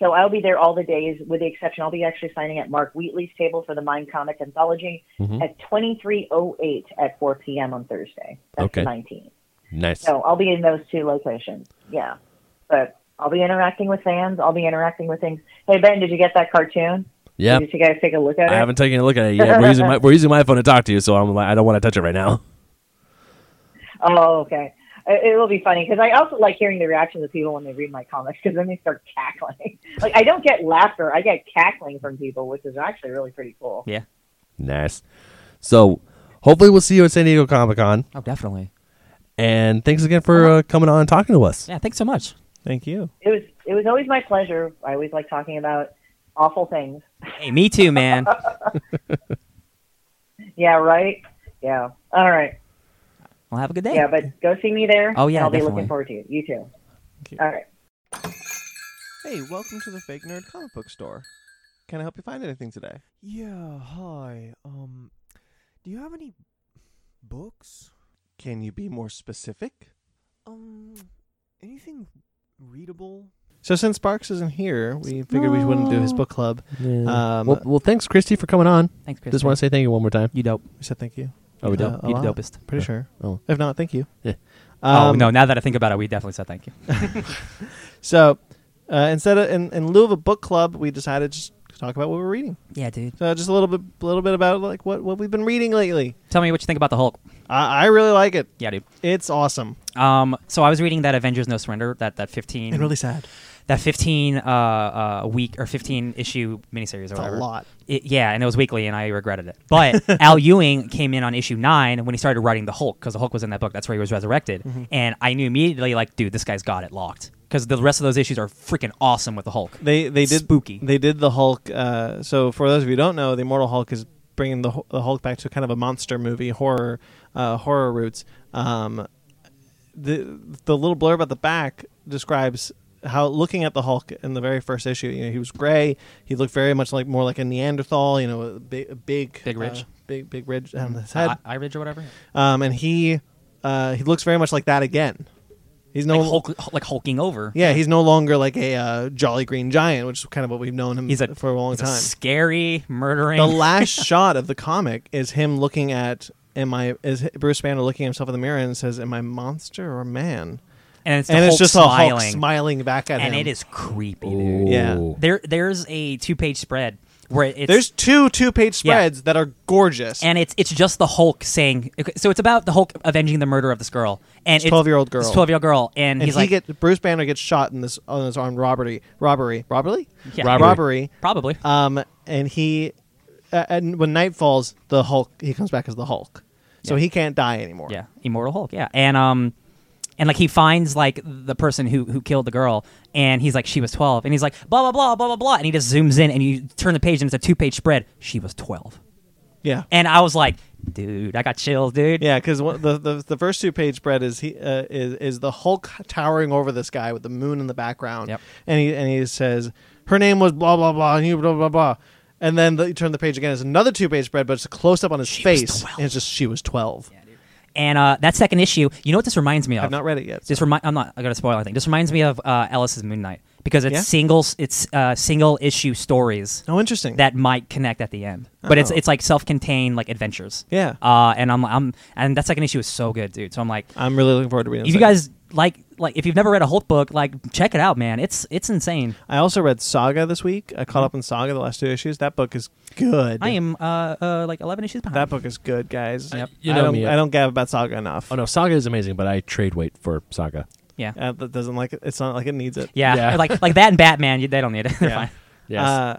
E: So I'll be there all the days with the exception. I'll be actually signing at Mark Wheatley's table for the Mind Comic Anthology
F: Mm-hmm.
E: at 2308 at 4 p.m. on Thursday. That's
F: Okay.
E: the 19th.
F: Nice.
E: So I'll be in those two locations. Yeah. But I'll be interacting with fans. I'll be interacting with things. Hey, Ben, did you get that cartoon?
F: Yep.
E: Did you guys take a look at it?
F: I haven't taken a look at it yet. We're using my we're using my phone to talk to you, so I'm like I don't want to touch it right now.
E: Oh, okay. It it will be funny because I also like hearing the reactions of people when they read my comics because then they start cackling. like I don't get laughter, I get cackling from people, which is actually really pretty cool.
C: Yeah.
F: Nice. So hopefully we'll see you at San Diego Comic Con.
C: Oh, definitely.
F: And thanks again for uh, coming on and talking to us.
C: Yeah, thanks so much.
A: Thank you.
E: It was it was always my pleasure. I always like talking about awful things.
C: Hey, me too, man.
E: Yeah, right. Yeah. All right.
C: well, have a good day.
E: Yeah, but go see me there.
C: Oh, yeah,
E: and I'll be
C: definitely.
E: looking forward to you. You too.
A: Thank you.
E: All right.
A: Hey, welcome to the Fake Nerd Comic Book Store. Can I help you find anything today?
D: Yeah, hi. Um, do you have any books?
A: Can you be more specific?
D: Um, anything readable?
A: So since Sparks isn't here, we figured we wouldn't do his book club.
B: Mm.
A: Um,
F: well, well, thanks, Christy, for coming on.
C: Thanks, Chris.
F: Just want to say thank you one more time.
C: you dope.
A: we said thank you.
C: Oh, we
A: Uh,
C: dope.
A: a
C: you the
A: lot.
C: dopest.
A: Pretty sure.
F: Oh.
A: If not, thank you.
F: Yeah.
C: oh,
A: Um,
C: no, now that I think about it, we definitely said thank you.
A: So uh, instead of in, in lieu of a book club, we decided just to talk about what we're reading.
C: Yeah, dude.
A: So just a little bit, a little bit about like what, what we've been reading lately.
C: Tell me what you think about the Hulk.
A: I, I really like it.
C: Yeah, dude.
A: It's awesome
C: Um, so I was reading that Avengers No Surrender, that that 15
A: and really sad.
C: that 15 uh, uh, week or 15 issue miniseries or
A: It's a
C: whatever.
A: lot.
C: It- yeah, and it was weekly, and I regretted it. But Al Ewing came in on issue nine when he started writing the Hulk because the Hulk was in that book. That's where he was resurrected, and I knew immediately, like, dude, this guy's got it locked because the rest of those issues are freaking awesome with the Hulk.
A: They they did
C: Spooky.
A: They did the Hulk. Uh, so for those of you who don't know, the Immortal Hulk is bringing the, Hu- the Hulk back to kind of a monster movie horror uh, horror roots. Um, the the little blurb at the back describes how looking at the Hulk in the very first issue, you know, he was gray. He looked very much like more like a Neanderthal. You know, a big a big
C: Big Ah. ridge.
A: uh, big big ridge on his head.
C: I, I Ridge or whatever,
A: Um, and he uh, he looks very much like that again. He's no
C: like, Hulk, like hulking over.
A: yeah, he's no longer like a uh, jolly green giant, which is kind of what we've known him
C: He's a
A: for a long
C: he's a
A: time.
C: scary murdering.
A: the last shot of the comic is him looking at am I is Bruce Banner looking at himself in the mirror and says, "Am I monster or man?"
C: and it's, the
A: and
C: Hulk
A: it's just
C: smiling,
A: a Hulk smiling back at
C: and
A: him.
C: it is creepy, dude.
A: yeah.
C: There, there's a two page spread where it's
A: There's two two page
C: Yeah.
A: spreads that are gorgeous.
C: and it's it's just the Hulk saying. So it's about the Hulk avenging the murder of this girl, and it's
A: 12-year-old girl.
C: This twelve year old girl,
A: And
C: and, he's
A: he
C: like,
A: get Bruce Banner gets shot in this on his armed robbery robbery robbery
C: Yeah.
A: robbery.
C: Robbery.
A: robbery.
C: probably.
A: Um, and he, uh, and when night falls, the Hulk he comes back as the Hulk, so he can't die anymore.
C: Yeah, immortal Hulk. Yeah, and um, and like he finds like the person who who killed the girl, and he's like she was twelve, and he's like blah blah blah blah blah blah, and he just zooms in, and you turn the page, and it's a two page spread. She was twelve,
A: yeah,
C: and I was like, dude, I got chills, dude.
A: yeah. Because the, the the first two page spread is he uh, is is the Hulk towering over this guy with the moon in the background,
C: Yep.
A: and he and he says her name was blah blah blah and you blah blah blah. And then the, you turn the page again. It's another two page spread, but it's a close up on his
C: She was
A: face.
C: 12.
A: And it's just she was twelve.
C: And uh, that second issue, you know what this reminds me of?
A: I've not read it yet.
C: This remind I'm not. I gotta spoil anything. This reminds me of uh, Ellis's Moon Knight because it's
A: Yeah?
C: single it's uh, single issue stories
A: Oh, interesting.
C: that might connect at the end. But it's
A: Oh.
C: it's like self-contained like adventures.
A: yeah,
C: Uh, and I'm I'm and that second issue is so good, dude. So I'm like,
A: I'm really looking forward to reading.
C: if
A: the
C: you
A: second.
C: guys like like if you've never read a Hulk book, like check it out, man. It's it's insane.
A: I also read Saga this week. I caught up on Saga the last two issues. That book is good.
C: Mm-hmm. I am uh, uh like 11 issues behind.
A: That book is good, guys.
C: Yep.
B: You
A: I
B: know
A: don't,
B: me.
A: I don't gab about Saga enough.
B: Oh no, Saga is amazing, but I trade weight for Saga.
C: yeah.
A: Uh, that doesn't like it. It's not like it needs it.
C: yeah,
B: Yeah.
C: like like that and Batman, you, they don't need it. They're
A: Yeah.
C: fine.
B: Yes.
A: Uh,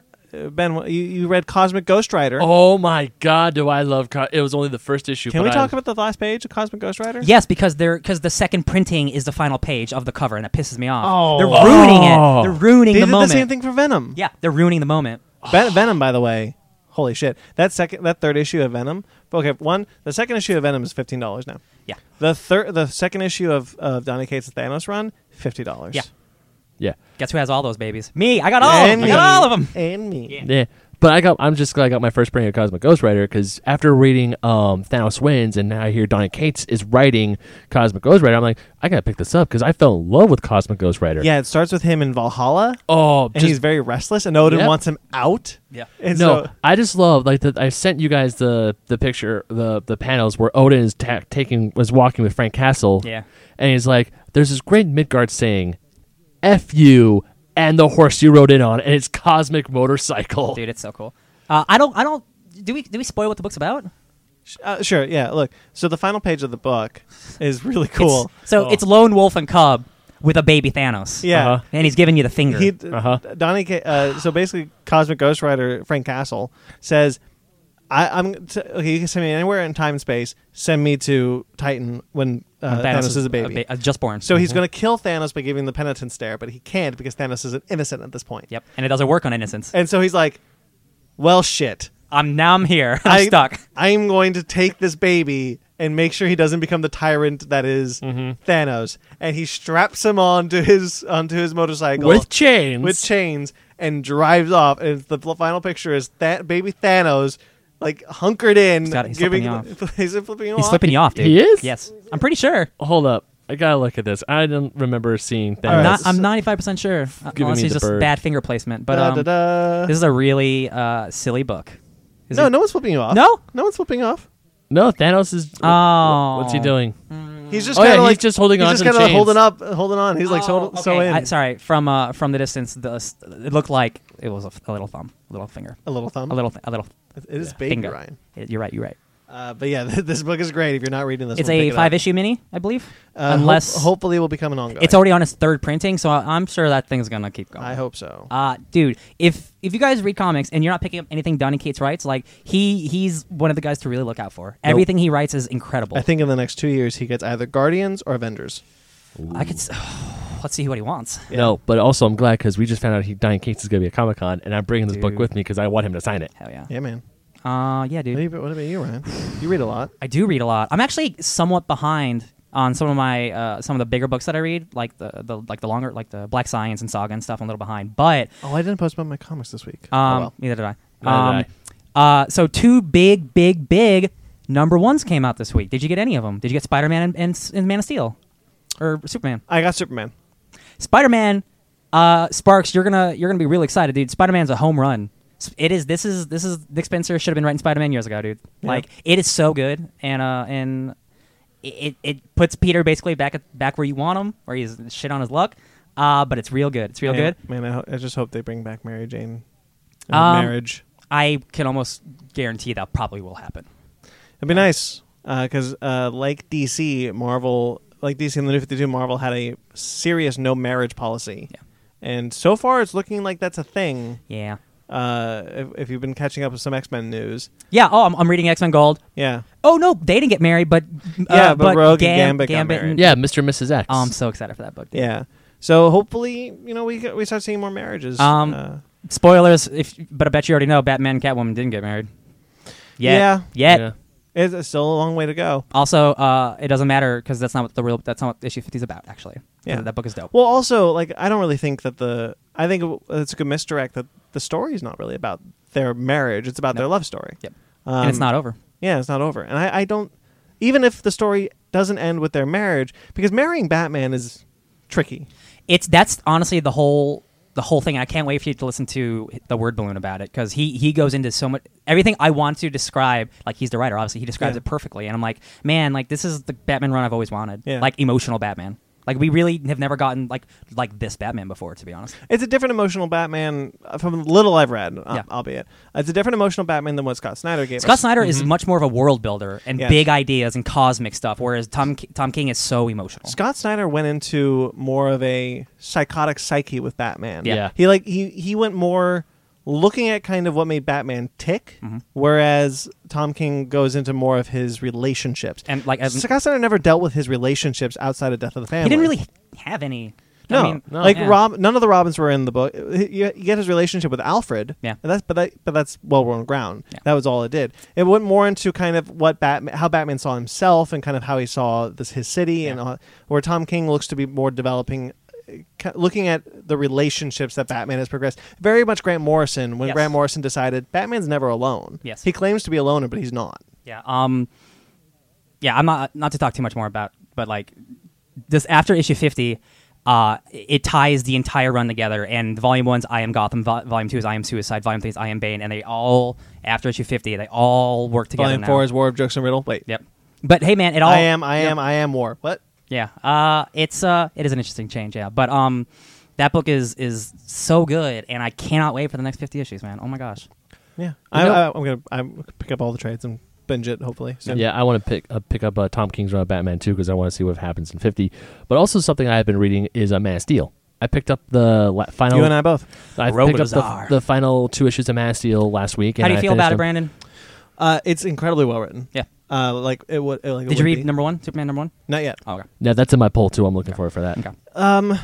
A: ben, wh- you, you read Cosmic Ghost Rider.
B: oh my god, do I love co- it was only the first issue.
A: Can we
B: but I-
A: talk about the last page of Cosmic Ghost Rider?
C: Yes, because they're because the second printing is the final page of the cover, and it pisses me off.
A: Oh.
C: they're ruining
B: Oh.
C: it. They're ruining
A: They
C: the
A: did
C: moment.
A: the same thing for Venom.
C: Yeah, they're ruining the moment.
A: Ven- Venom, by the way, holy shit! That second, that third issue of Venom. Okay, one. The second issue of Venom is fifteen dollars now.
C: Yeah.
A: The third, the second issue of of Donny Cates' Thanos run, fifty dollars.
C: Yeah.
B: Yeah.
C: Guess who has all those babies? Me. Oh, I got all. Of them. I got all of them.
A: And me.
C: Yeah.
B: Yeah. But I got I'm just glad I got my first printing of Cosmic Ghost Rider because after reading um, Thanos Wins and now I hear Donny Cates is writing Cosmic Ghost Rider, I'm like, I gotta pick this up because I fell in love with Cosmic Ghost Rider.
A: Yeah, it starts with him in Valhalla,
B: Oh,
A: and
B: just-
A: he's very restless, and Odin
B: Yeah.
A: wants him out.
C: Yeah.
A: And
B: no,
A: so,
B: I just love like that. I sent you guys the the picture, the the panels where Odin is ta- taking was walking with Frank Castle.
C: Yeah.
B: and he's like, "There's this great Midgard saying, f you and the horse you rode in on, and it's cosmic motorcycle."
C: Dude, it's so cool. Uh, I don't. I don't. Do we? Do we spoil what the book's about?
A: sh- uh, sure, yeah. Look, so the final page of the book is really cool.
C: It's- so
B: Oh.
C: it's Lone Wolf and Cub with a baby Thanos.
A: yeah.
B: Uh-huh.
C: And he's giving you the finger.
A: He,
B: Uh-huh.
A: Donnie, Ca- uh, so basically, Cosmic Ghost Rider Frank Castle says, I, "I'm t- okay. You can send me anywhere in time and space. Send me to Titan when uh,
C: Thanos
A: Thanos, is a baby."
C: ba- uh, just born.
A: so he's going to kill Thanos by giving the penitence stare, but he can't because Thanos is an innocent at this point.
C: Yep. And it doesn't work on innocence.
A: And so he's like, "Well, shit.
C: I'm now. I'm here. I'm
A: I-
C: stuck.
A: I'm going to take this baby." And make sure he doesn't become the tyrant that is Thanos. And he straps him on to his onto his motorcycle
B: with chains.
A: with chains and drives off. And the fl- final picture is that baby Thanos, like hunkered in,
C: got- he's
A: giving.
C: flipping
A: he's flipping you
C: He's
A: off.
C: flipping you off, dude.
B: He is?
C: Yes. I'm pretty sure.
B: Hold up, I gotta look at this. I don't remember seeing Thanos.
A: right.
C: Not, I'm 95 percent sure. Uh,
B: giving me
C: Honestly,
B: the
C: it's just
B: bird.
C: bad finger placement. But
A: Da,
C: um,
A: da, da.
C: this is a really uh, silly book. Is
A: no,
C: it-
A: no one's flipping you off.
C: No?
A: no one's flipping you off.
B: no, Thanos is.
C: Oh.
B: what's he doing?
A: He's just
B: Oh, yeah,
A: kind of
B: he's
A: like
B: just holding
A: he's
B: on
A: just
B: to the
A: kinda
B: chains.
A: holding up, holding on. He's like so,
C: Oh, okay.
A: so in
C: I, sorry, from uh, from the distance, the, s- it looked like it was a, f- a little thumb, a little finger,
A: a little thumb.
C: a little, th- a little.
A: It is baby
C: finger.
A: Ryan.
C: Yeah, You're right. You're right.
A: Uh, but yeah, this book is great. If you're not reading this,
C: it's
A: one,
C: a
A: pick it up.
C: five issue mini, I believe.
A: Uh, hope-
C: unless
A: hopefully, it will become an ongoing.
C: it's already on its third printing, so I, I'm sure that thing's gonna keep going.
A: I hope so.
C: Uh, dude, if if you guys read comics and you're not picking up anything Donny Cates writes, like he he's one of the guys to really look out for. Everything he writes is incredible.
A: I think in the next two years, he gets either Guardians or Avengers.
C: I could. s- let's see what he wants.
B: No, but also I'm glad because we just found out he Diane Cates is going to be at Comic Con, and I'm bringing this book
C: Dude.
B: with me because I want him to sign it.
C: Hell yeah.
A: Yeah, man.
C: Uh, yeah, dude.
A: What about, what about you, Ryan? You read a lot.
C: I do read a lot. I'm actually somewhat behind on some of my uh, some of the bigger books that I read, like the, the like the longer like the Black Science and Saga and stuff. I'm a little behind, but
A: Oh, I didn't post about my comics this week.
C: um,
A: oh, well.
C: neither did I.
B: Neither
C: Um,
B: did
C: Uh, so two big, big, big number ones came out this week. Did you get any of them? Did you get Spider Man and, and, S- and Man of Steel, or Superman?
A: I got Superman.
C: Spider Man, uh, Sparks, you're gonna you're gonna be really excited, dude. Spider Man's a home run. S- It is. This is this is Nick Spencer should have been writing Spider Man years ago, dude.
A: Yeah.
C: Like it is so good, and uh, and it it puts Peter basically back at, back where you want him, where he's shit on his luck. Uh, but it's real good. It's real
A: man,
C: good.
A: Man, I, ho- I just hope they bring back Mary Jane. and
C: Um,
A: marriage.
C: I can almost guarantee that probably will happen.
A: It'd be nice because, uh, like DC, Marvel, like DC and the New Fifty Two, Marvel had a serious no marriage policy,
C: Yeah.
A: and so far it's looking like that's a thing.
C: Yeah.
A: Uh, if, if you've been catching up with some X Men news,
C: Yeah. Oh, I'm, I'm reading X Men Gold.
A: yeah,
C: Oh no, they didn't get married, but uh,
A: Yeah, but Rogue and
C: Gam-
A: Gambit got married.
C: and-
B: Yeah, Mr. and Mrs. X.
C: Oh, I'm so excited for that book. dude.
A: yeah. So hopefully, you know, we get- we start seeing more marriages.
C: Um,
A: uh,
C: Spoilers, if but I bet you already know Batman and Catwoman didn't get married. Yet.
A: Yeah.
C: Yet.
B: Yeah.
A: it's it's still a long way to go.
C: Also, uh, it doesn't matter because that's not what the real that's not what issue fifty is about. Actually,
A: Yeah.
C: that book is dope.
A: Well, also, like I don't really think that the I think it- it's a good misdirect that the story is not really about their marriage; it's about
C: No.
A: their love story.
C: Yep.
A: Um,
C: and it's not over.
A: Yeah, it's not over. And I, I don't even if the story doesn't end with their marriage because marrying Batman is tricky.
C: It's that's honestly the whole the whole thing. I can't wait for you to listen to the word balloon about it because he he goes into so much everything I want to describe. Like he's the writer, obviously, he describes
A: Yeah.
C: it perfectly, and I'm like, man, like this is the Batman run I've always wanted.
A: Yeah.
C: Like emotional Batman. Like we really have never gotten like like this Batman before, to be honest.
A: It's a different emotional Batman uh, from little I've read, uh,
C: Yeah.
A: albeit. It's a different emotional Batman than what Scott Snyder gave
C: Scott
A: us.
C: Snyder is much more of a world builder and
A: Mm-hmm. Yes.
C: big ideas and cosmic stuff, whereas Tom K- Tom King is so emotional.
A: Scott Snyder went into more of a psychotic psyche with Batman.
C: Yeah. Yeah.
A: He like he he went more looking at kind of what made Batman tick,
C: Mm-hmm.
A: whereas Tom King goes into more of his relationships.
C: and like as-
A: Scott Snyder never dealt with his relationships outside of Death of the Family.
C: he didn't really have any.
A: No,
C: I mean,
A: like
C: yeah.
A: Rob, none of the Robins were in the book. You, you get his relationship with Alfred.
C: Yeah.
A: and that's but that, but that's well worn ground.
C: Yeah.
A: That was all it did. It went more into kind of what Batman, how Batman saw himself, and kind of how he saw this his city, and all, where Tom King looks to be more developing, uh, ki- looking at the relationships that Batman has progressed. Very much Grant Morrison when
C: Yes.
A: Grant Morrison decided Batman's never alone.
C: Yes.
A: he claims to be a loner, but he's not.
C: Yeah. Um. Yeah. I'm not not to talk too much more about, but like this after issue 50, uh, it ties the entire run together. And volume one's I am Gotham, vol- volume two is I am Suicide, volume three is I am Bane, and they all after issue 50, they all work together.
A: Volume
C: now.
A: four is War of Jokes and Riddle. Wait,
C: Yep. But hey, man, it all
A: I am, I am, I am War. What?
C: Yeah. Uh it's uh it is an interesting change, yeah. But um that book is is so good and I cannot wait for the next 50 issues, man. Oh my gosh.
A: Yeah, I,
B: know-
A: I, I'm gonna I'm pick up all the trades and binge it hopefully. Soon.
B: Yeah, I want to pick uh, pick up uh, Tom King's run of Batman too because I want to see what happens in fifty. But also something I have been reading is a uh, Man of Steel. I picked up the la- final.
A: you and I both.
B: I picked up the,
C: Robotzar.
B: the final two issues of Man of Steel last week. And
C: How do you
B: I
C: feel
B: finished
C: about it,
B: them.
C: Brandon?
A: Uh, it's incredibly well written.
C: Yeah.
A: Uh, like it would. It, like, it
C: Did you
A: would
C: read
A: be.
C: number 1? Superman number 1?
A: Not yet.
C: Oh, okay.
B: Yeah, that's in my poll too. I'm looking forward for that.
C: Okay.
A: Um,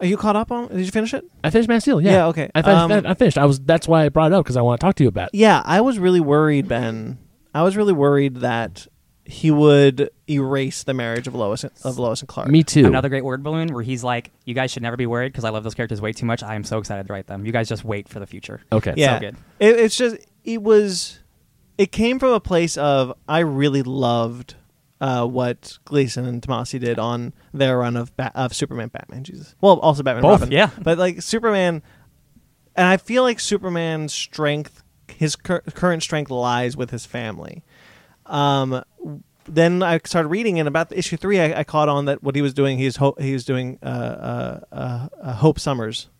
A: are you caught up on? Did you finish it?
B: I finished Man of Steel. Yeah.
A: Yeah, okay.
B: I, fin-
A: Um,
B: I finished. I was. That's why I brought it up because I want to talk to you about. it.
A: Yeah, I was really worried, Ben. I was really worried that he would erase the marriage of Lois and, of Lois and Clark.
B: Me too.
C: Another great word balloon where he's like, "You guys should never be worried because I love those characters way too much. I am so excited to write them. You guys just wait for the future."
B: Okay.
A: yeah,
C: good.
A: It, it's just it was. It came from a place of I really loved uh, what Gleason and Tomasi did on their run of ba- of Superman, Batman, Jesus. Well, also Batman,
C: Both,
A: Robin.
C: yeah.
A: But like Superman, and I feel like Superman's strength, his cur- current strength, lies with his family. Um, then I started reading, and about issue three, I, I caught on that what he was doing, he's ho- he was doing uh, uh, uh, uh, Hope Summers.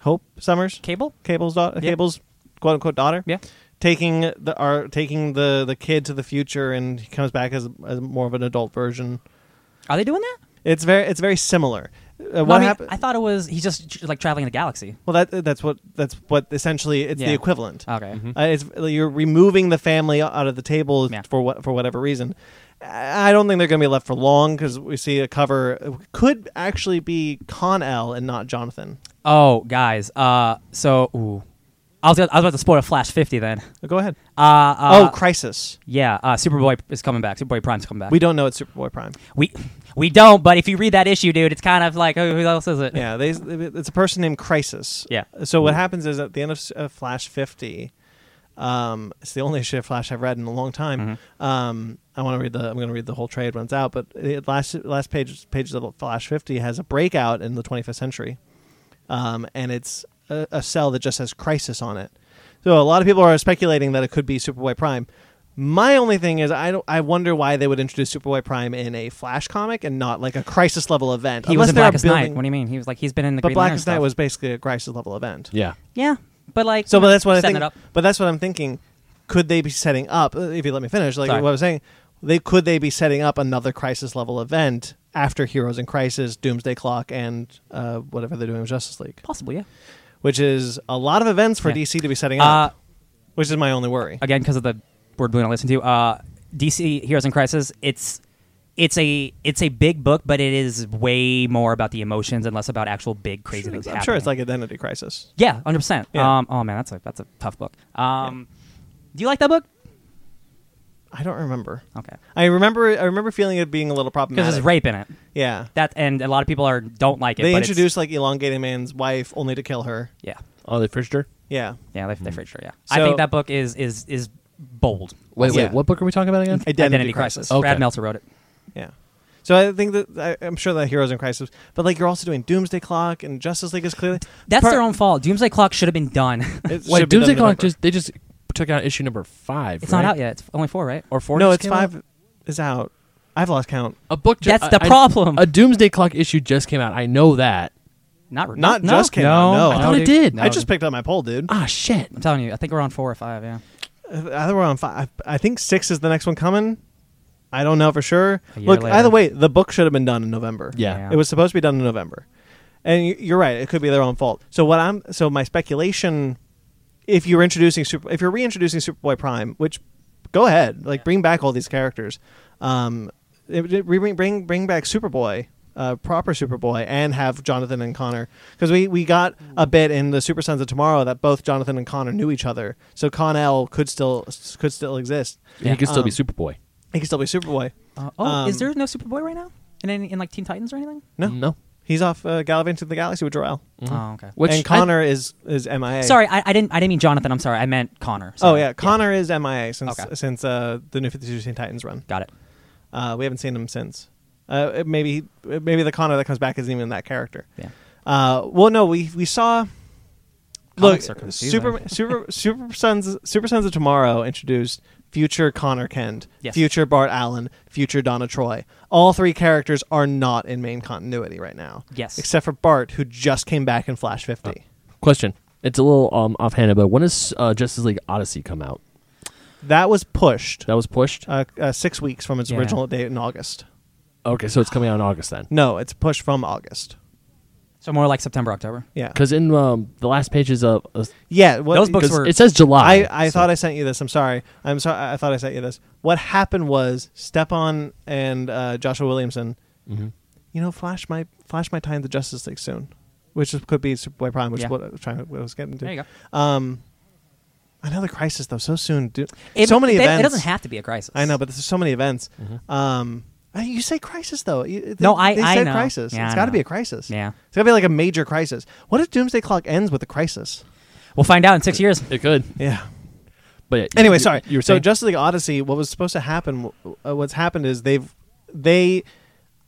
A: Hope Summers,
C: Cable?
A: Cable's daughter,
C: Yeah.
A: Cable's quote unquote daughter.
C: Yeah.
A: taking the are taking the the kid to the future, and he comes back as, as more of an adult version.
C: Are they doing that?
A: It's very it's very similar. Uh,
C: No, I
A: what
C: mean,
A: happened?
C: I thought it was he's just tr- like traveling in the galaxy.
A: well, that that's what that's what essentially it's the
C: Yeah. Um.
A: equivalent.
C: Okay.
A: Uh, it's you're removing the family out of the table
C: Yeah.
A: for what for whatever reason. I I don't think they're going to be left for long because we see a cover it could actually be Con El and not Jonathan.
C: Oh, guys. Uh so ooh. I was, gonna- I was about to spoil Flash 50 then.
A: Go ahead.
C: Uh, uh,
A: oh, Crisis.
C: Yeah, uh, Superboy is coming back. Superboy Prime's coming back.
A: We
C: We
A: don't know it's Superboy Prime.
C: we we don't, but if you read that issue, dude, it's kind of like oh, who else is it?
A: Yeah, they, it's a person named Crisis.
C: Yeah.
A: So what happens is at the end of S- uh, Flash 50, um, it's the only issue of Flash I've read in a long time.
C: Mm-hmm.
A: Um, I want to read the. I'm going to read the whole trade when it's out. But it, last last page page of Flash 50 has a breakout in the 25th century, um, and it's a, a cell that just says Crisis on it. So a lot of people are speculating that it could be Superboy Prime. My only thing is, I don't. I wonder why they would introduce Superboy Prime in a Flash comic and not like a Crisis level event.
C: He
A: Unless
C: was in
A: they're
C: Blackest Night.
A: building-
C: What do you mean? He was like he's been in the
A: but
C: Green
A: Black
C: Lantern
A: Blackest Night
C: stuff.
A: was basically a crisis level event.
B: Yeah.
C: yeah, but like
A: So, but that's what I think.
C: setting It up.
A: But that's what I'm thinking. Could they be setting up? uh, If you let me finish, like
C: Sorry.
A: what I was saying, they could they be setting up another crisis level event after Heroes in Crisis, Doomsday Clock, and uh, whatever they're doing with Justice League,
C: Possibly, yeah.
A: which is a lot of events for
C: Yeah.
A: DC to be setting
C: Uh,
A: up. which is my only worry.
C: again, because of the word balloon I listened to. Uh, DC Heroes in Crisis. It's it's a it's a big book, but it is way more about the emotions and less about actual big crazy
A: I'm
C: things.
A: sure it's
C: happening.
A: like Identity Crisis.
C: yeah, hundred percent.
A: Yeah.
C: Um, oh man, that's a that's a tough book. Um, do you like that book?
A: I don't remember.
C: Okay,
A: I remember. I remember feeling it being a little
C: Oh. because
A: problematic.
C: there's rape in it.
A: Yeah.
C: That and a lot of people are don't like it.
A: They
C: but it's-
A: introduced like elongated man's wife only to kill her.
C: yeah,
B: Oh, the fridger.
A: Yeah.
C: yeah, they, they for sure. Yeah, I
A: So-
C: think that book is is is bold.
B: Wait,
A: Yeah.
B: wait. What book are we talking about again?
A: Identity, crisis.
B: Okay.
C: Brad Meltzer wrote it.
A: Yeah. So I think that I, I'm sure that Heroes in Crisis, but like you're also doing Doomsday Clock and Justice League is clearly
C: That's
A: Part-
C: their own fault. Doomsday Clock should have been done.
A: It should
B: Wait,
A: be done
B: Doomsday
A: in
B: Clock
A: November.
B: just they just took out issue number five.
C: it's
B: right?
C: not out yet. It's only four, right? Or four?
A: no,
C: just
A: it's
C: came out?
A: five is out. I've lost count.
B: A book. ju-
C: That's
B: I-
C: the
B: I-
C: problem.
B: A Doomsday Clock issue just came out. I know that.
C: not
A: Not
C: no,
A: just came
C: no,
A: out, no.
B: I thought it
C: dude.
B: did. No,
A: I just picked up my poll, dude.
B: Ah, shit.
C: I'm telling you, I think we're on four or five. Yeah.
A: Uh, Either we're on five. I think six is the next one coming. I don't know for sure.
C: A year
A: Look,
C: later.
A: either way, the book should have been done in November.
B: Yeah.
C: Yeah.
A: It was supposed to be done in November. And y- you're right, it could be their own fault. So what I'm so my speculation if you're introducing super if you're reintroducing Superboy Prime, which go ahead, like bring back all these characters. Um it- it- re- bring bring bring back Superboy. Uh, proper Superboy and have Jonathan and Connor because we, we got a bit in the Super Sons of Tomorrow that both Jonathan and Connor knew each other, so Connell could still could still exist.
B: He could still be
A: Um,
B: Superboy.
A: He could still be Superboy.
C: Uh, oh,
A: Um,
C: is there no Superboy right now? In any, in like Teen Titans or anything?
A: No,
B: No.
A: he's off uh, gallivanting to the galaxy with Jor-El.
C: Oh, okay.
B: Which
A: and Connor is is MIA.
C: I, sorry, I, I didn't. I didn't mean Jonathan. I'm sorry. I meant Connor.
A: Oh
C: Sorry.
A: yeah, Connor is MIA since
C: Okay.
A: since uh, the New Fifty Two Teen Titans run.
C: Got it.
A: Uh, we haven't seen him since. Uh, it- maybe maybe the Connor that comes back isn't even that character.
C: Yeah.
A: Uh, well, no, we we saw.
C: Comics are
A: look,
C: confusing.
A: super super super sons super sons of tomorrow introduced future Connor Kent,
C: Yes.
A: future Bart Allen, future Donna Troy. All three characters are not in main continuity right now.
C: Yes. Oh.
A: except for Bart, who just came back in Flash Fifty.
B: Question. It's a little um, offhanded, but when does uh, Justice League Odyssey come out?
A: That was pushed
B: That was pushed.
A: uh, uh, six weeks from its
C: Yeah.
A: original date in August.
B: okay, so it's coming out in August then.
A: No, it's pushed from August.
C: So more like September, October.
A: Yeah,
B: Because in um, the last pages of uh,
A: yeah. What,
C: Those books
B: 'cause
C: were-
B: it says July.
A: I, I
B: so-
A: thought I sent you this. I'm sorry. I'm sorry. I thought I sent you this. What happened was Stepan and uh, Joshua Williamson. You know, flash my flash my time to Justice League soon, which is, could be Superboy Prime, which
C: Yeah.
A: is what I was trying. What I was getting to.
C: There you go.
A: Um, another crisis though. So soon. Dude.
C: It-
A: so many
C: that-
A: events.
C: It doesn't have to be a crisis.
A: I know, but there's so many events. Um, I- you say crisis though. You,
C: No,
A: they-
C: I-
A: They
C: I
A: said
C: know.
A: crisis.
C: Yeah,
A: it's
C: I
A: got to
C: know.
A: be a crisis.
C: Yeah.
A: it's got to be like a major crisis. What if Doomsday Clock ends with a crisis?
C: We'll find out in six years.
B: it could.
A: Yeah.
B: But yeah,
A: Anyway,
B: you-
A: sorry.
B: You were
A: so
B: saying
A: Justice League Odyssey, what was supposed to happen? Uh, what's happened is they've they,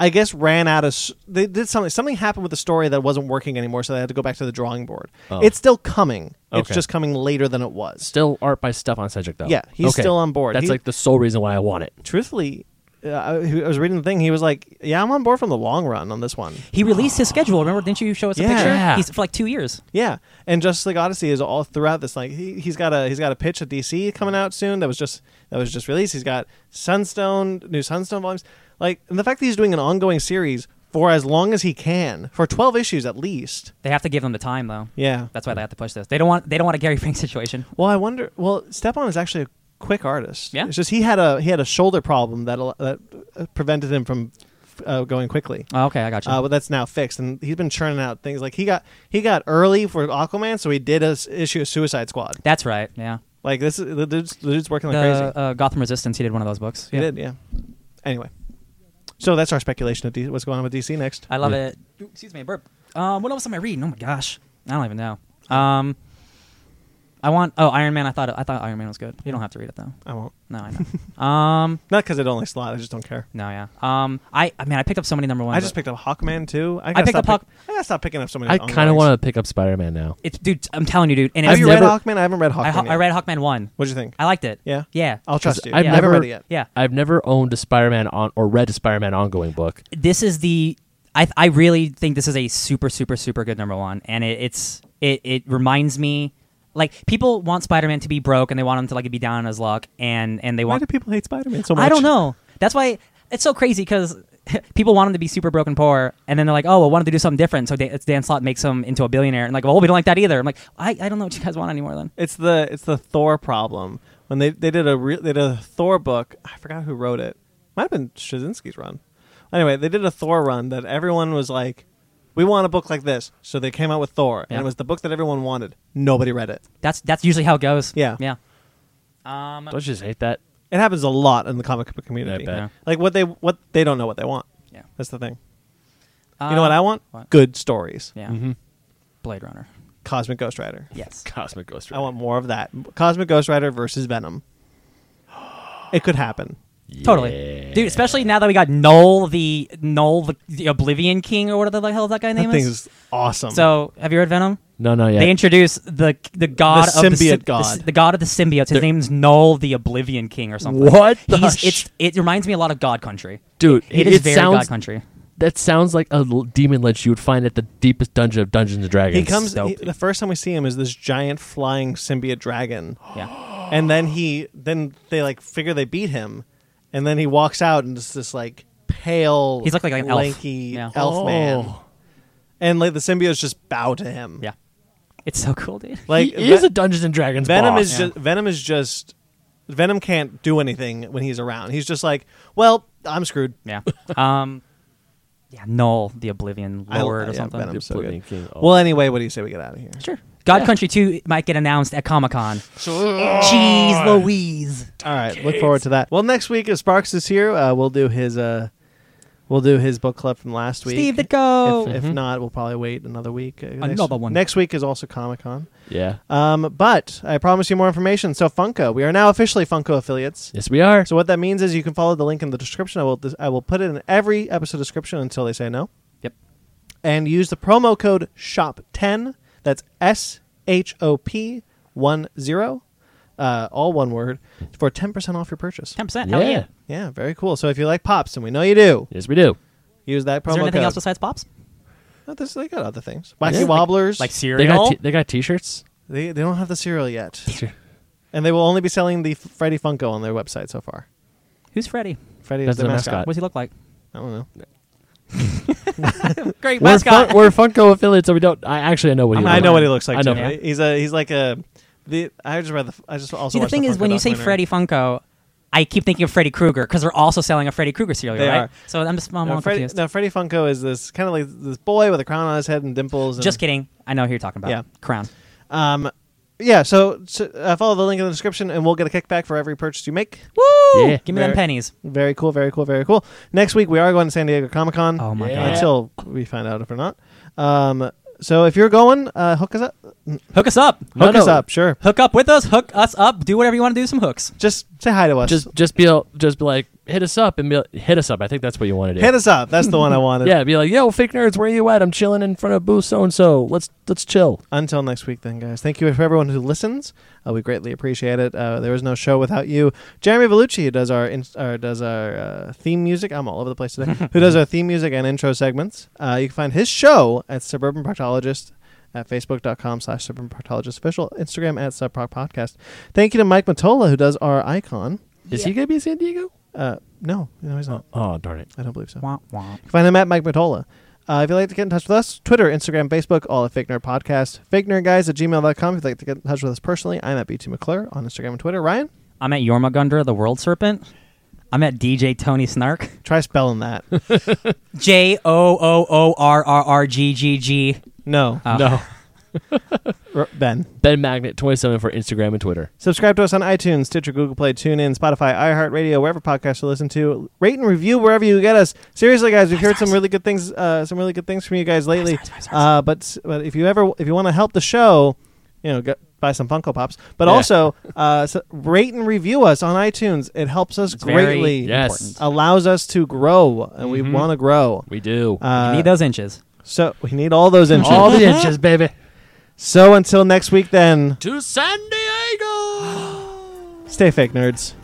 A: I guess, ran out of. s- They did something. Something happened with the story that wasn't working anymore, so they had to go back to the drawing board. It's still coming. It's
B: Oh. Okay.
A: just coming later than it was.
B: still art by Stefan Cedric though.
A: Yeah, he's
B: Okay.
A: still on board.
B: That's
A: He-
B: like the sole reason why I want it.
A: Truthfully, uh, I I was reading the thing. He was like, "Yeah, I'm on board from the long run on this one."
C: He released his schedule. Remember? Didn't you show us
A: Yeah.
C: a picture?
B: Yeah.
C: He's for like two years.
A: Yeah, and Justice League Odyssey is all throughout this. Like he, he's got a he's got a pitch at DC coming out soon that was just that was just released. He's got Sunstone new Sunstone volumes. Like and the fact that he's doing an ongoing series for as long as he can for twelve issues at least.
C: They have to give him the time though.
A: Yeah.
C: That's why they have to push this. They don't want. They don't want a Gary Frank situation.
A: Well, I wonder. Well, Stepan is actually a quick artist.
C: Yeah.
A: It's just he had a he had a shoulder problem that al- that uh, prevented him from uh, going quickly.
C: Oh, okay, I got you.
A: Uh, but that's now fixed, and he's been churning out things like he got he got early for Aquaman, so he did a s- issue of Suicide Squad.
C: That's right. Yeah.
A: Like this is the dude's, the dude's working like
C: The
A: crazy.
C: uh, Gotham Resistance. He did one of those books.
A: He did, yeah. Anyway, so that's our speculation of D- what's going on with DC next.
C: I love it. Ooh, excuse me, burp. Um, what else am I reading? Oh my gosh, I don't even know. Um, I want. Oh, Iron Man. I thought I thought Iron Man was good. You don't have to read it though.
A: I won't.
C: No, I know. um,
A: Not because it only slot. I just don't care.
C: no, yeah. Um, I, I mean, I picked up so many number ones.
A: I just picked up Hawkman too. I, gotta
C: picked
A: stop
C: up
A: pick- I gotta stop picking up so many.
B: I kind of want to pick up Spider Man now.
C: It's dude. I'm telling you, dude. And
A: Have
C: it's
A: you
C: never-
A: read Hawkman? I haven't read Hawkman.
C: I, ho-
A: yet.
C: I read Hawkman one.
A: What'd you think?
C: I liked it.
A: Yeah?
C: Yeah.
A: I'll trust you.
B: I've
A: I've never
B: never-
A: read it yet.
C: yeah.
B: I've never owned a Spider Man on or read a Spider Man ongoing book.
C: this is the I I really think this is a super super super good number one, and it, it's it it reminds me like people want Spider Man to be broke and they want him to like be down on his luck and and they
A: Why
C: want
A: do people hate Spider-Man so much?
C: I don't know that's why it's so crazy because. People want him to be super broken poor, and then they're like, "Oh, well, wanted to do something different." So Dan, it's Dan Slott makes him into a billionaire, and like, "Well, we don't like that either." I'm like, "I, I don't know what you guys want anymore." Then
A: It's the it's the Thor problem. When they they did a re- they did a Thor book. I forgot who wrote it. Might have been Straczynski's run. Anyway, they did a Thor run that everyone was like, "We want a book like this." So they came out with Thor, and
C: Yeah.
A: it was the book that everyone wanted. Nobody read it.
C: that's that's usually how it goes.
A: Yeah.
C: yeah.
A: Mm.
B: Don't you just hate that?
A: It happens a lot in the comic book community.
B: I bet. Yeah.
A: Like what they what they don't know what they want.
C: Yeah.
A: That's the thing. You know what I want?
C: Uh,
A: Mm-hmm.
C: what?
A: Good stories.
C: Yeah, Blade Runner.
A: Cosmic Ghost Rider.
C: Yes,
B: Cosmic Ghost
A: I want more of that. Cosmic Ghost Rider versus Venom. It could happen.
C: totally.
B: Yeah.
C: Dude, especially now that we got Null the Null the, the Oblivion King or whatever the hell that guy name
A: that
C: is.
A: thing's awesome.
C: So, have you read Venom?
B: No, no,
C: They
B: yeah.
C: introduce the the god
A: The
C: of the, sym-
A: symbiote
C: the s-
A: god.
C: the god of the symbiotes. His name's Null the Oblivion King or something.
B: What the
C: He's,
B: sh-
C: it's it reminds me a lot of God Country.
B: Dude, it-
C: it is
B: it
C: very
B: sounds-
C: God Country.
B: That sounds like a l- demon lich you would find at the deepest dungeon of Dungeons and Dragons.
A: he comes.
C: dope.
A: he- the first time we see him is this giant flying symbiote dragon,
C: Yeah.
A: and then he then they like figure they beat him, and then he walks out and it's this like pale.
C: He's look like an elf.
A: lanky
C: Yeah.
A: elf,
B: Oh.
A: man, and like the symbiotes just bow to him.
C: Yeah. It's so cool, dude.
A: like
B: he is
A: Ve-
B: a Dungeons and Dragons
A: Venom
B: boss.
A: is just Venom is just Venom can't do anything when he's around. He's just like, well, I'm screwed.
C: Yeah. Um Yeah, Null the Oblivion
A: I-
C: Lord or
A: yeah,
C: something.
A: Venom's so good.
B: Oblivion King, oh.
A: Well, anyway, what do you say we get out of here?
C: Sure. God Country 2 might get announced at Comic Con. Jeez Louise.
A: All right, look forward to that. Well, next week if Sparks is here, uh, we'll do his uh, we'll do his book club from last week.
C: Steve the Go.
A: If, if not, we'll probably wait another week. Uh, next-
C: Mm-hmm. Another one.
A: Next week is also Comic Con.
B: yeah.
A: Um, but I promise you more information. So Funko, we are now officially Funko affiliates.
B: Yes, we are.
A: So what that means is you can follow the link in the description. I will I will put it in every episode description until they say no.
C: Yep.
A: And use the promo code SHOP10. That's S H O P 1 0. Uh, all one word for 10% off your purchase.
C: 10%.
B: yeah.
C: Hell yeah.
A: Yeah, very cool. So if you like pops, and we know you do,
B: Yes, we do.
A: use that promo
C: Is there anything
A: code.
C: else besides Pops?
A: No, this, they got other things. Wacky
B: Yeah.
A: Wobblers.
C: Like cereal?
B: They got t- they got t-shirts.
A: they, they don't have the cereal yet. and they will only be selling the F- Freddy Funko on their website so far.
C: Who's Freddy?
A: Freddy
B: That's
A: is their
B: their
A: mascot.
B: mascot.
C: What does he look like?
A: I don't know.
C: Great
B: We're,
C: mascot.
B: fun- we're Funko affiliates, so we don't. I actually I know what he.
A: I, mean,
B: looks
A: I know
B: like.
A: what he looks like.
B: I know.
A: too.
C: Yeah.
A: He's a he's like a. The, I just read the. I just also.
C: See, the
A: watched
C: thing is,
A: Funko
C: when you say
A: documentary.
C: Freddy Funko, I keep thinking of Freddy Krueger because they're also selling a Freddy Krueger cereal,
A: They
C: right?
A: are.
C: So I'm just I'm
A: no,
C: all
A: Freddy,
C: confused.
A: no, Freddy Funko is this kind of like this boy with a crown on his head and dimples. And,
C: Just kidding. I know who you're talking about.
A: Yeah.
C: Crown.
A: Um, yeah. So, so uh, follow the link in the description, and we'll get a kickback for every purchase you make.
C: Woo!
B: Yeah.
C: Give me them
A: Very-
C: pennies.
A: Very cool. Very cool. Very cool. Next week we are going to San Diego Comic Con.
C: Oh my
B: Yeah.
C: god.
A: Until we find out if we're not. Um, so if you're going, uh, hook us up.
C: Hook us up.
B: No,
A: hook us
B: no.
A: up. Sure.
C: Hook up with us. Hook us up. Do whatever you want to do. with Some hooks.
A: Just say hi to us.
B: Just just be al- just be like hit us up and be like, hit us up. I think that's what you want to do.
A: hit us up. That's the one I wanted.
B: Yeah, be like, yo, fake nerds, where you at? I'm chilling in front of booth so and so. Let's let's chill.
A: until next week then guys thank you for everyone who listens uh, we greatly appreciate it uh, there is no show without you jeremy Vellucci who does our in- or does our uh, theme music i'm all over the place today who does our theme music and intro segments uh, you can find his show at suburban proctologist at facebook.com slash suburban proctologist official instagram at subproc podcast thank you to mike matola who does our icon
B: Is he gonna be in San Diego?
A: uh, no no he's not
B: Oh darn it.
A: i don't believe so
C: Wah, wah.
A: you can find him at Mike Matola. Uh, if you'd like to get in touch with us, Twitter, Instagram, Facebook, all at Fake Nerd Podcast. Fake Nerd Guys at gmail.com. If you'd like to get in touch with us personally, I'm at BT McClure on Instagram and Twitter. Ryan,
C: I'm at Yormagundra, the world serpent. I'm at DJ Tony Snark.
A: try spelling that.
C: J O O O R R R G G G.
A: no.
C: Oh.
B: No.
A: R- ben.
B: Ben Magnet twenty seven for Instagram and Twitter.
A: Subscribe to us on iTunes, Stitcher, Google Play, TuneIn, Spotify, iHeartRadio, wherever podcasts you listen to. Rate and review wherever you get us. Seriously, guys, we've heard some really good things, uh, some really good things from you guys lately.
C: Stars, stars, stars.
A: Uh, but s- but if you ever if you want to help the show, you know, get, buy some Funko Pops. But
B: Yeah.
A: also uh, s rate and review us on iTunes. It helps us greatly.
C: Very
B: Yes. Mm-hmm.
C: important.
A: Allows us to grow, and we want to grow.
B: We do.
A: Uh,
C: you need those inches.
A: So we need all those inches.
B: All the inches, baby.
A: so until next week, then
B: To San Diego.
A: stay fake, nerds.